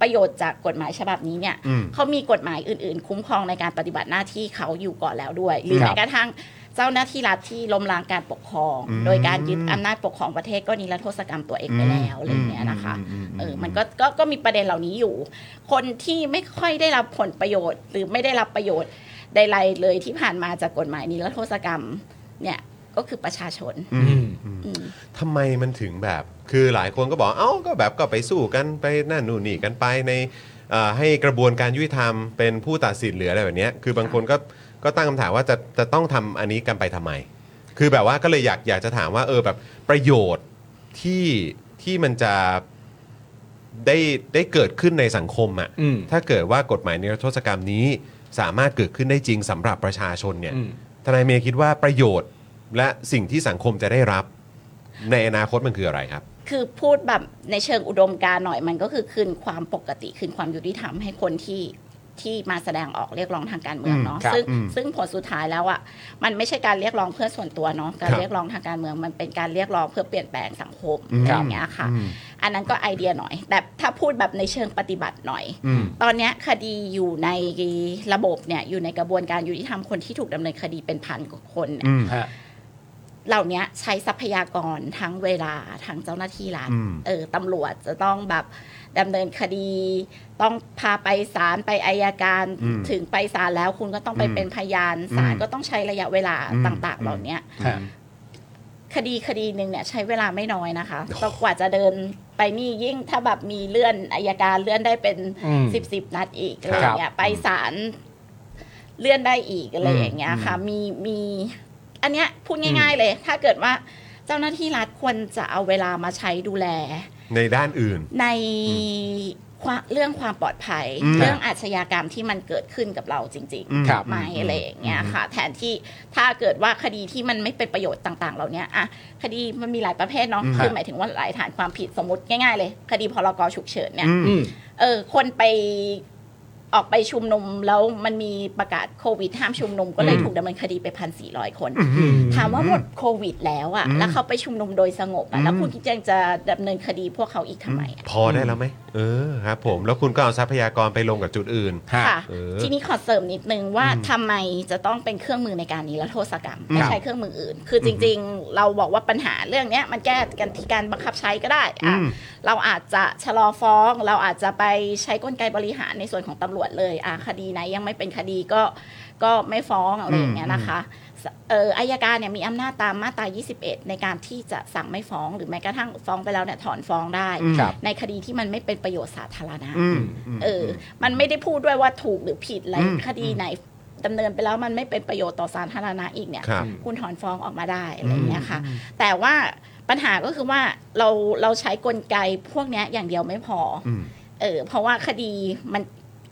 S4: ประโยชน์จากกฎหมายฉบับนี้เนี่ย
S1: อืม
S4: เขามีกฎหมายอื่น ๆ คุ้มครองในการปฏิบัติหน้าที่เขาอยู่ก่อนแล้วด้วย หรือ
S2: ครับ
S4: แม้กระทั่งเจ้าหน้าที่รัฐที่ล้มล้างการปกครอง
S1: อืม
S4: โดยการยึดอำนาจปกครองประเทศก็นิรโทษกรรมตัวเองไปแล้วอะไรอย่างเงี้ยนะคะ
S1: อื
S4: เออ มันก็ก็ ก็มีประเด็นเหล่านี้อยู่ คนที่ไม่ค่อยได้รับผลประโยชน์ หรือไม่ได้รับประโยชน์ใดๆเลยที่ผ่านมาจากกฎหมายนี้และโทษกรรม เนี่ย ก็คือประชาชน
S1: อืม
S4: อืม
S1: ทำไมมันถึงแบบคือหลายคนก็บอกเอ้าก็แบบก็ไปสู้กันไปนั่นนู่นนี่กันไปในเอ่อให้กระบวนการยุติธรรมเป็นผู้ตัดสินเหลืออะไรแบบเนี้ยคือบางคนก็ก็ตั้งคำถามว่าจะจะต้องทำอันนี้กันไปทำไม คือแบบว่าก็เลยอยากอยากจะถามว่าเออแบบประโยชน์ที่ที่มันจะได้ได้เกิดขึ้นในสังคมอะ่ะ
S2: อืม
S1: ถ้าเกิดว่ากฎหมายนิรโทษกรรมนี้สามารถเกิดขึ้นได้จริงสำหรับประชาชนเนี่ย
S2: อืม
S1: ทนายเมย์คิดว่าประโยชน์และสิ่งที่สังคมจะได้รับ ในอนาคตมันคืออะไรครับ
S4: คือพูดแบบในเชิงอุดมการณ์หน่อย มันก็คือคืนความปกติ คืนความยุติธรรมให้คนที่ที่มาแสดงออกเรียกร้องทางการเมืองเนาะ
S2: ครับ
S4: ซึ่ง
S1: อืม
S4: ซึ่งผลสุดท้ายแล้วอะ่ะ มันไม่ใช่การเรียกร้องเพื่อส่วนตัวเนาะ การ
S1: ครับ
S4: เรียกร้องทางการเมือง มันเป็นการเรียกร้องเพื่อเปลี่ยนแปลงสังคม
S2: อืม
S4: อะไรอย่างเงี้ยค่ะ อันนั้นก็ไอเดียหน่อย แต่ถ้าพูดแบบในเชิงปฏิบัติหน่อย
S1: อืม
S4: ตอนเนี้ยคดีอยู่ในระบบเนี่ยอยู่ในกระบวนการยุติธรรมคนที่ถูกดำเนินคดีเป็นพันกว่าคนเนี่ย
S1: อืม
S2: ฮะ
S4: เหล่าเนี้ยใช้ทรัพยากรทั้งเวลาทั้งเจ้าหน้าที่รัฐ
S1: อืม
S4: เออตำรวจจะต้องแบบดำเนินคดี ต้องพาไปศาลไปอายการ
S1: อืม
S4: ถึงไปศาลแล้วคุณก็ต้องไป
S1: อืม
S4: เป็นพยานศาลก็ต้องใช้ระยะเวลา
S1: อืม
S4: ต่าง
S1: อืม
S4: ๆเหล่าเนี้ย
S2: ฮะ
S4: คดีคดีหนึ่งเนี่ยใช้เวลาไม่น้อยนะคะต้องกว่าจะเดินไปนี่ยิ่งถ้าแบบมีเลื่อนอายการเลื่อนได้เป็น
S2: อืม
S4: สิบสิบนัดอีก
S2: ค
S4: อะ
S2: รับ
S4: ไรอย่างเงี้ยไปศาลเลื่อนได้อีกอะไรอย่างเงี้ยค่ะ มีมี อันเนี้ยพูดง่าย ๆเลย ถ้าเกิดว่าเจ้าหน้าที่รัฐควรจะเอาเวลามาใช้ดูแล
S1: ในด้านอื่น
S4: ในความเรื่องความปลอดภัย
S1: อืม
S4: เรื่องอาชญากรรมที่มันเกิดขึ้นกับเราจริง
S1: อืม
S2: ครับ
S4: ไหมอะไรอย่างเงี้ยค่ะ แทนที่ถ้าเกิดว่าคดีที่มันไม่เป็นประโยชน์ต่าง ๆ เราเนี้ยอะคดีมันมีหลายประเภทเนาะ
S1: อืม
S4: คือหมายถึงว่าหลายฐานความผิดสมมติง่าย ๆ เลย คดีพรกฉุกเฉินเนี่ย
S1: อืม
S2: อืม
S4: เออคนไปออกไปชุมนุมแล้วมันมีประกาศโควิดห้ามชุมนุมก็เลย
S2: อืม
S4: ถูกดำเนินคดีไปพันสี่ร้อยคน
S2: อืม
S4: ถามว่าหมดโควิดแล้วอะ
S1: อืม
S4: แล้วเขาไปชุมนุมโดยสงบ
S1: อื
S4: อะ
S1: ม
S4: แล้วคุณยังจะดำเนินคดีพวกเขาอีกทำไมอะ
S1: พอได้แล้วไหมเออครับผมแล้วคุณก็เอาทรัพยากรไปลงกับจุดอื่น
S2: ฮะ
S4: ค่ะ
S1: เออ
S4: ทีนี้ขอเสริมนิดนึงว่า
S1: อืม
S4: ทำไมจะต้องเป็นเครื่องมือในการนิรโทษกรรม
S1: ครับ
S4: ไม่ใช่เครื่องมืออื่น คือจริงๆ เราบอกว่าปัญหาเรื่องเนี้ยมันแก้กันที่การบังคับใช้ก็ได้
S1: อื
S4: อะ
S1: ม
S4: เราอาจจะชะลอฟ้อง เราอาจจะไปใช้กลไกบริหารในส่วนของตำรวจเลยอ่ะคดีไหนยังไม่เป็นคดีก็ก็ไม่ฟ้องอะไรอย่างเงี้ยนะคะเอออายการเนี่ยมีอำนาจตามมาตรา 21 ในการที่จะสั่งไม่ฟ้องหรือแม้กระทั่งฟ้องไปแล้วเนี่ยถอนฟ้องได้
S1: อืม
S2: ครับ
S4: ในคดีที่มันไม่เป็นประโยชน์สาธารณะ
S1: อืม
S4: เออ มันไม่ได้พูดด้วยว่าถูกหรือผิดอะไร
S1: อืม
S4: คดีไหนดำเนินไปแล้วมันไม่เป็นประโยชน์ต่อสาธารณะอีกเนี่ย
S1: ครับ
S4: คุณถอนฟ้องออกมาได้อะไรอย่างเงี้ยค่ะ แต่ว่าปัญหาก็คือว่าเราเราใช้กลไกพวกเนี้ยอย่างเดียวไม่พออ
S1: ม
S4: เออ เพราะว่าคดีมัน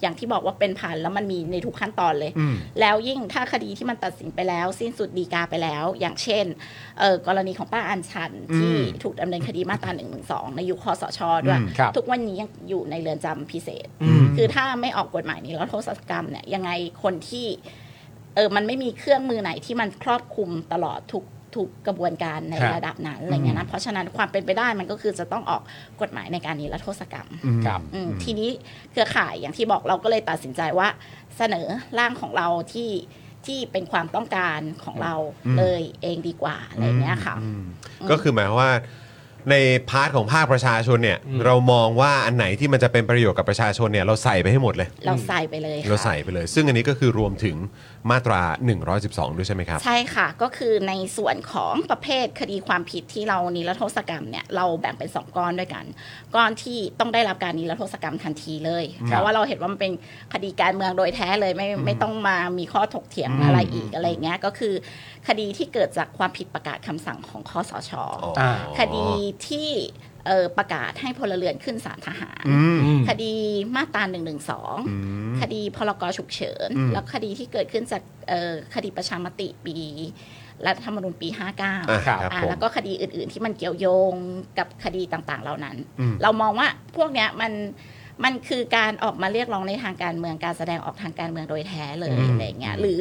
S4: อย่างที่บอกว่าเป็นพันแล้วมันมีในทุกขั้นตอนเลย
S1: อืม
S4: แล้วยิ่งถ้าคดีที่มันตัดสินไปแล้ว สิ้นสุดดีกาไปแล้ว อย่างเช่นเอ่อกรณีของป้าอัญชันที่
S1: อืม
S4: ถูกดำเนินคดีมาตรา1นึในยุคคอสชด้วย
S1: อืม
S2: ครับ
S4: ทุกวันนี้ยังอยู่ในเรือนจำพิเศษ
S1: อืม
S4: คือถ้าไม่ออกกฎหมายนี้แล้วโทษกรรมเนี่ยยังไงคนที่เออมันไม่มีเครื่องมือไหนที่มันครอบคลุมตลอดทุก ทุกกระบวนการใน
S2: ครับ
S4: ระดับนั้นอะไรเงี้ยนะเพราะฉะนั้นความเป็นไปได้มันก็คือจะต้องออกกฎหมายในการนิรโทษกรรม
S2: ครับ
S4: อืมทีนี้เครือข่ายอย่างที่บอกเราก็เลยตัดสินใจว่าเสนอร่างของเราที่ที่เป็นความต้องการของเราเลยเองดีกว่าอะไรเงี้ยค่ะ
S1: อืมก็คือหมายความว่าในพาร์ทของภาคประชาชนเนี่ยเรามองว่าอันไหนที่มันจะเป็นประโยชน์กับประชาชนเนี่ยเราใส่ไปให้หมดเลย
S4: เราใส่ไปเลย
S1: เรา
S4: ค่ะ
S1: ใส่ไปเลย ซึ่งอันนี้ก็คือรวมถึงมาตรา 112 ด้วยใช่ไหมครับ
S4: ใช่ค่ะก็คือในส่วนของประเภทคดีความผิดที่เรานิรโทษกรรมเนี่ยเราแบ่งเป็นสองก้อนด้วยกัน ก้อนที่ต้องได้รับการนิรโทษกรรมทันทีเลยเพราะว่าเราเห็นว่ามันเป็นคดีการเมืองโดยแท้เลยไม่ไม่ต้องมามีข้อถกเถียงอะไรอีกอะไรเงี้ยก็คือ คดีที่เกิดจากความผิดประกาศคำสั่งของคอสช
S1: อ๋อ
S2: อ่า
S4: คดีที่เอ่อประกาศให้พลเรือนขึ้นศาลทหาร
S1: อืม
S4: คดีมาตรา1นึคดีพรกฉุกเฉิน
S1: อืม
S4: แล้วคดีที่เกิดขึ้นจากเอ่อคดีประชามติปีรัฐธรรมนูญปี 59
S1: อ่าครับ
S4: อ่า
S1: ผม
S4: แล้วก็คดีอื่น ๆ ที่มันเกี่ยวโยงกับคดีต่างๆ เหล่านั้น
S1: อืม
S4: เรามองว่าพวกเนี้ยมันมันคือการออกมาเรียกร้องในทางการเมืองการแสดงออกทางการเมืองโดยแท้เลยอะไรอย่างเงี้ยหรือ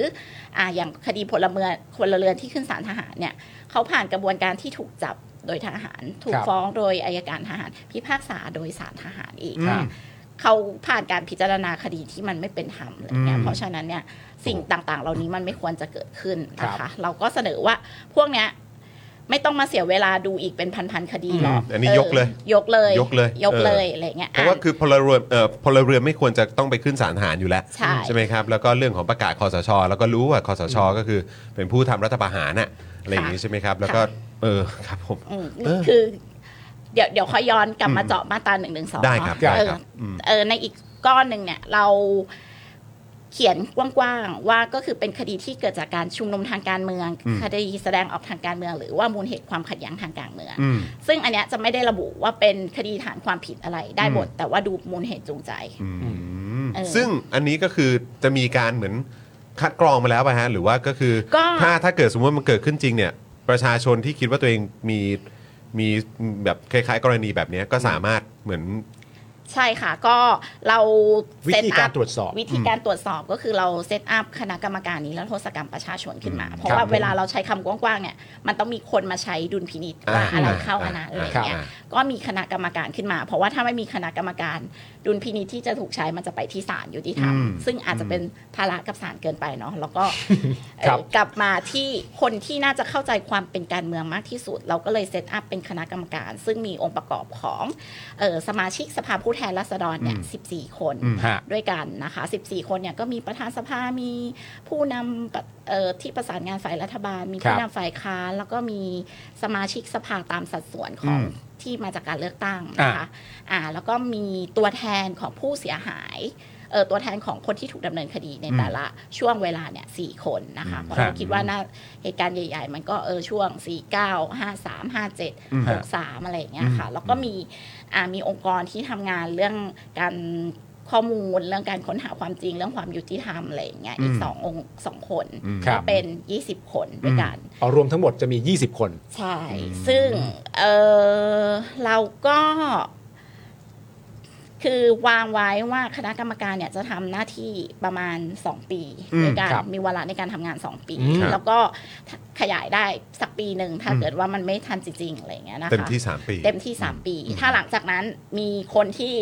S4: อ่าอย่างคดีพลเมืองพลเรือนที่ขึ้นศาลทหารเนี่ย เขาผ่านกระบวนการที่ถูกจับโดยทหาร ถู
S2: ค
S4: ก
S2: รับ
S4: ฟ้องโดยอายการทหาร พิพากษาโดยศาลทหารอีก
S2: ครับ
S4: เนี่ยเขาผ่านการพิจารณาคดีที่มันไม่เป็นธรรมอะไรเงี้
S1: อื
S4: ย
S1: ม
S4: เพราะฉะนั้นเนี่ยสิ่งต่างๆ เหล่านี้มันไม่ควรจะเกิดขึ้นนะคะเราก็เสนอว่าพวกเนี้ยไม่ต้องมาเสียเวลาดูอีกเป็นพันๆคดีหรอก
S1: อันนี้ยกเลย
S4: ยกเลย
S1: ยกเลย
S4: ยกเลย
S1: เอออ
S4: อะไรเงี้ย
S1: เพราะว่า
S4: อ่
S1: คือพลเรือนเอ่อพลเรือนไม่ควรจะต้องไปขึ้นศาลทหารอยู่แล้ว
S4: ใช่
S1: ไหมครับ แล้วก็เรื่องของประกาศคอสช แล้วก็รู้ว่าคอสช ก็คือเป็นผู้ทำรัฐประหารน่ะอะไรอย่างนี้ใช่ไหมครับ แล้วก็เออครับผม
S4: อืม
S1: เออ
S4: คือ เดี๋ยวเดี๋ยวขอย้อนกลับมา
S1: อืม
S4: เจาะมาตราหนึ่งหนึ่งสอง
S1: ได้ครับได้ครับอืม
S4: เออในอีกก้อนหนึ่งเนี่ย เราเขียนกว้างๆว่าก็คือเป็นคดีที่เกิดจากการชุมนุมทางการเมือง คดีแสดงออกทางการเมือง หรือว่ามูลเหตุความขัดแย้งทางการเมือง
S1: อืม
S4: ซึ่งอันเนี้ยจะไม่ได้ระบุว่าเป็นคดีฐานความผิดอะไรได้หมดแต่ว่าดูมูลเหตุจูงใจ เออ
S1: ซึ่งอันนี้ก็คือจะมีการเหมือนคัดกรองมาแล้วไปะฮะ หรือว่าก็คือ
S4: ก็
S1: ถ้าถ้าเกิดสมมติว่ามันเกิดขึ้นจริงเนี่ย ประชาชนที่คิดว่าตัวเองมีมีแบบคล้าย ๆ กรณีแบบเนี้ยก็สามารถเหมือน
S4: ใช่ค่ะก็เรา
S2: วิธีการ
S4: เซอัพ
S2: ตรวจสอบ
S4: วิธีการตรวจสอบก็คือเราเซตอัพคณะกรรมการนี้แล้วโทษกรรมประชาชนขึ้นมา เพราะ
S2: ครับ
S4: ว่าเวลาเราใช้คำกว้างๆเนี่ยมันต้องมีคนมาใช้ดุลพินิจว่า
S1: อ่า
S4: อะไรเข้าอะไรอะไร
S1: ครับ
S4: เงี้ยก็มีคณะกรรมการขึ้นมา เพราะว่าถ้าไม่มีคณะกรรมการดุลพินิจที่จะถูกใช้มันจะไปที่ศาลยุติธรรมซึ่งอาจจะเป็นภาระกับศาลเกินไปเนาะแล้วก็เอ่อ
S2: ครับ
S4: กลับมาที่คนที่น่าจะเข้าใจความเป็นการเมืองมากที่สุด เราก็เลยเซตอัพเป็นคณะกรรมการ ซึ่งมีองค์ประกอบของ เอ่อสมาชิกสภาผู้แทนราษฎรเนี่ย 14 คน
S2: ฮะ
S4: ด้วยกันนะคะ 14 คนเนี่ยก็มีประธานสภา มีผู้นำปะเอ่อที่ประสานงานฝ่ายรัฐบาล มี
S2: ครั
S4: ผู้
S2: บ
S4: นำฝ่ายค้าน แล้วก็มีสมาชิกสภาตามสัดส่วนของที่มาจากการเลือกตั้งนะคะอ่าแล้วก็มีตัวแทนของผู้เสียหายเออตัวแทนของคนที่ถูกดำเนินคดีในแต่ละช่วงเวลาเนี่ยสี่คนนะคะเพราะเราคิดว่าน่าเหตุการณ์ใหญ่ ๆ มันก็เออช่วง 49 53 57 63 อะไรอย่างเงี้ยค่ะแล้วก็มี อ่ามีองค์กรที่ทำงานเรื่องการข้อมูลเรื่องการค้นหาความจริงเรื่องความยุติธรรมอะไรอย่างเงี้ยอีกสององค์สองคน
S2: ครั
S4: ก็
S2: บ
S4: เป็น 20 คนด้วยกัน
S2: เอารวมทั้งหมดจะมี 20 คน
S4: ใช่ ซึ่งเออเราก็ คือวางไว้ว่าคณะกรรมการเนี่ยจะทำหน้าที่ประมาณ 2 ปีด้วยกัน
S2: ครับ
S4: มีเวลาในการทำงาน 2 ปี
S2: อืม
S4: แล้วก็ขยายได้สักปีหนึ่งถ้าเกิดว่ามันไม่ทันจริงๆอะไรอย่างเงี้ยนะคะ
S1: เต็มที่ 3 ปี
S4: เต็มที่ 3 ปี ถ้าหลังจากนั้นมีคนที่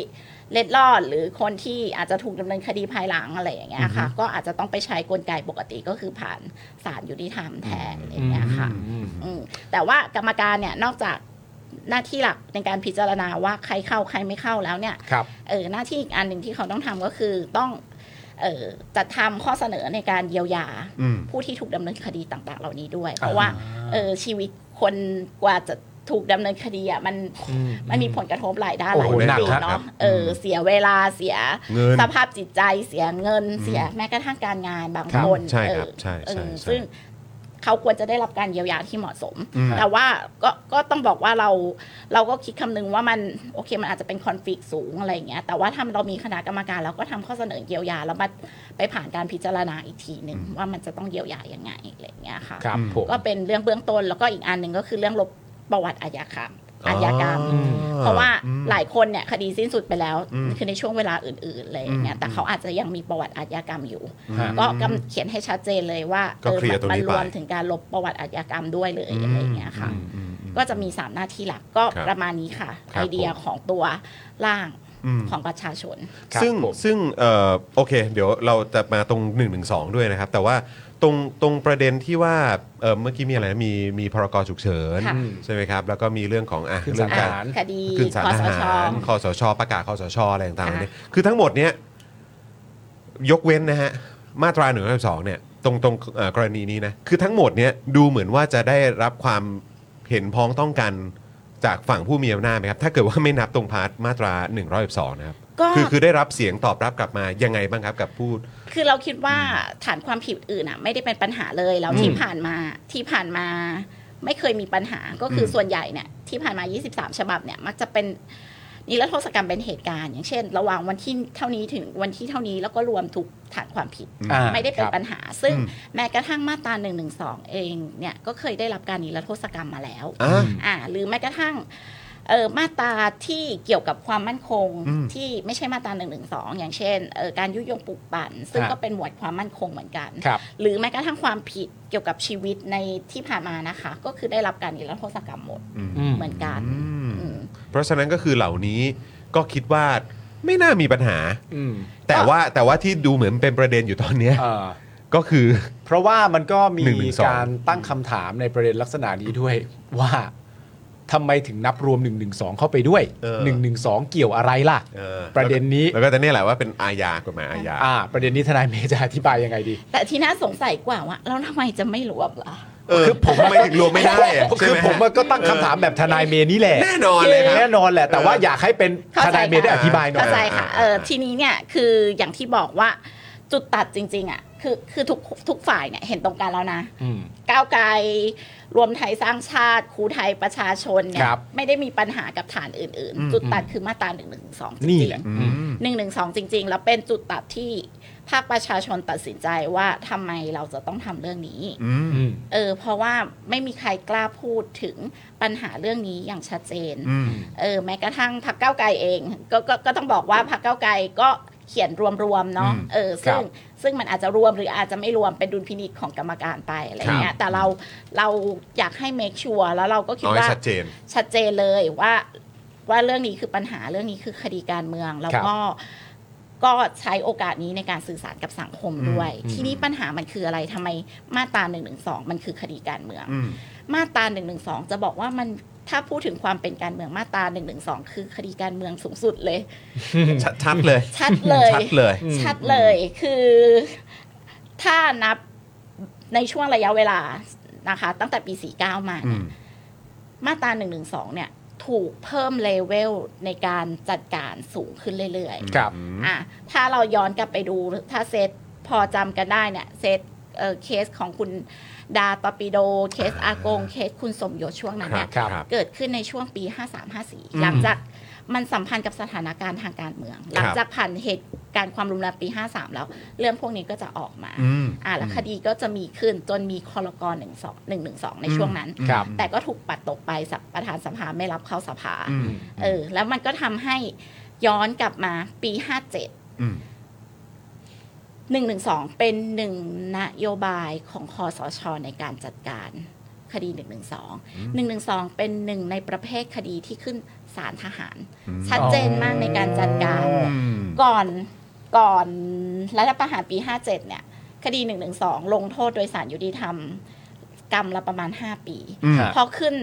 S4: เล็ดลอด หรือคนที่อาจจะถูกดำเนินคดีภายหลังอะไรอย่างเงี้ยค่ะ ก็อาจจะต้องไปใช้กลไกปกติก็คือผ่านศาลยุติธรรมแทนอะไรอย่างเงี้ยค่ะอืมแต่ว่ากรรมการเนี่ยนอกจากหน้าที่หลักในการพิจารณาว่าใครเข้าใครไม่เข้าแล้วเนี่ย
S2: ครับ
S4: เออหน้าที่อีกอันหนึ่งที่เขาต้องทำก็คือต้องเออจัดทำข้อเสนอในการเยียวยา
S1: อืม
S4: ผู้ที่ถูกดำเนินคดีต่าง ๆ เหล่านี้ด้วย เพราะว่าเออชีวิตคนกว่าจะถูกดำเนินคดีอ่ะมันมันมีผลกระทบหลายด้าน
S2: โอ้
S4: หลาย
S2: โห
S4: มิ
S2: หนัก
S4: ติ
S2: ครับ
S1: ครับ
S4: เนาะเออเสียเวลาเสีย
S1: เงิน
S4: สภาพจิตใจเสียเงินเสียแม้กระทั่งการงานบาง
S1: ครับ
S4: คน
S1: ใช่ครับ
S4: เออ
S1: ใช่ใช่
S4: เออ
S1: ใช่
S4: ซึ่ง เขาควรจะได้รับการเยียวยาที่เหมาะสม แต่ว่าก็ก็ต้องบอกว่าเราเราก็คิดคำนึงว่ามันโอเคมันอาจจะเป็นคอนฟ lict สูงอะไรอย่างเงี้ยแต่ว่าถ้าเรามีคณะกรรมการเราก็ทำข้อเสนอเยียวยาแล้วมาไปผ่านการพิจารณาอีกทีหนึ่งว่ามันจะต้องเยียวยายังไงอะไรอย่างเงี้ยค่ะ
S2: ครับผม
S4: ก็เป็นเรื่องเบื้องต้นแล้วก็อีกอันหนึ่งก็คือเรื่องลบประวัติอาญาค่ะ อาชญากรรม
S1: อ๋อ
S4: เพราะว่า
S1: อืม
S4: หลายคนเนี่ยคดีสิ้นสุดไปแล้ว
S1: อืม
S4: คือในช่วงเวลาอื่นๆเลยอย่างเงี้ยแต่เขาอาจจะยังมีประวัติอาชญากรรมอยู่
S2: ฮะ
S4: ก็กำเขียนให้ชัดเจนเลยว่า
S1: ก็เคลียร์ตรง
S4: มั
S1: นี้
S4: รวม
S1: ไป
S4: ถึงการลบประวัติอาชญากรรมด้วยเลยอะไรอย่างเงี้ยค่ะ
S1: อืมอืมอืม
S4: ก็จะมี 3 หน้าที่หลักก็
S1: ครับ
S4: ประมาณนี้ค่ะ
S1: ครับ
S4: ไอเดีย
S1: ผม
S4: ของตัวร่าง
S1: อืม
S4: ของประชาชน
S2: ครับ
S1: ซึ่ง
S2: ผม
S1: ซึ่งเอ่อโอเค เดี๋ยวเราจะมาตรง1นึด้วยนะครับ แต่ว่าตรงตรงประเด็นที่ว่าเอ่อเมื่อกี้มีอะไรนะมีมีพรกฉุกเฉิน
S4: ค่ะ
S1: ใช่ไหมครับ แล้วก็มีเรื่องของอ่ะ
S2: ขึ้น
S1: เรื่
S2: ศาล
S1: การ
S2: ทหาร
S4: คดี
S1: ขึ้นศาล
S4: คอ
S1: ท
S4: สช
S1: หารคอสช ประกาศคอสชอะไรต่างๆ
S4: ค่ะ
S1: เนี่ยคือทั้งหมดเนี้ยยกเว้นนะฮะ มาตราหนึ่งสองเนี่ยตรงตรงเอ่อกรณีนี้นะ คือทั้งหมดเนี้ยดูเหมือนว่าจะได้รับความเห็นพ้องต้องกันจากฝั่งผู้มีอำนาจไหมครับ ถ้าเกิดว่าไม่นับตรงพาร์ทมาตรา1นึนะครับ
S4: ก็
S1: คือคือได้รับเสียงตอบรับกลับมายังไงบ้างครับกับผู้
S4: คือเราคิดว่าฐานความผิดอื่นอ่ะไม่ได้เป็นปัญหาเลยแล้วที่
S1: อืม
S4: ผ่านมาที่ผ่านมาไม่เคยมีปัญหาก็คืออ
S1: ม
S4: ส่วนใหญ่เนี่ยที่ผ่านมา 23 ฉบับเนี่ยมักจะเป็นนิรโทษกรรมเป็นเหตุการณ์ อย่างเช่น ระหว่างวันที่เท่านี้ถึงวันที่เท่านี้แล้วก็รวมทุกฐานความผิด
S2: อ่า
S4: ไม่ได้เป็น
S2: ครับ
S4: ปัญหา ซึ่ง
S1: อืม
S4: แม้กระทั่งมาตรา1นึเองเนี่ยก็เคยได้รับการนิรโทษกรรมมาแล้ว
S1: อ่ะ
S4: อ่าหรือแม้กระทั่งเออมาตราที่เกี่ยวกับความมั่นคง
S1: อืม
S4: ที่ไม่ใช่มาตราหนึ่งหนึ่งสองอย่างเช่นเออการยุยงปลุกปั่น ซึ่ง
S2: ฮะ
S4: ก็เป็นหมวดความมั่นคงเหมือนกัน
S2: ครับ
S4: หรือแม้กระทั่งความผิดเกี่ยวกับชีวิตในที่ผ่านมานะคะ ก็คือได้รับการนิรโทษกรรมหมด
S2: อืม
S4: เหมือนกัน
S1: อืม
S4: อืม
S1: เพราะฉะนั้นก็คือเหล่านี้ก็คิดว่าไม่น่ามีปัญหา
S2: อืม
S1: แต่ว่าแต่ว่าที่ดูเหมือนเป็นประเด็นอยู่ตอนเนี้ย
S2: เอ่อ
S1: ก็คือ
S2: เพราะว่ามันก็มี
S1: 112
S2: การตั้งคำถามในประเด็นลักษณะนี้ด้วยว่าทำไมถึงนับรวม 1 1 2 เข้าไปด้วย
S1: เออ
S2: 1 1 2 เกี่ยวอะไรล่ะ
S1: เอ่อ
S2: ประเด็นนี้
S1: แล้วก็แต่เนี่ยแหละว่าเป็นอาญากฎหมายอาญา
S2: อ่า ประเด็นนี้ทนายเมย์จะอธิบายยังไงดี
S4: แต่ที่น่าสงสัยกว่าว่าแล้วทำไมจะไม่รวมล่ะ
S1: เออ
S2: คือผม
S1: ทำไมถึงรวมไม่ได้อะใช่
S2: คือ
S1: ไหม
S2: ผม
S1: ฮะ
S2: ก็ตั้งคำถามแบบทนายเมย์นี่แหละ
S1: แน่นอนเลยครับ
S2: แน่นอนแหละ แต่ว่าอยากให้เป็น
S4: เข้า
S2: ท
S4: ใจ
S2: นายเมย์ได้อธิบายหน่อย
S4: เข้าใจค่ะเออ
S1: อ่า
S4: ทีนี้เนี่ยคืออย่างที่บอกว่าจุดตัดจริง ๆอ่ะคือคือทุกทุกฝ่ายเนี่ยเห็นตรงกันแล้วนะ
S2: อืม
S4: ก้าวไกลรวมไทยสร้างชาติครูไทยประชาชนเนี่
S2: ค
S4: ย
S2: รับ
S4: ไม่ได้มีปัญหากับฐานอื่น ๆ จุดตัดคือมาตราหนึ่งหนึ่งสองจ
S2: นี่
S4: ริง
S2: แหละ
S1: อืม
S4: หนึ่งหนึ่งสองจริง ๆ แล้วเป็นจุดตัดที่ภาคประชาชนตัดสินใจว่าทำไมเราจะต้องทำเรื่องนี้
S2: อืม
S4: เออเพราะว่าไม่มีใครกล้าพูดถึงปัญหาเรื่องนี้อย่างชัดเจน
S1: อืม
S4: เออแม้กระทั่งพักเก้าวไกลเองก็ก็ก็ต้องบอกว่าพักเก้าวไกลก็เขียนรวมๆเนาะ
S1: อืม
S4: เออซึ่ง
S2: ครับ
S4: ซึ่งมันอาจจะรวมหรืออาจจะไม่รวมเป็นดุลพินิจของกรรมการไปอะไร
S1: ค
S4: เงี้
S1: รับ
S4: ยแต่เราเราอยากให้ make sure แล้วเราก็คิด
S1: เอาให้
S4: ว่า
S1: ชัดเจน
S4: ชัดเจนเลยว่าว่าเรื่องนี้คือปัญหาเรื่องนี้คือคดีการเมือง แล้วก็ก็ใช้โอกาสนี้ในการสื่อสารกับสังคมด้วย ทีนี้ปัญหามันคืออะไรทำไมมาตราหนึ่งหนึ่งสองมันคือคดีการเมือง
S1: อืม
S4: มาตรา1นึจะบอกว่ามันถ้าพูดถึงความเป็นการเมืองมาตรา1นึคือคดีการเมืองสูงสุดเลย
S1: ชัดๆเลย
S4: ชัดเลย
S1: ชัดเลย
S4: ชัดเลยคือถ้านับในช่วงระยะเวลานะคะ ตั้งแต่ปี 49 มาเนี่ยมาตรา1นึเนี่ยถูกเพิ่มเลเวลในการจัดการสูงขึ้นเรื่อย
S2: ครับ
S4: ๆอ่ะถ้าเราย้อนกลับไปดูถ้าเซตพอจำกันได้เนี่ยเซตเอ่อเคสของคุณดาตอร์ปิโด เคสอากง เคสคุณสมยศช่วงนั้นเนี่ย
S2: ครับ
S4: เกิดขึ้นในช่วงปี 53-54 หลังจากมันสัมพันธ์กับสถานการณ์ทางการเมือง หลังจากผ่านเหตุการณ์ความรุนแรงปี 53 แล้ว เรื่องพวกนี้ก็จะออกมา
S1: อืม
S4: อ่าแล้วคดีก็จะมีขึ้นจนมีคอรกร1 2 1 1 2 ในช่วงนั้น
S2: ครับ
S4: แต่ก็ถูกปัดตกไปสัปประธานสภาไม่รับเข้าสภา
S1: อืม
S4: เออ แล้วมันก็ทำให้ย้อนกลับมาปี 57
S1: อืม
S4: หนึ่งหนึ่งสองเป็นหนึ่งนโยบายของคอสช ในการจัดการคดีหนึ่งหนึ่งสองหนึ่งหนึ่งสองเป็นหนึ่งในประเภทคดีที่ขึ้นศาลทหาร ชัดเจนมากในการจัดการ ก่อนก่อนรัฐประหารปี 57 เนี่ย คดี 112 ลงโทษโดยสารยุติธรรม กรรมละประมาณ 5 ปี
S1: อืม
S4: พอขึ้น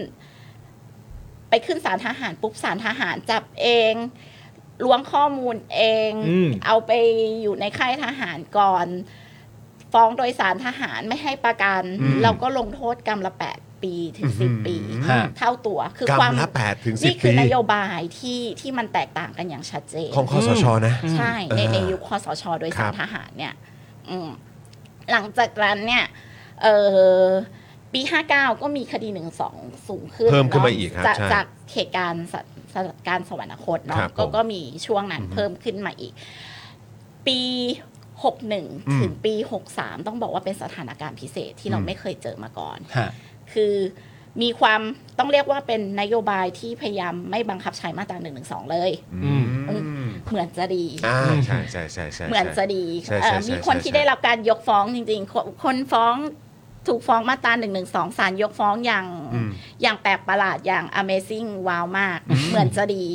S4: ไปขึ้นศาลทหารปุ๊บศาลทหารจับเองล้วงข้อมูลเอง
S2: อืม
S4: เอาไปอยู่ในค่ายทหารก่อน ฟ้องโดยสารทหารไม่ให้ประกัน
S1: อืม
S4: เราก็ลงโทษกรรมละ 8 ปีถึง 10 ปี
S2: ฮะ
S4: เท่าตัวคือก
S1: รร
S4: ความ
S1: มละ8ถึง
S4: นี่
S1: 10
S4: คื
S1: ปี
S4: อนโยบายที่ที่มันแตกต่างกันอย่างชัดเจน
S1: ของคอสชนะ
S4: ใช่ใน
S1: อ่า
S4: ในยุคคอสช โดย
S1: ครั
S4: สา
S1: บ
S4: รทหารเนี่ยอืมหลังจากนั้นเนี่ยเออปี 59 ก็มีคดี 1-2 สูงขึ้น
S1: เพิ่มขึ้นมา
S4: ะ
S1: อีกครับ
S4: จาก
S1: ใช่
S4: จากเหตุการณ์สสการสวรรคตเนาะ
S1: ครับผม
S4: ก็ก็มีช่วงนั้นเพิ่มขึ้นมาอีก ปี 61 ถึงปี 63 ต้องบอกว่าเป็นสถานการณ์พิเศษที่เรา
S1: อืม
S4: ไม่เคยเจอมาก่อน
S2: ฮะ
S4: คือ มีความต้องเรียกว่าเป็นนโยบายที่พยายามไม่บังคับใช้มาตราหนึ่งหนึ่งสองเลย
S2: อืม
S4: เหมือนจะดี
S1: อ่าใช่ใช่ใช่ใช่
S4: เหมือนจะดี
S1: ใช่ใช่
S4: เอ่อ
S1: ใช่
S4: มีคน
S1: ใช่
S4: ที่
S1: ใช่
S4: ได้รับการยกฟ้องจริงๆคนคนฟ้องถูกฟ้องมาตราหนึ่งหนึ่งสองศาลยกฟ้องอย่างอย่างแปลกประหลาดอย่าง Amazing ว้าวมาก เหมือนจะดี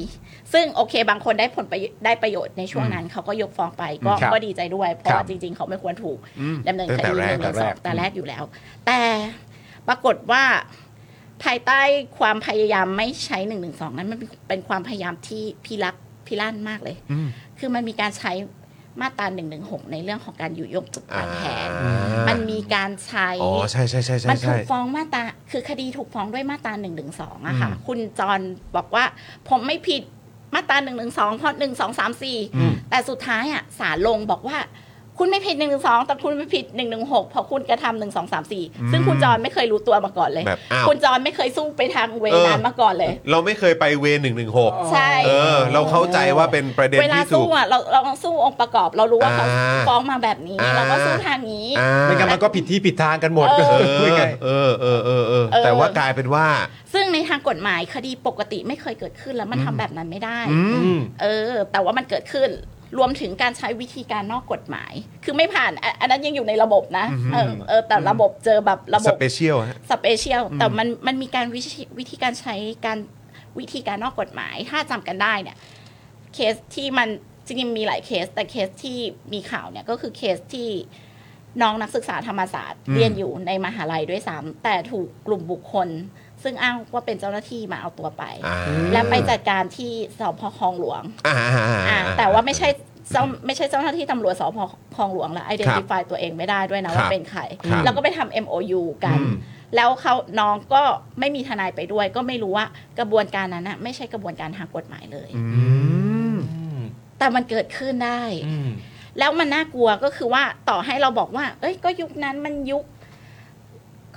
S4: ซึ่งโอเคบางคนได้ผลประโยชน์ได้ประโยชน์ในช่วงนั้นเขาก็ยกฟ้องไปก็
S2: ครับ
S4: ก็ดีใจด้วย เพ
S2: ค
S4: ราะ
S2: รับ
S4: ว่าจริงๆ เขาไม่ควรถูกดำเนินค
S1: ตั้ง
S4: ดี
S1: แต่แร
S4: ห
S1: ก
S4: นึ่งหนึ่งสอง
S2: ตั้งแต่
S4: แต่
S2: แรก
S4: แรกอยู่แล้ว แต่ปรากฏว่าภายใต้ความพยายามไม่ใช้หนึ่งหนึ่งสองนั้นมันเป็นความพยายามที่พิรักพิลั่นมากเลย คือมันมีการใช้มาตราหนึ่งหนึ่งหกในเรื่องของการอยู่ยงจุด
S1: อ่า
S4: ตายแทนมันมีการใช้
S1: อ๋อใช่ใช่ใช่ใช่
S4: มันถู
S1: ใช่
S4: กฟ้องมาตรา คือคดีถูกฟ้องด้วยมาตราหนึ่งหนึ่งสองอะค่ะ คุณจรบอกว่าผมไม่ผิดมาตราหนึ่งหนึ่งสองเพราะหนึ่งสองสามสี่แต่สุดท้ายอะศาลลงบอกว่า คุณไม่ผิดหนึ่งหนึ่งสองแต่คุณไม่ผิดหนึ่งหนึ่งหกเพราะคุณกระทำหนึ่งสองสามสี่ซึ่งคุณจรไม่เคยรู้ตัวมาก่อนเลย
S1: แบบอ้าว
S4: คุณจรไม่เคยสู้ไปทางเวนั้นมาก่อนเลย
S1: เราไม่เคยไปเวหนึ่งหนึ่งหก
S4: ใช่
S1: เออ เราเข้าใจว่าเป็นประเด็น
S4: เวลา
S1: ที่ถู
S4: สู้
S1: ก
S4: อ่ะเราเราต้องสู้องค์ประกอบ เรารู้ว่าเขา
S1: อ่า
S4: ฟ้องมาแบบนี้
S1: อ่า
S4: เราก็สู้ทางนี้
S1: อ่า
S2: ไม่งั้นมันก็ผิดที่ผิดทางกันหมด
S4: เออ
S2: ก็
S1: เอ
S2: คือพูด
S1: อ
S2: ง่าย
S1: เออเออเออเออ
S4: เออ
S1: แต่ว่ากลายเป็นว่า
S4: ซึ่งในทางกฎหมายคดีปกติไม่เคยเกิดขึ้นแล้วมันทำแบบนั้นไม่ได้ เออ แต่ว่ามันเกิดขึ้นรวมถึงการใช้วิธีการนอกกฎหมาย คือไม่ผ่านอ่ะอันนั้นยังอยู่ในระบบนะเออเออแต่ระบบเจอแบบระบ
S1: ส
S4: บ
S1: เปเชียลฮะ
S4: สเปเชียลแต่มันมันมีการวิธีวิธีการใช้การวิธีการนอกกฎหมาย ถ้าจำกันได้เนี่ยเคสที่มันจริงๆมีหลายเคส แต่เคสที่มีข่าวเนี่ยก็คือเคสที่น้องนักศึกษาธรรมศาสตร์เรียนอยู่ในมหาลัยด้วยซ้ำแต่ถูกกลุ่มบุคคล ซึ่งอ้างว่าเป็นเจ้าหน้าที่มาเอาตัวไป
S1: อ่า
S4: และไปจัดการที่สพคลองหลวง
S1: อ่าอ่าอ่า
S4: อ่า
S1: อ่า
S4: แต่ว่าไม่ใช่เจ้าไม่ใช่เจ้าหน้าที่ตำรวจสพคลองหลวงแล้ว identify ตัวเองไม่ได้ด้วยนะ
S1: ครั
S4: ว่า
S1: บ
S4: เป็นใคร
S1: ครับ
S4: แล้วก็ไปทำ MOU กัน แล้วเขาน้องก็ไม่มีทนายไปด้วย ก็ไม่รู้ว่ากระบวนการนั้นนะไม่ใช่กระบวนการทางกฎหมายเลย แต่มันเกิดขึ้นได้ แล้วมันน่ากลัวก็คือว่าต่อให้เราบอกว่า เอ้ยก็ยุคนั้นมันยุค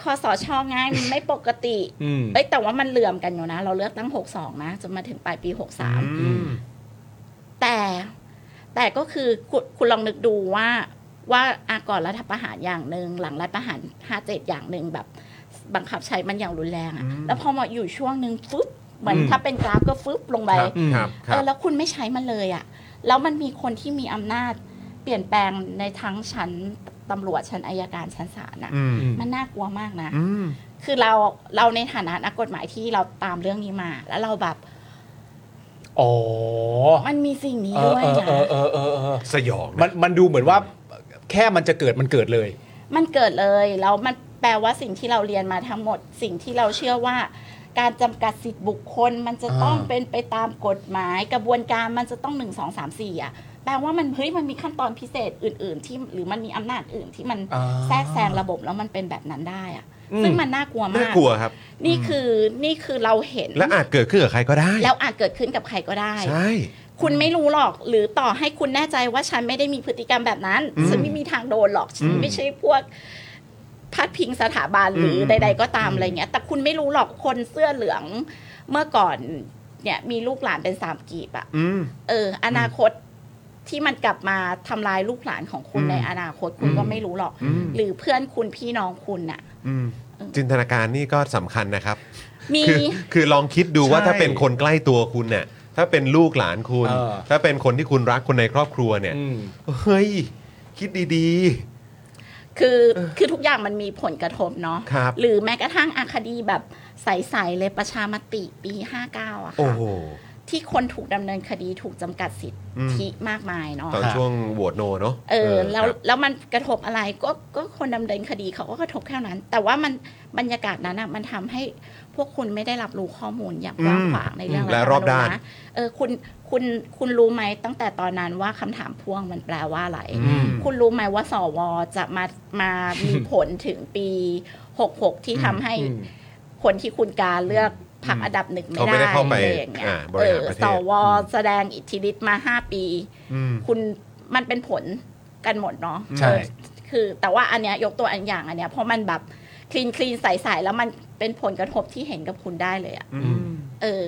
S4: คอสชไงมันไม่ปกติ
S2: อืม
S4: เอ้ยแต่ว่ามันเหลื่อมกันอยู่นะ เราเลือกตั้ง 62 นะจนมาถึงปลายปี 63 แต่แต่ก็คือคุณคุณลองนึกดูว่าว่าอาก่อนรัฐประหารอย่างหนึ่งหลังรัฐประหาร 57 อย่างหนึ่งแบบ บังคับใช้มันอย่างรุนแรงอะแล้วพอมาอยู่ช่วงหนึ่งฟึบเหมือนถ้าเป็นกราฟก็ฟึบลงไป
S1: ครับครับค
S4: เอ
S1: รั
S4: อบ แล้วคุณไม่ใช้มันเลยอะ่ะ แล้วมันมีคนที่มีอำนาจเปลี่ยนแปลงในทั้งชั้นตำรวจชั้นอายการชั้นศาลน่ะ มันน่ากลัวมากนะ คือเราเราในฐานะนักกฎหมายที่เราตามเรื่องนี้มา แล้วเราแบบ
S2: ๆอ๋อ
S4: มันมีสิ่งนี้
S2: เอ
S4: ด้
S2: อ
S4: วย
S2: เออ
S4: นะ
S2: เออเออเออเออ
S1: สยอง
S2: มันมันดูเหมือนว่าแค่มันจะเกิดมันเกิดเลย
S4: มันเกิดเลยแล้วมันแปลว่าสิ่งที่เราเรียนมาทั้งหมด สิ่งที่เราเชื่อว่า การจำกัดสิทธิบุคคล มันจะต้อง
S2: อ่า
S4: เป็นไปตามกฎหมาย กระบวนการมันจะต้องหนึ่งสองสามสี่อ่ะแปลว่ามันเฮ้ยมันมีขั้นตอนพิเศษอื่น ๆ ที่หรือมันมีอำนาจอื่นที่มัน
S2: อ่า
S4: แทรกแซงระบบแล้วมันเป็นแบบนั้นได้อะ
S2: อืม
S4: ซึ่งมันน่ากลัวมา
S1: น่าก กลัวครับ
S4: นี่คือนี่คือเราเห็น
S1: และอาจเกิดขึ้นกับใครก็ได้
S4: แล้วอาจเกิดขึ้นกับใครก็ได้
S1: ใช่
S4: คุณไม่รู้หรอกหรือต่อให้คุณแน่ใจว่าฉันไม่ได้มีพฤติกรรมแบบนั้น ฉันไม่มีทางโดนหรอกฉันไม่ใช่พวกพัดพิงสถาบันหรือใด ๆ ก็ตามอะไรเงี้ย แต่คุณไม่รู้หรอกคนเสื้อเหลืองเมื่อก่อนเนี่ยมีลูกหลานเป็นสามกีบอะเออ อนาคตที่มันกลับมาทำลายลูกหลานของคุณในอนาคตคุณก็ไม่รู้หรอก หรือเพื่อนคุณพี่น้องคุณน่ะ
S1: จินตนาการนี่ก็สำคัญนะครับ
S4: มี
S1: คือคือลองคิดดูว่า
S2: ใช่
S1: ถ้าเป็นคนใกล้ตัวคุณเนี่ย ถ้าเป็นลูกหลานคุณ
S2: เออ
S1: ถ้าเป็นคนที่คุณรักคนในครอบครัวเนี่ย
S2: อืม
S1: เฮ้ย คิดดี
S4: คือคือทุกอย่างมันมีผลกระทบเนาะ
S1: ครับ
S4: หรือแม้กระทั่งอาคดีแบบใสๆเลยประชามติปี 59 อะ
S1: ๆ โอ้
S4: ค่ะ
S1: โห
S4: ที่คนถูกดำเนินคดีถูกจำกัดสิทธิมากมายเนาะ
S1: ตอน
S2: ค่ะ
S1: ช่วงโหวตโนเนาะ
S4: เออแล้ว
S1: ครับ
S4: แล้วมันกระทบอะไรก็ก็คนดำเนินคดีเขาก็กระทบแค่นั้น แต่ว่ามันบรรยากาศนั้นอะมันทำให้พวกคุณไม่ได้รับรู้ข้อมูลอย่างกว้างขวางในเรื่อง
S1: อืมและรอบด้าน
S4: ฐธมญะเออคุณคุณคุณรู้ไหมตั้งแต่ตอนนั้นว่าคำถามพ่วงมันแปลว่าอะไร คุณรู้ไหมว่าสวจะมามามีผลถึงปี 66 ที่ทำให้คนที่คุณการเลือกพักอันดับหนึ่งไม่
S1: เขาไม่ได้
S4: ได้
S1: เข้าไป
S4: อะไรอย่างเงี้ย
S1: อ่าบ
S4: เอ
S1: ริหา
S4: อ
S1: รประเทศ
S4: สวแสดงอิทธิฤทธิ์มา 5 ปี คุณมันเป็นผลกันหมดเนาะ
S2: ใช่
S4: เออคือแต่ว่าอันเนี้ยยกตัวอันอย่างอันเนี้ยเพราะมันแบบคลีนคลีนใสๆแล้วมันเป็นผลกระทบที่เห็นกับคุณได้เลยอะเออ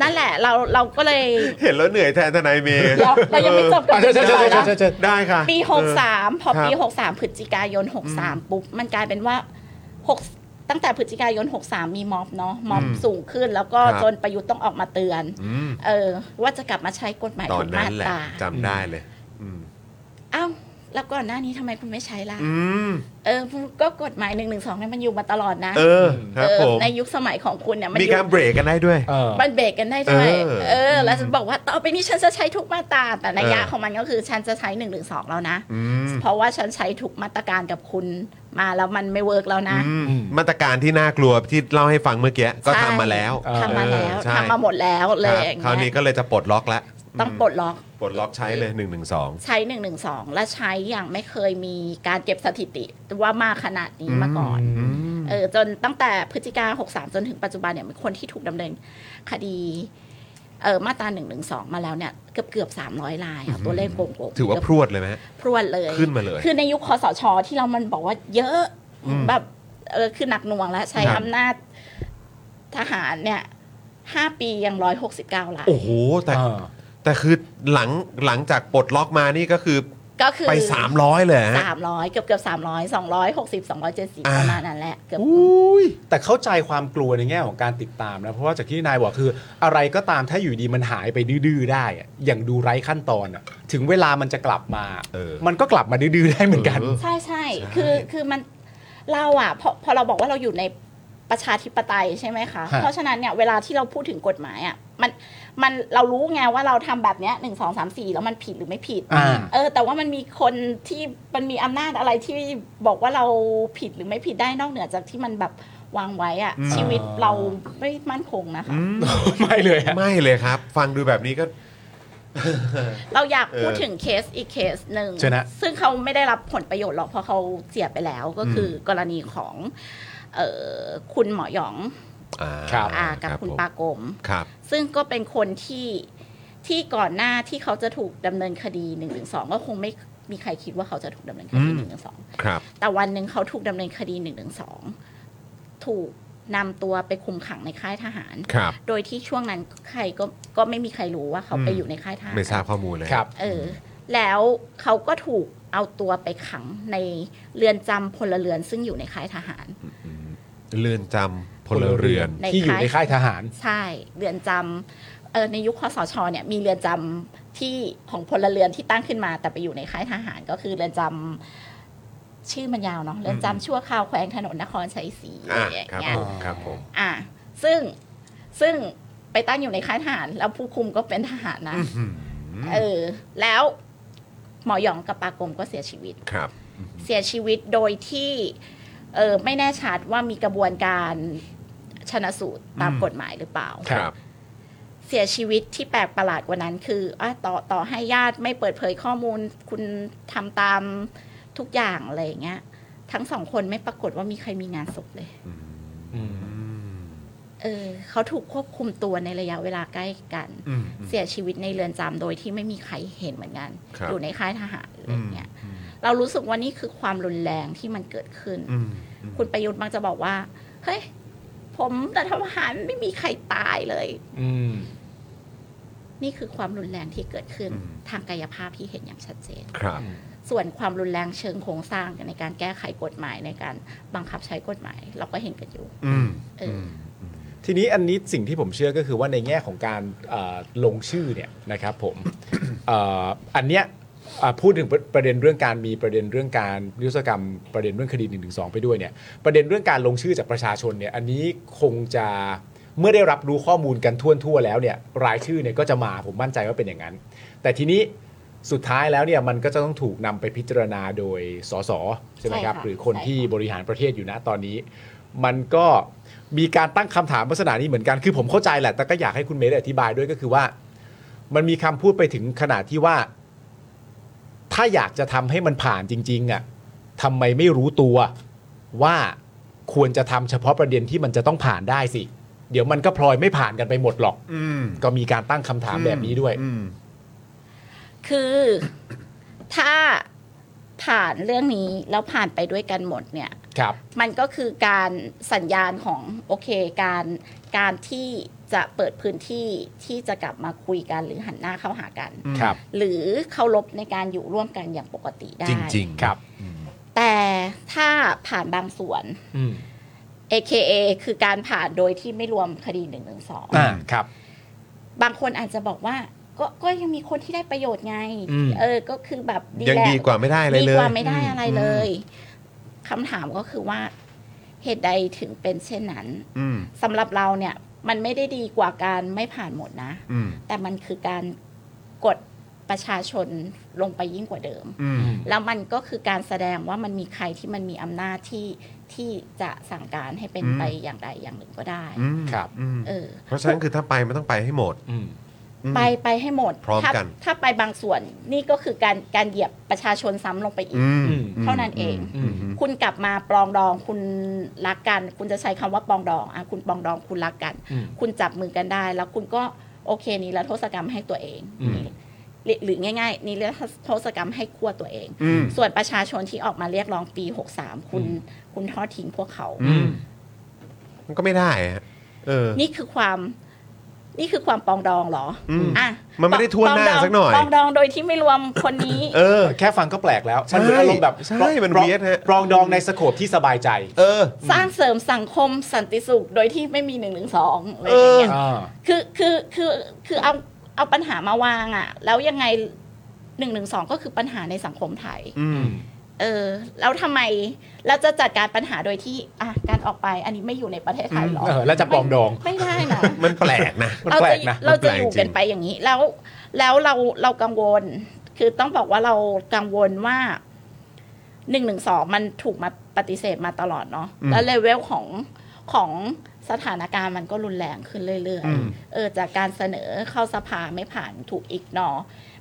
S4: นั่นแหละ เราเราก็เลย
S1: เห็นแล้วเหนื่อยแทนทนายเมย์
S4: เราเรายังไม่จบกับ
S2: อ่ะใช่ใช่ใช่ใช่ใช่ใช่
S1: ได้ค่ะ
S4: ปี
S1: เออ
S4: 63 พอปี
S1: ครับ
S4: 63พฤศจิกายน 63 ปุ๊บ มันกลายเป็นว่า6 ตั้งแต่พฤศจิกายน 63 มีม็อบเนาะม็อบสูงขึ้น แล้วก็
S1: ครับ
S4: จนประยุทธ์ต้องออกมาเตือน
S1: อืม
S4: เออ ว่าจะกลับมาใช้กฎหมาย
S1: ตอ
S4: ทุ
S1: น
S4: ก
S1: นั้
S4: มาน
S1: แหละ
S4: ตรา
S1: จำได้เลย
S4: เอ้า แล้วก่อนหน้านี้ทำไมคุณไม่ใช้ล่ะ
S1: อืม
S4: เออก็กฎหมายหนึ่งหนึ่งสองเนี่ยมันอยู่มาตลอดนะ
S1: เออ ครับ
S4: เออ
S1: ผม
S4: ในยุคสมัยของคุณเนี่ยมัน
S1: มี
S4: อยู่
S1: การเบรกกันได้ด้วย
S2: เออ
S4: มันเบรกกันได้ด้วย
S1: เออ
S4: เออ แล้วฉันบอกว่าต่อไปนี้ฉันจะใช้ทุกมาตรา แต่นัยยะ
S1: เออ
S4: ของมันก็คือฉันจะใช้หนึ่งหนึ่งสองแล้วนะ
S1: อืม
S4: เพราะว่าฉันใช้ทุกมาตรการกับคุณมาแล้วมันไม่เวิร์กแล้วนะ
S1: อืมมาตรการที่น่ากลัวที่เล่าให้ฟังเมื่อกี้ก็
S4: ใช่
S1: ทำมาแล้ว
S2: เออ
S4: ทำมาแล้ว
S1: เออใช่
S4: ทำมาหมดแล้วเล
S1: ครับ
S4: ยอย่าง
S1: คราว
S4: เงี้
S1: นี้
S4: ย
S1: ก็เลยจะปลดล็อกแล้ว
S4: ต้องปลดล็อก
S1: ปลดล็อกใช้เลย1นึ
S4: ใช้หนึ่งหนึ่งสองและใช้อย่างไม่เคยมีการเก็บสถิติว่ามากขนาดนี้มาก่อน เออจนตั้งแต่พฤศจิกาหกสามจนถึงปัจจุบันเนี่ยมีคนที่ถูกดำเนินคดีเออมาตราหนึ่งหนึ่งสองมาแล้วเนี่ยเกือบเกือบสามร้อยลายอะตัวเลขโกงๆ
S1: ถือว่าพรวดเลยไหมฮะ
S4: พรวดเลย
S1: ขึ้นมาเลย
S4: คือในยุคคอสชที่เรามันบอกว่าเยอะแบบเออคือหนักหน่วงแล้วใช้
S1: ครับ
S4: อำนาจทหารเนี่ยห้าปียังร้อยหกสิบเก้าลาย
S1: โอ้โห แต่
S2: เออ
S1: แต่คือหลังหลังจากปลดล็อกมานี่ก็คือ
S4: ก็คือ
S1: ไป 300 เลยฮะ
S4: สามร้อยเกือบเกือบสามร้อยสองร้อยหกสิบสองร้อยเจ็ดสิบ
S1: อ่า
S4: ประมาณนั้นแหละเกือบ
S2: อุ้ยแต่เข้าใจความกลัวในแง่ของการติดตามนะ เพราะว่าจากที่นายบอกคือ อะไรก็ตามถ้าอยู่ดีมันหายไปดื้อๆได้อะอย่างดูไร้ขั้นตอนอะถึงเวลามันจะกลับมา
S1: เออ
S2: มันก็กลับมาดื้อๆได้เหมือนกัน
S1: เออ
S4: ใช่ใช่คือคือมันเราอ่ะพอพอเราบอกว่าเราอยู่ในประชาธิปไตยใช่ไหมคะ
S2: ฮะ
S4: เพราะฉะนั้นเนี่ยเวลาที่เราพูดถึงกฎหมายอ่ะมันมันเรารู้ไงว่าเราทำแบบเนี้ยหนึ่งสองสามสี่แล้วมันผิดหรือไม่ผิด
S2: อ่า
S4: เออแต่ว่ามันมีคนที่มันมีอำนาจอะไรที่บอกว่าเราผิดหรือไม่ผิดได้นอกเหนือจากที่มันแบบวางไว้อะชีวิตเราไม่มั่นคงนะคะ
S2: ไม่เลยอะ
S1: ไม่เลยครับ ฟังดูแบบนี้ก็
S4: เราอยากพูด
S1: เออ
S4: ถึงเคสอีกเคสหนึ่ง
S2: เชิญนะ
S4: ซึ่งเขาไม่ได้รับผลประโยชน์หรอกเพราะเขาเสียไปแล้วก็คือกรณีของเออคุณหมอหยอง
S1: อ่า
S2: ครับ
S4: อากับคุณ
S1: ผม
S4: ปากลม
S1: ครับ
S4: ซึ่งก็เป็นคนที่ที่ก่อนหน้าที่เขาจะถูกดำเนินคดีหนึ่งสองก็คงไม่มีใครคิดว่าเขาจะถูกดำเนินคดี
S1: อืม
S4: หนึ่งสอง
S1: ครับ
S4: แต่วันหนึ่งเขาถูกดำเนินคดีหนึ่งหนึ่งสองถูกนำตัวไปคุมขังในค่ายทหาร
S1: ครับ
S4: โดยที่ช่วงนั้นใครก็ก็ไม่มีใครรู้ว่าเขาไปอยู่ในค่ายทหาร
S1: ไม่ทราบข้อมูลเลย
S2: ครับ
S4: เออ แล้วเขาก็ถูกเอาตัวไปขังในเรือนจำพลเรือนซึ่งอยู่ในค่ายทหาร
S1: อืมเรือนจำพลเรือน
S4: ใน
S2: ที่อยู่
S4: ค่าย
S2: ในค่ายทหาร
S4: ใช่เรือนจำเออในยุคคอสชเนี่ยมีเรือนจำที่ของพลเรือนที่ตั้งขึ้นมา แต่ไปอยู่ในค่ายทหารก็คือเรือนจำชื่อมันยาวเนาะเรือนจำชั่วคราวแขวงถนนนครชัยศรี
S1: อ่ะ
S4: อย่าง
S1: ครับ
S4: เงี้ย
S1: ผมครับผม
S4: อ่ะซึ่งซึ่งไปตั้งอยู่ในค่ายทหาร แล้วผู้คุมก็เป็นทหารนะเออ แล้วหมอหยองกับปากรมก็เสียชีวิต
S1: ครับ
S4: เสียชีวิตโดยที่เออไม่แน่ชัดว่ามีกระบวนการชนะสูตรตามกฎหมายหรือเปล่า
S1: ค
S2: ครับ
S1: รับ
S4: เสียชีวิตที่แปลกประหลาดกว่านั้นคืออะต่อต่อให้ญาติไม่เปิดเผยข้อมูล คุณทำตามทุกอย่างอะไรอย่างเงี้ย ทั้งสองคนไม่ปรากฏว่ามีใครมีงานศพเลย เออเขาถูกควบคุมตัวในระยะเวลาใกล้กัน เสียชีวิตในเรือนจำโดยที่ไม่มีใครเห็นเหมือนกัน
S1: ครับ
S4: อยู่ในค่ายทหารอะไรอย่างเงี้ยเรารู้สึกว่านี่คือความรุนแรงที่มันเกิดขึ้น คุณประยุทธ์มักจะบอกว่าเฮ้ยผมแต่ทหารไม่มีใครตายเลย
S2: อืม
S4: นี่คือความรุนแรงที่เกิดขึ้นทางกายภาพที่เห็นอย่างชัดเจน
S1: ครับ
S4: ส่วนความรุนแรงเชิงโครงสร้างในการแก้ไขกฎหมายในการบังคับใช้กฎหมาย เราก็เห็นกันอยู่
S1: อืม
S4: เอออ
S2: ทีนี้อันนี้สิ่งที่ผมเชื่อก็คือว่าในแง่ของการเอ่อลงชื่อเนี่ยนะครับผม เอ่ออันเนี้ยอ่ะพูดถึงประประเด็นเรื่องการมีประเด็นเรื่องการนิรศกรรมประเด็นเรื่องคดี1นึไปด้วยเนี่ยประเด็นเรื่องการลงชื่อจากประชาชนเนี่ยอันนี้คงจะเมื่อได้รับรู้ข้อมูลกันทั่วทั่วๆแล้วเนี่ยรายชื่อเนี่ยก็จะมาผมมั่นใจว่าเป็นอย่างนั้น แต่ทีนี้สุดท้ายแล้วเนี่ยมันก็จะต้องถูกนำไปพิจารณาโดยสสใช่ไหมครับ
S4: ใช่ค่ะ
S2: หรือคน
S4: ใช่ค่ะ
S2: ที่บริหารประเทศอยู่นะตอนนี้ มันก็มีการตั้งคำถามลักษณะนี้เหมือนกันคือผมเข้าใจแหละ แต่ก็อยากให้คุณเมย์ได้อธิบายด้วยก็คือว่า มันมีคำพูดไปถึงขนาดที่ว่า ถ้าอยากจะทำให้มันผ่านจริง ๆ อ่ะทำไมไม่รู้ตัวว่าควรจะทำเฉพาะประเด็นที่มันจะต้องผ่านได้สิ เดี๋ยวมันก็พลอยไม่ผ่านกันไปหมดหรอก
S1: อืม
S2: ก็มีการตั้งคำถามแบบนี้ด้วย
S1: อืม
S4: คือถ้าผ่านเรื่องนี้แล้วผ่านไปด้วยกันหมดเนี่ย
S2: ครับ
S4: มันก็คือการสัญญาณของโอเคการการที่จะเปิดพื้นที่ที่จะกลับมาคุยกันหรือหันหน้าเข้าหากัน
S2: ครับ
S4: หรือเคารพในการอยู่ร่วมกันอย่างปกติได้
S1: จริง ๆ
S2: ครับ
S4: แต่ถ้าผ่านบางส่วน
S2: อืม
S4: AKA คือการผ่านโดยที่ไม่รวมคดี1นึ
S2: อ่าครับ
S4: บางคนอาจจะบอกว่าก็ก็ยังมีคนที่ได้ประโยชน์ไง
S2: อืม
S4: เออ ก็คือแบบดี
S1: ยัง
S4: แหละ
S1: ดีกว่าไม่ได้อะไรเล
S4: ดี
S1: ย
S4: กว่าไม่ได้อะไรเลยคำถามก็คือว่าเหตุใดถึงเป็นเช่นนั้น
S1: อืม
S4: สำหรับเราเนี่ยมันไม่ได้ดีกว่าการไม่ผ่านหมดนะ
S1: อืม
S4: แต่มันคือการกดประชาชนลงไปยิ่งกว่าเดิม
S1: อืม
S4: แล้วมันก็คือการแสดงว่ามันมีใครที่มันมีอำนาจที่ที่จะสั่งการให้เป็นไปอย่างใดอย่างหนึ่งก็ได้
S1: อืม
S2: ครับ
S1: อืม
S4: เออ
S1: เพราะฉะนั้นคือถ้าไปมันต้องไปให้หมด
S2: อืม
S1: อืม
S4: ไปไปให้หมด
S1: พร้อม
S4: ถ้า
S1: กัน
S4: ถ้าไปบางส่วนนี่ก็คือการการเหยียบประชาชนซ้ำลงไปอีก
S1: อืม
S4: เท่านั้นเอง
S2: อืม
S4: คุณกลับมาปลองดองคุณรักกัน คุณจะใช้คำว่าปลองดองอ่ะคุณปลองดองคุณรักกัน
S2: อืม
S4: คุณจับมือกันได้ แล้วคุณก็โอเคนี่แล้วโทษกรรมให้ตัวเอง
S2: อืม
S4: หรือหรือง่าย ๆ นี่แล้วโทษกรรมให้ครัวตัวเอง
S1: อืม
S4: ส่วนประชาชนที่ออกมาเรียกร้องปี 63 คุณคุณทอดทิ้งพวกเขา
S1: อืม มันก็ไม่ได้อะเออ
S4: นี่คือความนี่คือความปลองดองเหรออ
S1: ม
S4: อ่ะ
S1: มันไม่ได้ทั่วหน้า
S4: ปลงดง
S1: สักหน่อย
S4: ปลองดองโดยที่ไม่รวมคนนี้
S1: เออ
S2: แค่ฟังก็แปลกแล้ว มันเหมือนอารมณ์แบบ
S1: ใช่มัน
S2: ปลอง
S1: weird ฮะ
S2: ปรองดองในสโคปที่สบายใจ
S1: เออ
S4: สร้างเสริมสังคมสันติสุขโดยที่ไม่มีหนึ่งหนึ่งสองอะไรอ
S1: เอย่าง อ
S4: เงี้ย คือคือคือคือเอาเอาปัญหามาวางอะแล้วยังไงหนึ่งหนึ่งสองก็คือปัญหาในสังคมไทย
S1: อืม
S4: เออ แล้วทำไมเราจะจัดการปัญหาโดยที่อ่ะการออกไปอันนี้ไม่อยู่ในประเทศไทยหรอ
S2: เออแล้วจะปลองดอง
S4: ไม่ได้นะ
S1: มันแปลกนะ
S2: มัน
S4: เรา
S2: แปล
S4: จะ
S2: กนะ
S4: เรา
S1: มันแป
S4: จะ
S1: ลก
S4: อยู่กัน
S1: จริง
S4: ไปอย่างนี้ แล้วแล้วเราเรากังวล คือต้องบอกว่าเรากังวลว่าหนึ่งหนึ่งสองมันถูกมาปฏิเสธมาตลอดเนาะแล้วเลเวลของของสถานการณ์มันก็รุนแรงขึ้นเรื่อยๆ เออจากการเสนอเข้าสภาไม่ผ่านถูกอีกนอ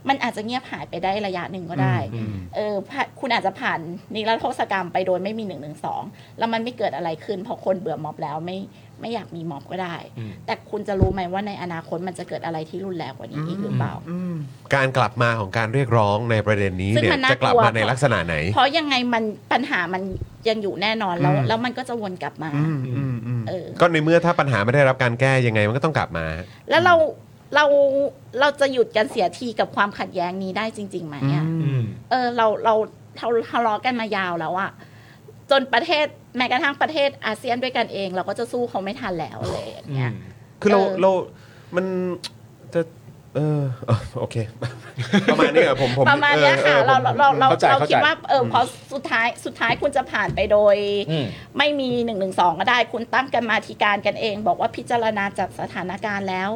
S4: มันอาจจะเงียบหายไปได้ระยะหนึ่งก็ได้ เออผ่าคุณอาจจะผ่านนิรโทษกรรมไปโดยไม่มีหนึ่งหนึ่งสองแล้วมันไม่เกิดอะไรขึ้นเพราะคนเบื่อม็อบแล้วไม่ไม่อยากมีม็อบก็ได้
S2: อืม
S4: แต่คุณจะรู้ไหมว่าในอนาคตมันจะเกิดอะไรที่รุนแรงกว่านี้อีกหรือเปล่า
S1: การกลับมาของการเรียกร้องในประเด็นนี้
S4: ซึ่ง
S1: เนี่ย
S4: มันน่า
S1: จะกลับ
S4: กลัว
S1: มาในลักษณะไหน
S4: เพราะยังไงมันปัญหามันยังอยู่แน่นอนแล้ว
S1: อืม
S4: แล้วมันก็จะวนกลับมา เออ
S1: ก็ในเมื่อถ้าปัญหาไม่ได้รับการแก้ยังไงมันก็ต้องกลับมา
S4: แล้วเราเราเราจะหยุดกันเสียทีกับความขัดแย้งนี้ได้จริงๆไหมอะ เออเราเราเราทะเลาะกันมายาวแล้วอะจนประเทศแม้กระทั่งประเทศอาเซียนด้วยกันเอง เราก็จะสู้เขาไม่ทันแล้วอะไรอย่างเงี้ย
S1: คือเรา
S4: เออ
S1: เรา มันจะ เออเออโอเค ประมาณนี้เหรอผมผม
S4: ประมาณเนี้ยค่ะ
S1: อออ
S4: เรา
S1: อ
S4: เราเราเรา
S2: เข้าใจ
S4: เรา
S2: เข้าใจ
S4: คิดว่าเออพอสุดท้ายสุดท้ายคุณจะผ่านไปโดย
S2: อืม
S4: ไม่มีหนึ่งหนึ่งสองก็ได้ คุณตั้งกันมาธิการกันเอง บอกว่าพิจารณาจากสถานการณ์แล้ว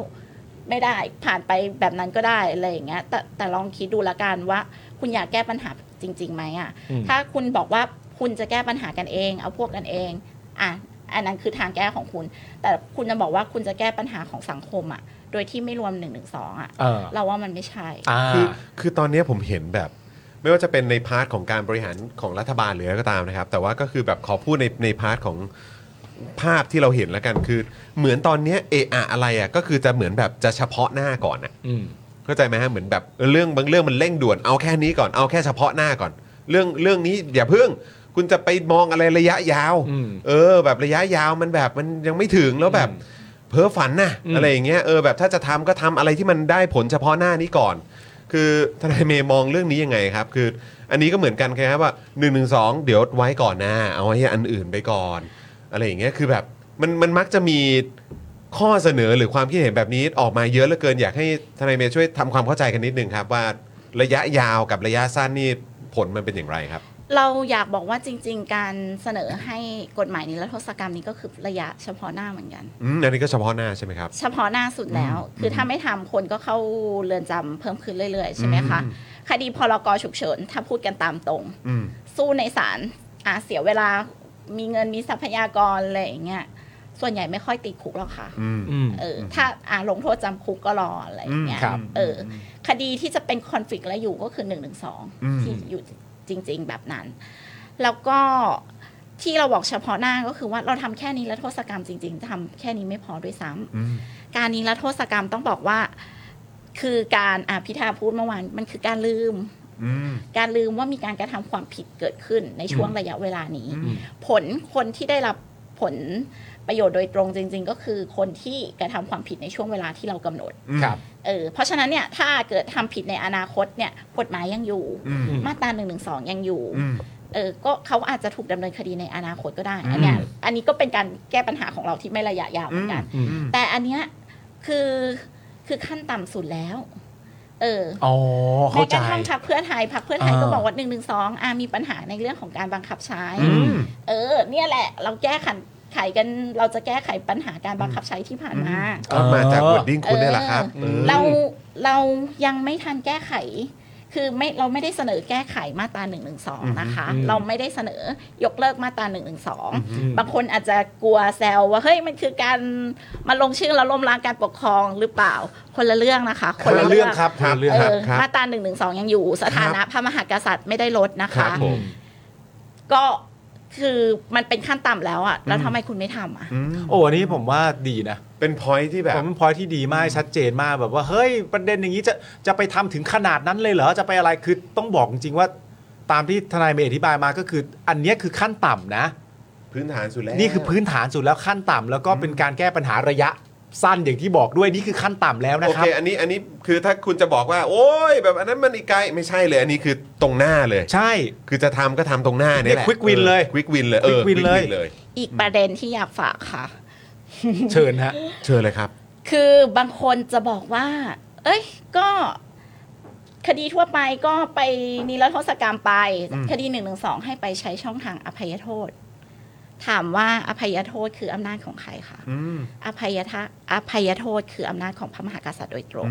S4: ไม่ได้ผ่านไปแบบนั้นก็ได้อะไรอย่างเงี้ยแต่แต่ลองคิดดูละกันว่า คุณอยากแก้ปัญหาจริงๆไหมอ่ะ
S2: อืม
S4: ถ้าคุณบอกว่าคุณจะแก้ปัญหากันเอง เอาพวกกันเองอ่ะอันนั้นคือทางแก้ของคุณ แต่คุณจะบอกว่าคุณจะแก้ปัญหาของสังคมอ่ะ โดยที่ไม่รวมหนึ่งหนึ่งสองอ่ะ
S2: เออ
S4: เราว่ามันไม่ใช่
S2: อ่า
S1: คือคือตอนเนี้ยผมเห็นแบบ ไม่ว่าจะเป็นในพาร์ทของการบริหารของรัฐบาลหรืออะไรก็ตามนะครับ แต่ว่าก็คือแบบขอพูดในในพาร์ทของภาพที่เราเห็นแล้วกันคือ เหมือนตอนเนี้ยเอะอะอะไรอ่ะก็คือจะเหมือนแบบจะเฉพาะหน้าก่อนอ่ะ
S2: อืม
S1: เข้าใจไหมฮะเหมือนแบบเรื่องบางเรื่องมันเร่งด่วนเอาแค่นี้ก่อนเอาแค่เฉพาะหน้าก่อน เรื่องเรื่องนี้อย่าเพิ่ง คุณจะไปมองอะไรระยะยาว
S2: อืม
S1: เออ แบบระยะยาวมันแบบมันยังไม่ถึงแล้วแบบ
S2: อืม
S1: เพ้อฝันนะ
S2: อืม
S1: อะไรอย่างเงี้ยเออแบบถ้าจะทำก็ทำอะไรที่มันได้ผลเฉพาะหน้านี้ก่อน คือทนายเมย์มองเรื่องนี้ยังไงครับ คืออันนี้ก็เหมือนกันครับว่า1นึเดี๋ยวไว้ก่อนนะเอาไว้อันอื่นไปก่อน อะไรอย่างเงี้ยคือแบบมันมันมักจะมีข้อเสนอหรือความคิดเห็นแบบนี้ออกมาเยอะเหลือเกินอยากให้ทนายเมย์ช่วยทำความเข้าใจกันนิดนึงครับ ว่าระยะยาวกับระยะสั้นนี่ผลมันเป็นอย่างไรครับ
S4: เราอยากบอกว่าจริง ๆ การเสนอให้กฎหมายนิรโทษกรรมนี้ก็คือระยะเฉพาะหน้าเหมือนกัน
S1: อืมอันนี้ก็เฉพาะหน้าใช่ไหมครับ
S4: เฉพาะหน้าสุดแล้ว คือถ้าไม่ทำคนก็เข้าเรือนจำเพิ่มขึ้นเรื่อยๆ ใช่ไหมคะ คดีพรกฉุกเฉิน ถ้าพูดกันตามตรง
S1: อืม
S4: สู้ในศาลอ่ะเสียเวลา มีเงินมีทรัพยากรอะไรอย่างเงี้ย ส่วนใหญ่ไม่ค่อยติดคุกหรอกค่ะ
S1: อืม
S2: อืม
S4: เออ ถ้าอ่ะลงโทษจำคุกก็รออะไรอย่างเงี้ย
S2: อืมครับ
S4: เออ คดีที่จะเป็นคอนฟ lict และอยู่ก็คือหนึ่งหนึ่งสอง
S1: อืม
S4: ที่อยู่จริง ๆ แบบนั้น แล้วก็ที่เราบอกเฉพาะหน้าก็คือว่าเราทำแค่นี้และโทษกรรมจริง ๆทำแค่นี้ไม่พอด้วยซ้ำ
S1: อืม
S4: การนิรโทษกรรมต้องบอกว่า คือการอะพิธาพูดเมื่อวานมันคือการลืม
S1: อืม
S4: การลืมว่ามีการกระทำความผิดเกิดขึ้นในช่วงระยะเวลานี้
S2: อืม
S4: ผลคนที่ได้รับผลประโยชน์โดยตรงจริง ๆ ก็คือคนที่กระทำความผิดในช่วงเวลาที่เรากำหนด
S2: ครับ
S4: เออเพราะฉะนั้นเนี่ยถ้าเกิดทำผิดในอนาคตเนี่ยกฎหมายยังอยู่
S1: อืม
S4: มาตราหนึ่งหนึ่งสองยังอยู่
S1: อืม
S4: เ เออก็เขาอาจจะถูกดำเนินคดีในอนาคตก็ได้อันเนี้ยอันนี้ก็เป็นการแก้ปัญหาของเราที่ไม่ระยะยาวเหมือนกัน
S5: อืมอืม
S4: แต่อันเนี้ยคือคือขั้นต่ำสุดแล้ว เออ
S5: อ๋อ เข้า
S4: แม้ก
S5: ใจ
S4: ระทั่งพักเพื่อไทยพักเพื่อไทย
S5: อ่า
S4: ก็บอกว่าหนึ่งหนึ่งสองอ่ะมีปัญหาในเรื่องของการบังคับใช้
S5: อืม
S4: เออ เนี่ยแหละ เราแก้ไขไขกันเราจะแก้ไขปัญหาการบังคับใช้ที่ผ่านมา
S1: ก็มาจากวอดดิ้งคุณนี่แหละครับ
S4: เออ
S1: เออ
S4: เราเรายังไม่ทันแก้ไข คือไม่เราไม่ได้เสนอแก้ไขมาตรา1นึนะคะ
S5: อืม
S4: เราไม่ได้เสนอยกเลิกมาตรา1นึบางคนอาจจะกลัวแซวว่าเฮ้ยมันคือการมาลงชื่อแล้วล้มล้างการปกครองหรือเปล่าคนละเรื่องนะคะ
S5: คนละเรื่องครับ
S1: ครับ
S5: นละเรื่อง
S4: เอ
S5: ครับ
S4: อมาตรา1นึยังอยู่สถานะพระมหากษัตริย์ไม่ได้ลดนะ
S1: ครั
S4: คะ
S1: บผม
S4: ก็คือมันเป็นขั้นต่ำแล้วอะแล้วทำไมคุณไม่ทำอะ
S2: โอ้อันนี้ผมว่าดีนะ
S1: เป็นพอยที่แบบ
S2: ผมพอยที่ดีมากชัดเจนมากแบบว่าเฮ้ยประเด็นอย่างนี้จะจะไปทำถึงขนาดนั้นเลยเหรอจะไปอะไรคือต้องบอกจริงๆว่า ตามที่ทนายเมย์อธิบายมาก็คือ อันเนี้ยคือขั้นต่ำนะ
S1: พื้นฐานสุดแล้ว
S2: นี่คือพื้นฐานสุดแล้วขั้นต่ำแล้วก็เป็นการแก้ปัญหาระยะสั้นอย่างที่บอกด้วยนี่คือขั้นต่ำแล้วนะ
S1: โอ
S2: ค
S1: เค
S2: รับ
S1: อันนี้ อันนี้ คือถ้าคุณจะบอกว่า โอ้ย แบบอันนั้นมันอีกไกล ไม่ใช่เลย อันนี้คือตรงหน้าเลย
S2: ใช่
S1: คือจะทำก็ทำตรงหน้าเนี่ยแหละ
S2: เนี่ย quick win เลย
S1: ควิกวินเลย เออ
S2: quick win เลย
S1: quick win เลย
S4: อีกประเด็นที่อยากฝากค่ะ
S5: เชิญฮะ
S1: เชิญเลยครับ
S4: คือบางคนจะบอกว่า เอ้ย ก็คดีทั่วไปก็ไปนิรโทษกรรมไป คดีหนึ่งหนึ่งสองให้ไปใช้ช่องทางอภัยโทษ ถามว่าอภัยโทษคืออำนาจของใครคะอภัยทะอภัยโทษคืออำนาจของพระมหากษัตริย์โดยตรง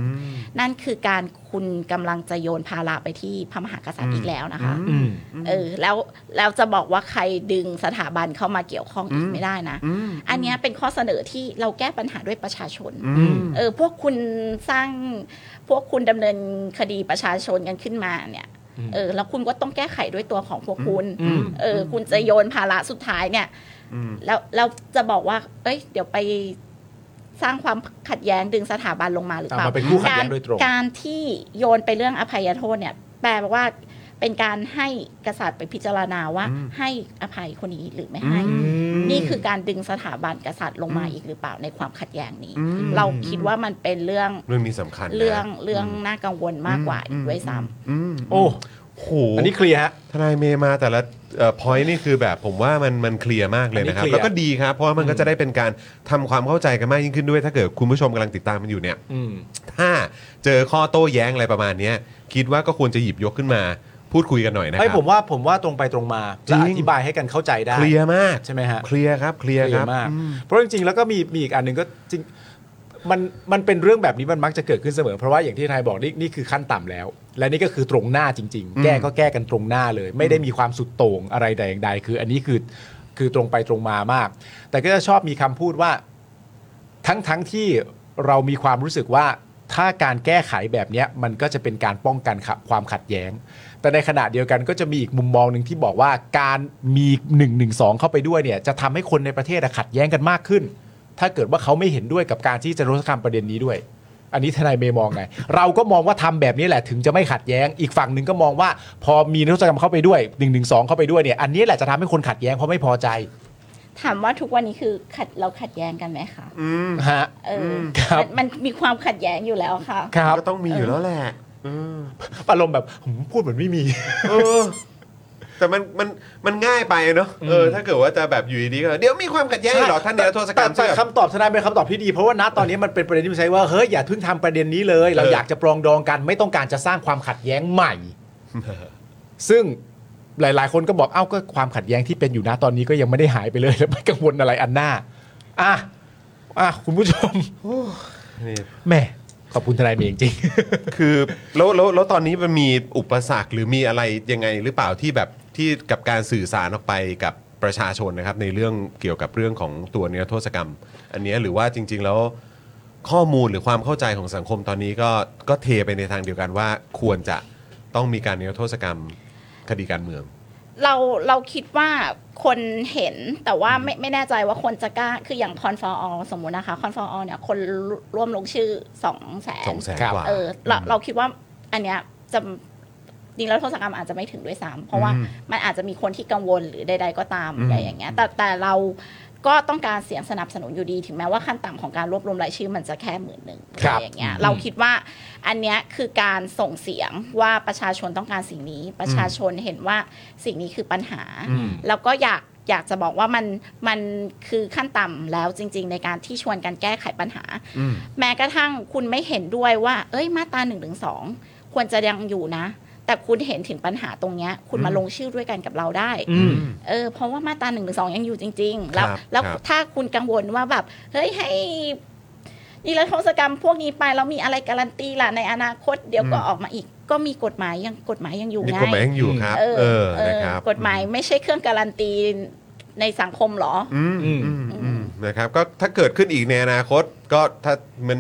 S4: นั่นคือการคุณกำลังจะโยนภาระไปที่พระมหากษัตริย์อีกแล้วนะคะ
S5: อืม
S4: เออแล้วแล้วจะบอกว่าใครดึงสถาบันเข้ามาเกี่ยวข้องอีกไม่ได้นะ อันเนี้ยเป็นข้อเสนอที่เราแก้ปัญหาด้วยประชาชน เออพวกคุณสร้างพวกคุณดำเนินคดีประชาชนกันขึ้นมาเนี่ยเออแล้วคุณก็ต้องแก้ไขด้วยตัวของพวกคุณเออคุณจะโยนภาระสุดท้ายเนี่ยแล้วเราจะบอกว่า เอ้ย เดี๋ยวไปสร้างความขัดแย้งดึงสถาบันลงมาหรือเปล่า
S5: อ่ามาเป็นคู่ขัดแย้งโดยตรง
S4: การที่โยนไปเรื่องอภัยโทษเนี่ย แปลว่าเป็นการให้กษัตริย์ไปพิจารณาว่าให้อภัยคนนี้หรือไม่ให้ นี่คือการดึงสถาบันกษัตริย์ลงมาอีกหรือเปล่าในความขัดแย้งนี้ เราคิดว่ามันเป็นเรื่อง
S1: เรื่องนี้สำคัญนะ
S4: เรื่องเรื่องน่ากังวลมากกว่าอีกด้วยซ้ำ
S5: โอ้
S1: โอ้โห
S5: อันนี้เคลียร์ฮะ
S1: ทนายเมย์มาแต่ละเอ่อ point นี่คือแบบผมว่ามันมันเคลียร์มากเลยนะครั
S5: อันนี้
S1: บ
S5: เคลียร์
S1: แล้วก็ดีครับ เพราะว่ามันก็จะได้เป็นการทำความเข้าใจกันมากยิ่งขึ้นด้วย ถ้าเกิดคุณผู้ชมกำลังติดตามมันอยู่เนี่ย
S5: อืม
S1: ถ้าเจอข้อโต้แย้งอะไรประมาณเนี้ยคิดว่าก็ควรจะหยิบยกขึ้นมา พูดคุยกันหน่อยนะค
S2: ไอ้ย
S1: รับ
S2: ผมว่าผมว่าตรงไปตรงมาและ
S1: จริ
S2: อง ธิบายให้กันเข้าใจได้
S1: เคลียร์มาก
S2: ใช่ไหมฮะ
S1: เคลียร์ครับ เคลียร์ค
S2: เคลีย
S1: รับ
S2: ร์มากเพราะจริงๆ แล้วก็มีมีอีกอันหนึ่งก็จริงมันมันเป็นเรื่องแบบนี้มันมักจะเกิดขึ้นเสมอ เพราะว่าอย่างที่ทนายบอกนี่นี่คือขั้นต่ำแล้ว และนี่ก็คือตรงหน้าจริง ๆ แก้ก็แก้กันตรงหน้าเลย ไม่ได้มีความสุดโต่งอะไรใดอย่างใดคืออันนี้คือคือตรงไปตรงมามาก แต่ก็จะชอบมีคำพูดว่า ทั้งทั้งที่เรามีความรู้สึกว่าถ้าการแก้ไขแบบเนี้ยมันก็จะเป็นการป้องกันขับความขัดแย้ง แต่ในขณะเดียวกันก็จะมีอีกมุมมองหนึ่งที่บอกว่าการมี1นึเข้าไปด้วยเนี่ยจะทำให้คนในประเทศอะขัดแย้งกันมากขึ้น ถ้าเกิดว่าเขาไม่เห็นด้วยกับการที่จะรัฐกรรมประเด็นนี้ด้วย อันนี้ทนายเมย์มองไง เราก็มองว่าทำแบบนี้แหละถึงจะไม่ขัดแย้ง อีกฝั่งหนึ่งก็มองว่า พอมีรัฐกรรมเข้าไปด้วย1นึเข้าไปด้วยเนี่ยอันนี้แหละจะทำให้คนขัดแย้งเพราะไม่พอใจ
S4: ถามว่าทุกวันนี้คือขัดเราขัดแย้งกันไหมคะ
S2: ฮะ
S4: เอออ
S2: ครับ
S4: มันมันมีความขัดแย้งอยู่แล้วค่ะ
S1: ก็ต้องมีอยู่แล้วแหละ
S2: อารมณ์แบบหืมพูดเหมือนไม่มี
S1: เออ แต่มันมันมันง่ายไปเนอะเออถ้าเกิดว่าจะแบบอยู่ดีๆก็เดี๋ยวมีความขัดแย้งอีกเหรอท่านเนรโทษกรรม
S2: แต่
S1: เชื่อ
S2: คำตอบทนายเป็นคำตอบที่ดี เพราะว่าณตอนนี้มันเป็นประเด็นที่ใช้ว่าเฮ้ยอย่าเพิ่งทำประเด็นนี้เลย เรา
S1: เอออ
S2: อยากจะปรองดองกันไม่ต้องการจะสร้างความขัดแย้ง ใหม่ ซึ่งหลาย ๆ คนก็บอกเอ้าก็ความขัดแย้งที่เป็นอยู่นะตอนนี้ก็ยังไม่ได้หายไปเลยแล้วไม่กังวลอะไรอันหน้าอ่ะอ่ะคุณผู้ชม
S1: นี่
S2: แหม่ขอบคุณทนายเมย์จริง
S1: คือแล้วแล้วแล้วตอนนี้มันมีอุปสรรคหรือมีอะไรยังไงหรือเปล่าที่แบบที่กับการสื่อสารออกไปกับประชาชนนะครับ ในเรื่องเกี่ยวกับเรื่องของตัวเนรโทษกรรม อันเนี้ยหรือว่าจริง ๆ แล้ว ข้อมูลหรือความเข้าใจของสังคมตอนนี้ก็ก็เทไปในทางเดียวกันว่า ควรจะต้องมีการเนรโทษกรรมคดีการเมือง
S4: เราเราคิดว่าคนเห็นแต่ว่าไม่ไม่แน่ใจว่าคนจะกล้าคืออย่างคอนฟอร์สมมุตินะคะคอนฟอร์เนี่ยคนร่วมลงชื่อสองแสน
S1: สองแสน
S2: ครับ
S1: กว่า
S4: เออเราเราคิดว่าอันเนี้ยจะจริงแล้วโทษกรรมอาจจะไม่ถึงด้วยซ้ำเพราะว่ามันอาจจะมีคนที่กังวลหรือใด ๆ ก็ตามอะไรอย่างเงี้ยแต่แต่เรา ก็ต้องการเสียงสนับสนุนอยู่ดี ถึงแม้ว่าขั้นต่ำของการรวบรวมรายชื่อมันจะแค่หมื่นหนึ่งอะ
S2: ครั
S4: ไร
S2: บ
S4: อย่างเงี้ยเราคิดว่าอันเนี้ยคือการส่งเสียงว่าประชาชนต้องการสิ่งนี้ ประชาชนเห็นว่าสิ่งนี้คือปัญหา แล้วก็อยากอยากจะบอกว่ามันมันคือขั้นต่ำแล้วจริง ๆ ในการที่ชวนกันแก้ไขปัญหา แม้กระทั่งคุณไม่เห็นด้วยว่า เอ้ยมาตราหนึ่งถึงสองควรจะยังอยู่นะ แต่คุณเห็นถึงปัญหาตรงเนี้ยคุณมาลงชื่อด้วยกันกับเราได้ เออเพราะว่ามาตราหนึ่งหรือสองยังอยู่จริง ๆ แล้ว
S1: ครับ
S4: แล้ว
S1: ครับ
S4: ถ้าคุณกังวลว่าแบบ เฮ้ย ให้นิรโทษกรรมพวกนี้ไปแล้วมีอะไรการันตีล่ะ ในอนาคตเดี๋ยวก็ออกมาอีก ก็มีกฎหมายยังกฎหมายยังอยู่
S1: นี่
S4: ไง
S1: กฎหมายยังอยู่ครับ
S4: เออ
S1: เออ
S4: เออ
S1: นะครับ
S4: กฎหมายไม่ใช่เครื่องการันตีในสังคมเหรอ
S1: อืมอืมอืมอืมนะครับก็ถ้าเกิดขึ้นอีกในอนาคตก็ถ้ามัน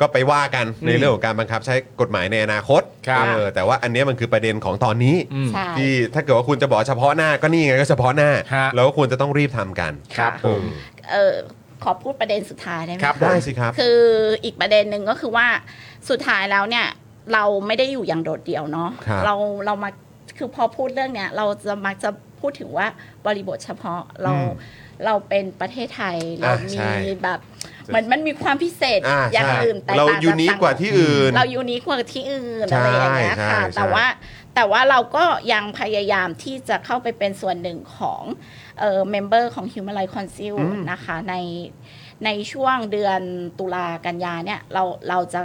S1: ก็ไปว่ากันในเรื่องของการบังคับใช้กฎหมายในอนาคต
S2: ครับ
S1: เออแต่ว่าอันเนี้ยมันคือประเด็นของตอนนี้
S4: ใช่
S1: ที่ถ้าเกิดว่าคุณจะบอกเฉพาะหน้าก็นี่ไงก็เฉพาะหน้า
S2: ฮะ
S1: แล้วก็ควรจะต้องรีบทำกัน
S2: ครับผม
S4: เออขอพูดประเด็นสุดท้ายได้ไหม
S2: ครับ
S4: ะ
S1: ได้สิครับ
S4: คืออีกประเด็นหนึ่งก็คือว่าสุดท้ายแล้วเนี่ย เราไม่ได้อยู่อย่างโดดเดี่ยวเนาะ
S1: ครับ
S4: เราเรามาคือพอพูดเรื่องเนี้ยเราจะมักจะพูดถึงว่าบริบทเฉพาะเรา
S1: อืม
S4: เราเป็นประเทศไทยเรามี
S1: ใช่
S4: แบบเหมันมันมีความพิเศษ
S1: อ่า
S4: อย่าง
S1: ใช่
S4: อื่นแตก
S1: เรา
S4: ต่างจ
S1: ยูนิคกว่าที่อื่น
S4: เรายูนิคกว่าที่อื่น
S1: ใช่
S4: อะไรอย่างเงี้ยค่ะ
S1: ใช่ใช่
S4: แต่ว่าแต่ว่าเราก็ยังพยายามที่จะเข้าไปเป็นส่วนหนึ่งของเอ่อเมมเบอร์ของ Human Rights Council นะคะใน ในช่วงเดือนตุลากันยาเนี่ยเราเราจะ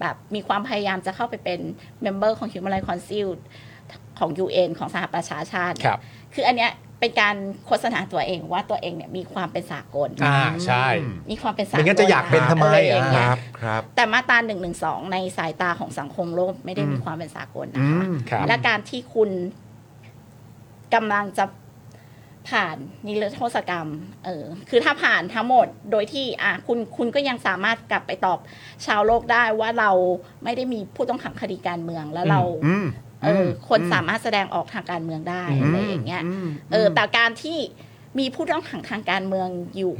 S4: แบบมีความพยายามจะเข้าไปเป็นเมมเบอร์ของ Human Rights Council ของ UN ของสหประชาชาติ
S2: ครับ
S4: คืออันเนี้ยเป็นการโฆษณาตัวเองว่าตัวเองเนี่ยมีความเป็นสากล
S2: อ่าใช่
S4: มีความเป็นสากล
S2: ไม่งั้นจะอยากเป็นทำไม
S4: อะไรอย่าง
S1: ค
S4: เงี้ย
S1: รับครับ
S4: แต่มาตราหนึ่งหนึ่งสองในสายตาของสังคมโลกไม่ได้มีความเป็นสากล
S1: อื
S4: นะคะ
S1: ม
S2: ครับ
S4: และการที่คุณกำลังจะผ่านนิรโทษกรรม เออ คือถ้าผ่านทั้งหมดโดยที่ อ่ะคุณคุณก็ยังสามารถกลับไปตอบชาวโลกได้ว่าเราไม่ได้มีผู้ต้องขังคดีการเมืองแล้วเรา
S1: อืม
S4: เอออคนสามารถแสดงออกทางการเมืองได้อะไรอย่างเงี้ย เออ แต่การที่มีผู้ต้องขังทางการเมืองอยู่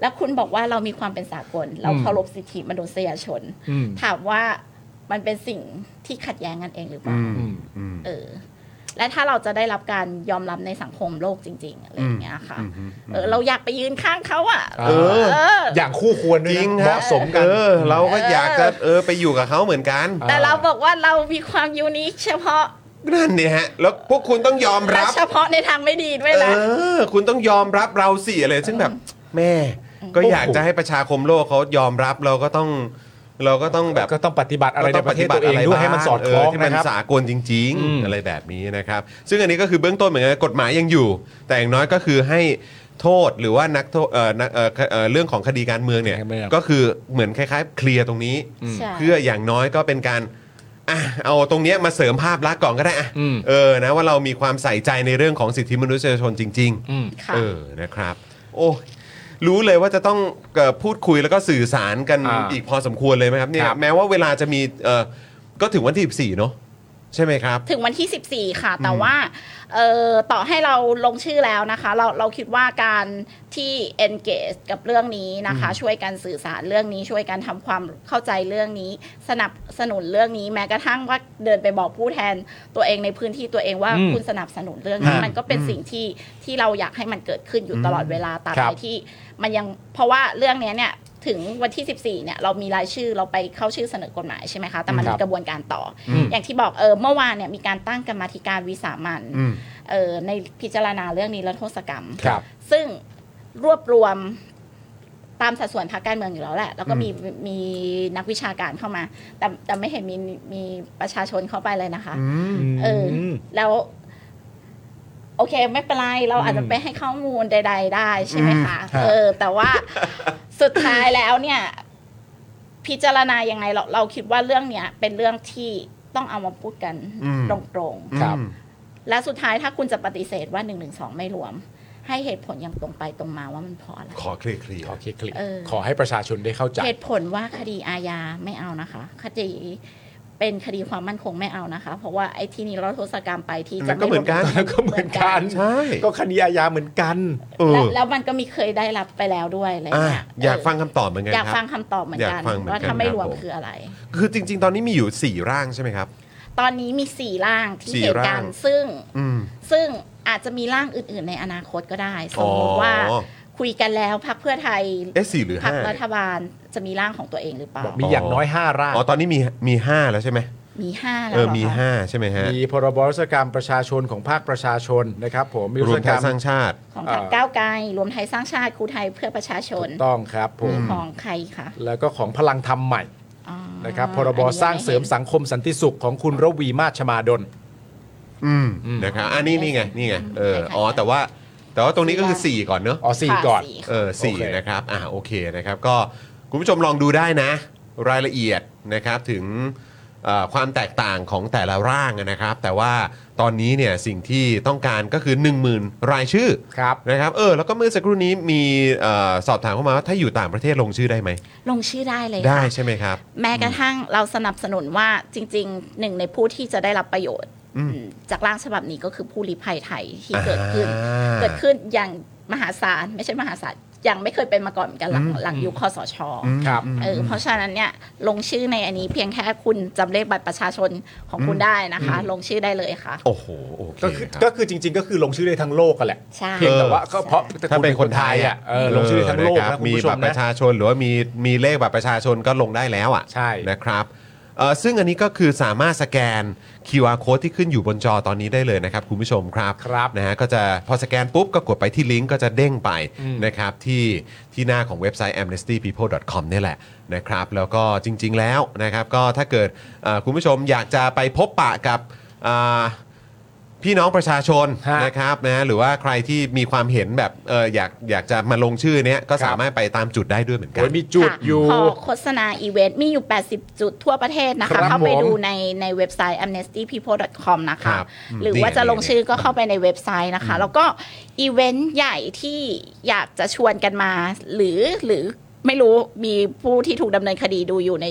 S4: แล้วคุณบอกว่าเรามีความเป็นสากล เราเคารพสิทธิมนุษยชน
S2: อืม
S4: ถามว่ามันเป็นสิ่งที่ขัดแย้งกันเองหรือเปล่า เออ และถ้าเราจะได้รับการยอมรับในสังคมโลกจริง ๆ อะไรอย่างเงี้ยค่ะ เออ เราอยากไปยืนข้างเขาอ่ะ
S2: เอ
S1: อ
S4: เออ
S2: อย่างคู่ควรด้ว
S1: จ
S2: ย
S1: ริงค
S2: นะเห
S1: รับ
S2: มาะสมกัน
S1: เออเราก็อยากจะเออไปอยู่กับเขาเหมือนกัน
S4: แต่เราบอกว่าเรามีความยูนิคเฉพาะ
S1: นั่นเนี่ยฮะ แล้วพวกคุณต้องยอม
S4: และ
S1: รับ
S4: เฉพาะในทางไม่ดีด้วย
S1: เอ
S4: นะ
S1: อ คุณต้องยอมรับเราสิอะไรซึ่งแบบแม่ ก็อยากจะให้ประชาคมโลกเขายอมรับเราก็ต้อง เราก็ต้องแบบ
S2: ก็ต้องปฏิบัติอะไรในประเทศตัวเองด้วยให้มันสอดคล้อง
S1: เที่มั
S2: นะ
S1: น
S2: ครับ
S1: สากลจริง ๆ อะไรแบบนี้นะครับ ซึ่งอันนี้ก็คือเบื้องต้นเหมือนกันกฎหมายยังอยู่ แต่อย่างน้อยก็คือให้โทษหรือว่านักโทษเอ่อนักเอ่อเอ่อเรื่องของคดีการเมืองเนี่ย
S2: การเมือง
S1: ก็คือเหมือนคล้าย ๆ เคลียร์ตรงนี้
S4: ใช่
S1: เพื่ออย่างน้อยก็เป็นการอ่ะเอาตรงเนี้ยมาเสริมภาพลักษณ์ก่อนก็ได้อ่ะเออนะว่าเรามีความใส่ใจในเรื่องของสิทธิมนุษยชนจริง ๆ
S4: ค่ะ
S1: เออ นะครับ โอ้ยรู้เลยว่าจะต้องเอ่อพูดคุยแล้วก็สื่อสารกัน
S2: อ่า
S1: อีกพอสมควรเลยไหมครับเนี่ย
S2: ครับ
S1: แม้ว่าเวลาจะมีเออก็ถึงวันที่ 14 เนอะใช่ไหมครับ
S4: ถึงวันที่ 14 ค่ะ แต่ว่าเอ่อต่อให้เราลงชื่อแล้วนะคะ เราเราคิดว่าการที่ engage กับเรื่องนี้นะคะ ช่วยกันสื่อสารเรื่องนี้ช่วยกันทำความเข้าใจเรื่องนี้ สนับสนุนเรื่องนี้ แม้กระทั่งว่าเดินไปบอกผู้แทนตัวเองในพื้นที่ตัวเองว่า
S2: อืม
S4: คุณสนับสนุนเรื่องนี้
S2: ฮะ
S4: มันก็เป็นสิ่งที่ที่เราอยากให้มันเกิดขึ้นอยู่ตลอดเวลาตราบ
S2: ครั
S4: ใด
S2: บ
S4: ที่มันยังเพราะว่าเรื่องเนี้ยเนี่ยถึงวันที่ 14 เนี่ยเรามีรายชื่อเราไปเข้าชื่อเสนอกฎหมายใช่ไหมคะแต่มัน
S2: ครั
S4: มี
S2: บ
S4: กระบวนการต่อออย่างที่บอกเออเมื่อวานเนี่ยมีการตั้งกรรมาธิการวิสามันเออในพิจารณาเรื่องนี้และโทษกรรม
S2: ครับ
S4: ซึ่งรวบรวมตามสัดส่วนพรรคการเมืองอยู่แล้วแหละ แล้วก็มีมีนักวิชาการเข้ามา แต่แต่ไม่เห็นมีมีประชาชนเข้าไปเลยนะคะ เออ แล้ว โอเค ไม่เป็นไร เราอาจจะไปให้ข้อมูลใด ๆ ได้ใช่ไหมคะ
S2: ฮะ
S4: เออ แต่ว่า สุดท้ายแล้วเนี่ย พิจารณายังไงเราเราคิดว่าเรื่องเนี้ย เป็นเรื่องที่ต้องเอามาพูดกัน
S1: อืม
S4: ตรงๆ
S2: ครับ
S1: อืม
S4: และสุดท้ายถ้าคุณจะปฏิเสธว่า1นึไม่รวม ให้เหตุผลอย่างตรงไปตรงมาว่ามันเพราะอะไร
S1: ขอเคลียร์เคลียร์
S2: ขอเคลียร์คลิก
S4: เออ
S2: ขอให้ประชาชนได้เข้าใจ
S4: เหตุผลว่าคดีอาญาไม่เอานะคะ คดีเป็นคดีความมั่นคงไม่เอานะคะ เพราะว่าไอ้ที่นี่เราโทษกรรมไปที่
S1: แล้
S4: จะ
S1: ว
S4: ไม่
S1: ก็เหมือนกัน
S4: รว
S2: แล้วก็เหมือนกัน
S1: ใช่
S2: ก็คดีอาญาเหมือนกัน
S1: เอ
S4: แล้ว
S1: อ
S4: แล้วมันก็มีเคยได้รับไปแล้วด้วยอะไร
S1: อ่ะ
S4: เงี้ย
S1: อยากฟัง
S4: เ
S1: คำตอบเหมือนกัน
S4: อยาก
S1: ครับ
S4: ฟังคำตอบเหมือน
S1: อยาก
S4: กัน
S1: ฟังเหมือนกัน
S4: ว่าถ้าไม่
S1: ครับ
S4: รวม
S1: ผม
S4: คืออะไร
S1: คือจริง ๆ ตอนนี้มีอยู่ 4 ร่างใช่ไหมครับ
S4: ตอนนี้มีสี่ร่างที่
S1: สี่
S4: เหตุกา
S1: ร่า
S4: รณ์
S1: ง
S4: ซึ่ง
S1: อืม
S4: ซึ่งอาจจะมีร่างอื่น ๆ ในอนาคตก็ได้ สมมติว่า
S1: อ๋อ
S4: คุยกันแล้วพักเพื่อไทย
S1: เอ๊ะสี่หรือ
S4: พั
S1: ห้า
S4: รัฐบาลจะมีร่างของตัวเองหรือเปล่า
S6: มีอย่างน้อยห้าร่าง
S1: อ๋อตอนนี้มีมีห้าแล้วใช่ไหม
S4: มีห้าแล้
S1: เอ
S4: ว
S1: อ
S4: เหรอ
S1: มี
S4: คะ
S1: ห้าใช่ไหมฮะ
S6: มีพรบรัษกรรมประชาชนของภาคประชาชนนะครับผมมี
S1: รวมไทยสร้างชาติ
S4: ของทางก้าวไกลรวมไทยสร้างชาติครูไทยเพื่อประชาช
S6: ถู
S4: น
S6: กต้องครับผม
S4: ของใครคะ
S6: แล้วก็ของพลังธรรมใหม่
S4: อ๋อ
S6: นะครับพรบ
S4: อันนี้
S6: สร้างเสริมสังคมสันติสุขของคุณระวีมาชมาดล
S1: อืม
S6: อืม
S1: นะครับอันนี้นี่ไงนี่ไงเออ
S4: ใช่ค่ะ
S1: อ๋อแต่ว่าแต่ว่าตรงนี้ก็คือ 4 ก่อนเนอะ
S6: อ๋อสี่
S4: ค่ะ
S6: ก่อน
S4: สี่
S1: เออสี่
S6: โอเค
S1: นะครับอ่าโอเคนะครับ ก็คุณผู้ชมลองดูได้นะ รายละเอียดนะครับถึงเอ่อความแตกต่างของแต่ละร่างนะครับ แต่ว่าตอนนี้เนี่ยสิ่งที่ต้องการก็คือ 10,000 รายชื่อ
S6: ครับ
S1: นะครับเออแล้วก็เมื่อสักครู่นี้มีเออสอบถามเข้ามาว่าถ้าอยู่ต่างประเทศลงชื่อได้ไหม
S4: ลงชื่อได้เลย
S1: ได้
S4: ค่ะ
S1: ใช่ไหมครับ
S4: แม้กระทั่งเราสนับสนุนว่าจริงๆ หนึ่งในผู้ที่จะได้รับประโยชน์
S1: อืม
S4: จากร่างฉบับนี้ก็คือผู้ลี้ภัยไทยที่เกิดขึ้น
S1: อ่า
S4: เกิดขึ้นอย่างมหาศาลไม่ใช่มหาศาลยังไม่เคยเป็นมาก่อนเหมือนกันหลังหลังยุคคอสช
S6: ครับ
S4: เออเพราะฉะนั้นเนี่ยลงชื่อในอันนี้เพียงแค่คุณจำเลขบัตรประชาชนของคุณได้นะคะ ลงชื่อได้เลยค่ะ
S1: โอ้โหโอเค
S6: ก็คือ
S1: รับ
S6: ก็คือจริง ๆ ก็คือลงชื่อได้ทั้งโลกกันแหละ
S4: ใช่
S6: เพียงแต่ว่าก็เพราะ
S1: ถ้าเป็นคนไทยอ่ะ
S6: เออลงชื่อทั้งโลก
S1: เออ
S6: นะ
S1: รับ
S6: คุณ
S1: มี
S6: ผู้ช
S1: บั
S6: ม
S1: ตรป
S6: นะ
S1: ระชาชนหรือว่ามีมีเลขบัตรประชาชนก็ลงได้แล้วอ่ะ
S6: ใช่
S1: นะครับเอ่อซึ่งอันนี้ก็คือสามารถสแกน QR code ที่ขึ้นอยู่บนจอตอนนี้ได้เลยนะครับ คุณผู้ชมครับ
S6: ครับ
S1: นะฮะก็จะพอสแกนปุ๊บก็กดไปที่ลิงก์ก็จะเด้งไป
S6: อืม
S1: นะครับที่ที่หน้าของเว็บไซต์ amnestypeople.com เนี่ยแหละนะครับ แล้วก็จริง ๆ แล้วนะครับ ก็ถ้าเกิดเอ่อคุณผู้ชมอยากจะไปพบปะกับอ่า พี่น้องประชาชน
S6: ฮะ
S1: นะครับนะหรือว่าใครที่มีความเห็นแบบเอออยากอยากจะมาลงชื่อเนี้ยก็
S6: ครับ
S1: สามารถไปตามจุดได้ด้วยเหมือนกั
S6: โอ้
S1: น
S6: ยมีจุดอยู่
S4: ค่ะพอโฆษณาอีเวนต์มีอยู่ 80 จุดทั่วประเทศนะ
S6: ครั
S4: คะ
S6: บ
S4: เข้าไป
S6: ผม
S4: ดูในในเว็บไซต์ amnestypeople.com นะ
S1: ครั
S4: คะ
S1: บอืม
S4: หรือ
S1: นี่
S4: ว่าจะลง
S1: นี่
S4: ชื่อก็เข้าไปในเว็บไซต์นะคะ แล้วก็อีเวนต์ใหญ่ที่อยากจะชวนกันมา หรือหรือไม่รู้มีผู้ที่ถูกดำเนินคดีดูอยู่ใน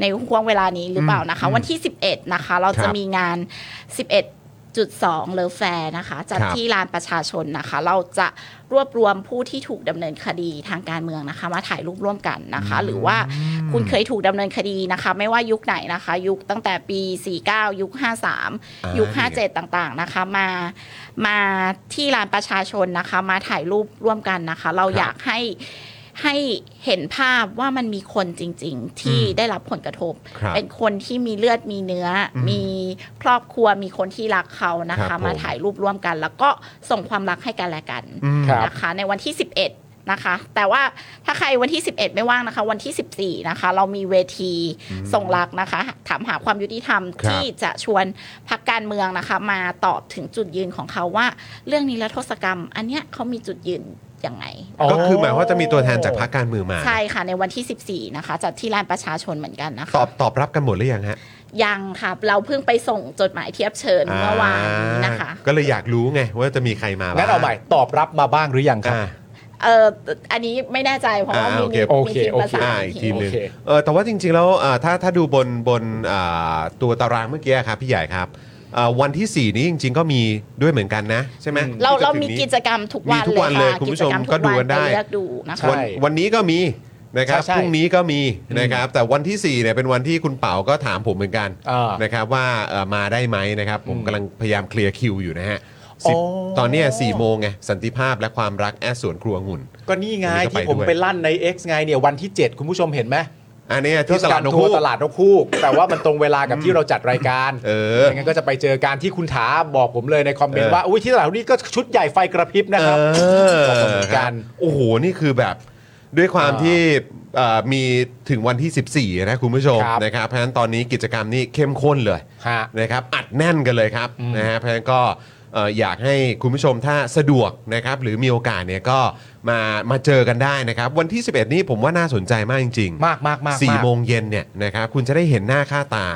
S4: ในห่วงเวลานี้หรือเปล่านะคะ วันที่ 11 นะคะ เรา
S1: ค
S4: จะ
S1: รับ
S4: มีงาน 11 จุดสองเลอแฟร์นะคะ จัด
S1: ครับ
S4: ที่ลานประชาชนนะคะ เราจะรวบรวมผู้ที่ถูกดำเนินคดีทางการเมืองนะคะ มาถ่ายรูปร่วมกันนะคะ หรือว่าคุณเคยถูกดำเนินคดีนะคะ ไม่ว่ายุคไหนนะคะ ยุคตั้งแต่ปี 49 ยุค 53 ยุค 57 ต่างๆนะคะ มามาที่ลานประชาชนนะคะ มาถ่ายรูปร่วมกันนะคะ เรา
S1: ครับ
S4: อยากให้ให้เห็นภาพว่ามันมีคนจริง ๆ ที่ได้รับผลกระทบ
S1: ครับ
S4: เป็นคนที่มีเลือดมีเนื้ออมีครอบครัวมีคนที่รักเขานะ
S1: ครั
S4: คะ
S1: บผม
S4: มาถ่ายรูปร่วมกัน แล้วก็ส่งความรักให้กันและกัน
S6: ครับ
S4: นะคะ ในวันที่ 11 นะคะ แต่ว่าถ้าใครวันที่ 11 ไม่ว่างนะคะ วันที่ 14 นะคะ เรามีเวทีส่งรักนะคะ ถามหาความยุติธรรม
S1: ครับ
S4: ที่จะชวนพักการเมืองนะคะ มาตอบถึงจุดยืนของเขาว่า เรื่องนิรโทษกรรม อันเนี้ยเขามีจุดยืนยังไง
S1: ก็คือหมายความว่าจะมีตัวแทนจากพรรคการเมืองมา
S4: ใช่ค่ะในวันที่ 14 นะคะจัดที่ลานประชาชนเหมือนกันนะคะ
S1: ตอบตอบรับกันหมดหรือยังฮะ
S4: ยังค่ะ เราเพิ่งไปส่งจดหมายเทียบเชิญเมื่อวานนี้นะคะ
S1: ก็เลยอยากรู้ไงว่าจะมีใครมาบ้าง
S6: งั้นเอาใหม่ตอบรับมาบ้างหรือยังครับ
S1: อ่า
S4: เอออันนี้ไม่แน่ใจเพราะว่า
S1: อ่า
S4: มี
S1: โอเค
S4: มี
S6: โอเค
S4: มีทีมประ
S6: โเค
S4: สา
S1: อ่าน อีกที
S4: ม
S1: หนึง
S6: โอเค
S1: เออแต่ว่าจริงๆแล้วอ่าถ้าถ้าดูบนบนอ่าตัวตารางเมื่อกี้ครับพี่ใหญ่ครับอ่าวันที่สี่นี้จริง ๆ ก็มีด้วยเหมือนกันนะใช่ไหม
S4: เรา
S1: ที่จะ
S4: เรา
S1: ถึง
S4: มี
S1: นี้
S4: กิจกรรมทุกวัน
S1: มีทุกวัน
S4: เล
S1: เล
S4: ย
S1: ย
S4: ค่ะ
S1: คุณผู้ชม
S4: จรรทุ
S1: ก็ดูกันได้
S4: ปเลือกดูนะคะ
S6: ใช่
S1: วันวันนี้ก็มีนะครับ
S6: ใช่ใช่
S1: พรุ่งนี้ก็มีนะครับแต่วันที่ 4เนี่ยเป็นวันที่คุณเป๋าก็ถามผมเหมือนกัน
S6: อ่าน
S1: นะครับว่าเอ่อมาได้ไหมนะครับผมกำลังพยายามเคลียร์คิวอยู่นะฮะสิบ
S6: อ๋อ
S1: ตอนเนี้สี่โมงไงสันติภาพและความรักแอดสวนครัวหุ่น
S6: ก็นี่ไง
S1: วันนี้ก็ไป
S6: ที่ผม
S1: ด้วย
S6: ไปลั่นใน X ไงเนี่ยวันที่ 7 คุณผู้ชมเห็นไหม
S1: อันเนี้ยที่ตลาดนก
S6: ทัว
S1: ฮูก
S6: ร์ตลาดนกคู่ แต่ว่ามันตรงเวลากับที่เราจัดรายการ
S1: เออ
S6: ไม่งั้นก็จะไปเจอการที่คุณถาบอกผมเลยในคอมเมน
S1: เอ
S6: ต์
S1: อ
S6: ว่าอุ้ยที่ตลาดนี่ก็ชุดใหญ่ไฟกระพริบนะ
S1: เอ
S6: ครับ
S1: อ
S6: บอกผมเหมือน
S1: ค
S6: กั
S1: รับ
S6: น
S1: โอ้โห นี่คือแบบด้วยความ
S6: อ่า
S1: ที่เอ่อมีถึงวันที่ 14 นะคุณผู้ชม
S6: ครับ
S1: นะครับเพราะฉะนั้นตอนนี้กิจกรรมนี้เข้มข้นเลย
S6: ฮะ
S1: นะครับอัดแน่นกันเลยครับ
S6: อืม
S1: นะฮะเพราะฉะนั้นก็เอ่ออยากให้คุณผู้ชมถ้าสะดวกนะครับหรือมีโอกาสเนี่ยก็มามาเจอกันได้นะครับ วันที่ 11 นี้ผมว่าน่าสนใจมากจริงๆ
S6: มากมากมาก
S1: สี่
S6: มาก
S1: โมงเย็นเนี่ยนะครับคุณจะได้เห็นหน้าค่าตา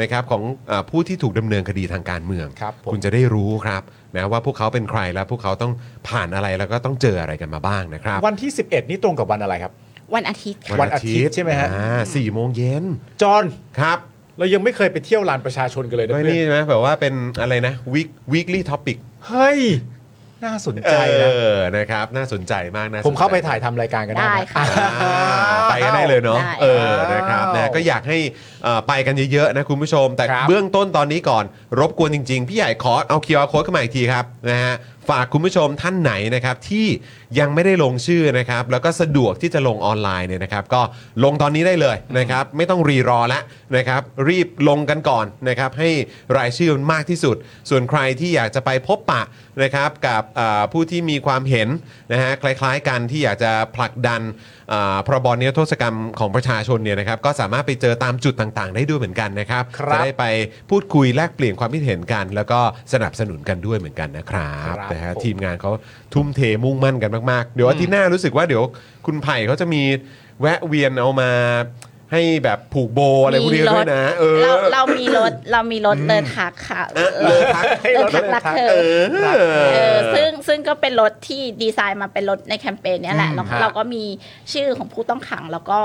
S1: นะครับของเออผู้ที่ถูกดำเนินคดีทางการเมือง
S6: ครับผม
S1: คุณจะได้รู้ครับนะว่าพวกเขาเป็นใครแล้วพวกเขาต้องผ่านอะไรแล้วก็ต้องเจออะไรกันมาบ้างนะครับ
S6: วันที่ 11 นี่ตรงกับวันอะไรครับ
S4: วันอาทิตย์ค่ะ
S6: วันอาทิตย์ใช่ไหมฮะ
S1: อ่าสี่โมงเย็น
S6: จอห์น
S1: ครับ
S6: เรายังไม่เคยไปเที่ยวลานประชาชนกันเลยนะ
S1: ด้วย
S6: เพื่อ
S1: นี่
S6: น
S1: ใช่ไหมแบบว่าเป็นอะไรนะ week weekly topic
S6: เฮ้ย น่าสนใจ
S1: ใจ
S6: นะ
S1: นะนะครับน่าสนใจมากนะ
S6: ผมเข้าไปถ่ายทำรายการกันได้
S4: ได้
S6: ไหม
S4: ค่ะ
S1: อ่าไปกันได้เลยเนาะ
S4: ได้
S1: เออนะครับนะก็อยากให้เอ่อไปกันเยอะๆนะคุณผู้ชม แต่
S6: ครับ
S1: เบื้องต้นตอนนี้ก่อน รบกวนจริง ๆ พี่ใหญ่ขอเอา QR code เข้ามาอีกทีครับนะฮะ ฝากคุณผู้ชมท่านไหนนะครับที่ยังไม่ได้ลงชื่อนะครับแล้วก็สะดวกที่จะลงออนไลน์เนี่ยนะครับก็ลงตอนนี้ได้เลยนะครับไม่ต้องรีรอแล้วนะครับรีบลงกันก่อนนะครับให้รายชื่อมันมากที่สุด ส่วนใครที่อยากจะไปพบปะนะครับกับอ่าผู้ที่มีความเห็นนะฮะคล้ายๆกันที่อยากจะผลักดันอ่าพรบนิรโทษกรรมของประชาชนเนี่ยนะครับก็สามารถไปเจอตามจุดต่างๆ ได้ด้วยเหมือนกันนะครับ
S6: ครับ
S1: จะได้ไปพูดคุยแลกเปลี่ยนความคิดเห็นกัน แล้วก็สนับสนุนกันด้วยเหมือนกันนะครับ
S6: ครับ
S1: นะฮะ
S6: ผม
S1: ทีมงานเขาทุ่มเทมุ่งมั่นกันมากๆ เดี๋ยวอาทิตย์หน้ารู้สึกว่าเดี๋ยวคุณไผ่เขาจะมีแวะเวียนเอามาให้แบบผูกโบอะไรพวกนี้ด้วยนะ เออ
S4: เราเรามีรถเรามีรถเดินทักค่ะ
S1: เออเลิกทัก
S4: เดินทักรักเธอ
S1: เออ
S4: เออซึ่งซึ่งก็เป็นรถที่ดีไซน์มาเป็นรถในแคมเปญเนี้ยแหละ
S1: อืม
S4: แล้ว
S1: ฮะ
S4: เราก็มีชื่อของผู้ต้องขัง แล้วก็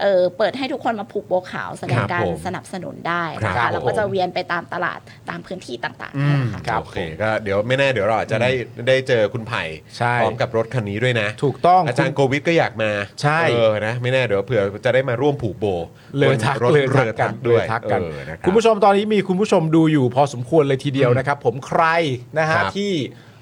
S4: เออเปิดให้ทุกคนมาผูกโบขาวแส
S1: ค
S4: ดง
S1: รับ
S4: การ
S1: ผม
S4: สนับสนุนได้นะ
S1: ครั
S4: คะ
S1: บ
S4: เราก็จะเวียนไปตามตลาดตามพื้นที่ต่างๆ
S1: อื
S4: นั่น
S1: ม
S4: แหละค่ะ
S1: โอเคก็เดี๋ยวไม่แน่เดี๋ยวเราอาจจะได้ได้เจอคุณไผ่
S6: ใช่
S1: พร้อมกับรถคันนี้ด้วยนะ
S6: ถูกต้อง
S1: อาจารย์โกวิทก็อยากมา
S6: ใช่
S1: เออนะไม่แน่เดี๋ยวเผื่อจะได้มาร่วมผูกโบ
S6: เลอทัก
S1: บนรถ
S6: เลอทัก
S1: เรือทักด้ว
S6: เล
S1: ย
S6: อทักกัน
S1: เออนะรับ
S6: คุณผู้ชมตอนนี้มีคุณผู้ชมดูอยู่พอสมควรเลยทีเดียวนะครับ ผมใครนะ
S1: ค
S6: ฮะ
S1: รับ
S6: ที่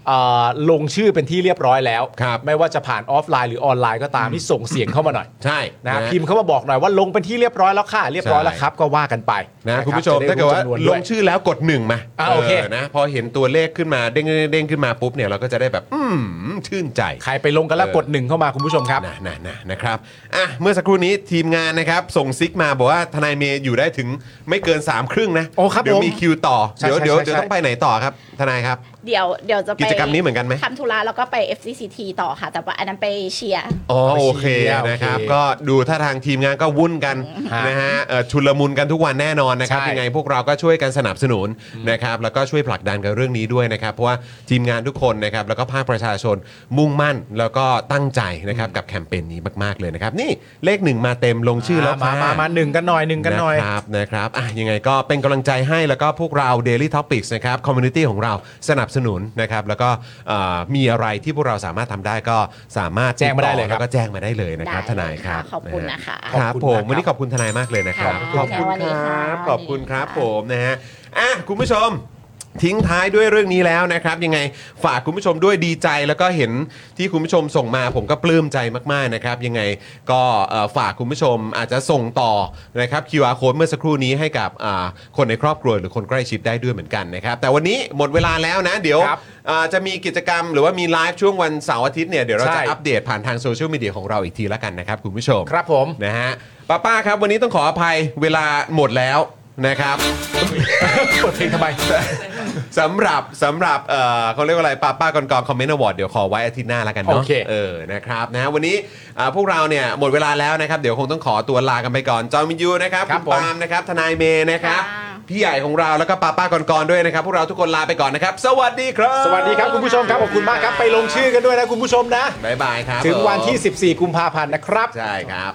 S6: เอ่อลงชื่อเป็นที่เรียบร้อยแล้ว
S1: ครับ
S6: ไม่ว่าจะผ่านออฟไลน์หรือออนไลน์ก็ตามที่ส่งเสียงเข้ามาหน่อย
S1: ใช่
S6: นะฮะ
S1: นะ
S6: พิมพ์เข้ามาบอกหน่อยว่าลงเป็นที่เรียบร้อยแล้วค่ะเรียบร้อยแล้วครับ ก็ว่ากันไป
S1: นะ
S6: รับ
S1: คุณผู้ชม
S6: จะ
S1: ถ้า
S6: ได้
S1: เกิดว่า
S6: จำนน
S1: ล
S6: ด้วย
S1: งชื่อแล้วกดหนึ่งมา
S6: อ่าโอเค
S1: นะพอเห็นตัวเลขขึ้นมาเด้งเด้งเด้งขึ้นมาปุ๊บเนี่ยเราก็จะได้แบบ อืมชื่นใจ
S6: ใครไปลงกันแล้ว
S1: เออ
S6: กดหนึ่งเข้ามาคุณผู้ชมครับ
S1: นะนะนะนะครับอ่ะเมื่อสักครู่นี้ทีมงานนะครับ ส่งซิกมาบอกว่าทนายเมย์อยู่ได้ถึงไม่เกิน3ามครึ่งนะ
S6: โอ้ครับ
S1: เดี๋ยว
S6: ผม
S1: มีคิวต่อ
S6: ใช่
S1: เดี๋ยว
S6: ใช่ใช่
S1: เดี๋ยวเดี๋ยว
S6: ใช่
S1: ต้องไปไหนต่อครับ ทนายครับ
S4: เดี๋ยวเดี๋ยวจะไป
S1: กิจกรรมนี้เหมือนกันไหม
S4: ทำธุระแล้วก็ไป FCCT ต่อค่ะ แต่ว่าอันนั้นไปเชียร์
S1: อ๋อโอเคนะครับ
S6: โอเค
S1: ก็ดูท่าทางทีมงานก็วุ่นกัน
S6: ฮะ
S1: นะฮะเอ่อชุลมุนกันทุกวันแน่นอนนะครับ
S6: ใช่
S1: ยังไงพวกเราก็ช่วยกันสนับสนุนนะครับแล้วก็ช่วยผลักดันกับเรื่องนี้ด้วยนะครับ เพราะว่าทีมงานทุกคนนะครับแล้วก็ภาคประชาชนมุ่งมั่นแล้วก็ตั้งใจนะครับกับแคมเปญนี้มากๆเลยนะครับ นี่เลขหนึ่งมาเต็มลงชื่อแล้ว
S6: ามา
S1: ค่ะ
S6: มามาหนึ่งกันหน่อยหนึ่งกันหน่อย
S1: ครับนะครับอ่ะยังไงก็เป็นกำลังใจให้แล้วก็พวกเรา Daily Topics นะครับคอมมูนิตี้ของเราสนับสนุนนะครับแล้วก็เอ่อมีอะไรที่พวกเราสามารถทำได้ก็สามารถ
S6: แจ้งมาได้เลยครับ
S1: แล้วก็แจ้งมาได้เลยนะครับ
S4: ได้
S1: ทนายครับ
S4: ค่ะขอบคุณนะคะ
S1: ฮครับผมวันนี้ขอบคุณทนายมากเลยนะครับ
S4: ค่ะ
S1: ขอบคุณ
S4: วันนี้
S1: ค
S4: ค่ะ
S1: รับขอบคุณครับ
S4: วันนี้ค่ะ
S1: ผม ผมนะฮะอ่ะคุณผู้ชมทิ้งท้ายด้วยเรื่องนี้แล้วนะครับ ยังไงฝากคุณผู้ชมด้วยดีใจแล้วก็เห็นที่คุณผู้ชมส่งมาผมก็ปลื้มใจมากๆนะครับ ยังไงก็เอ่อฝากคุณผู้ชมอาจจะส่งต่อนะครับ QR code เมื่อสักครู่นี้ให้กับอ่าคนในครอบครัวหรือคนใกล้ชิดได้ด้วยเหมือนกันนะครับ แต่วันนี้หมดเวลาแล้วนะ เดี๋ยว
S6: ครับ
S1: อ่าจะมีกิจกรรมหรือว่ามีไลฟ์ช่วงวันเสาร์อาทิตย์เนี่ยเดี๋ยวเรา
S6: ใช่
S1: จะอัปเดตผ่านทางโซเชียลมีเดียของเราอีกทีละกันนะครับคุณผู้ชม
S6: ครับผม
S1: นะฮะป้าป้าครับวันนี้ต้องขออภัยเวลาหมดแล้วนะครับ
S6: กดเพลงทำไม
S1: สำหรับสำหรับเอ่อเขาเรียกว่าอะไรป้าป้ากรกรคอมเมนต์อวอร์ดเดี๋ยวขอไว้อาทิตย์หน้าแล้วกันเนาะ
S6: โอเค
S1: เออนะครับนะฮะวันนี้อ่าพวกเราเนี่ยหมดเวลาแล้วนะครับ เดี๋ยวคงต้องขอตัวลากันไปก่อน จอห์นวินยูนะครับ
S6: ครั
S1: คุ
S6: บ
S1: ณ
S6: ผม
S1: ปาล์มนะครับทนายเมย์นะครับ
S4: ค่ะ
S1: พี่ใหญ่ของเราแล้วก็ป้าป้ากรกรด้วยนะครับ พวกเราทุกคนลาไปก่อนนะครับ สวัสดีครับ
S6: สวัสดีครับคุณผู้ชมครับขอบคุณมากครับไปลงชื่อกันด้วยนะคุณผู้ชมนะ
S1: บ๊ายบายครับ
S6: ถึงวันที่ 14 กุมภาพันธ์นะครับ
S1: ใช่ครับ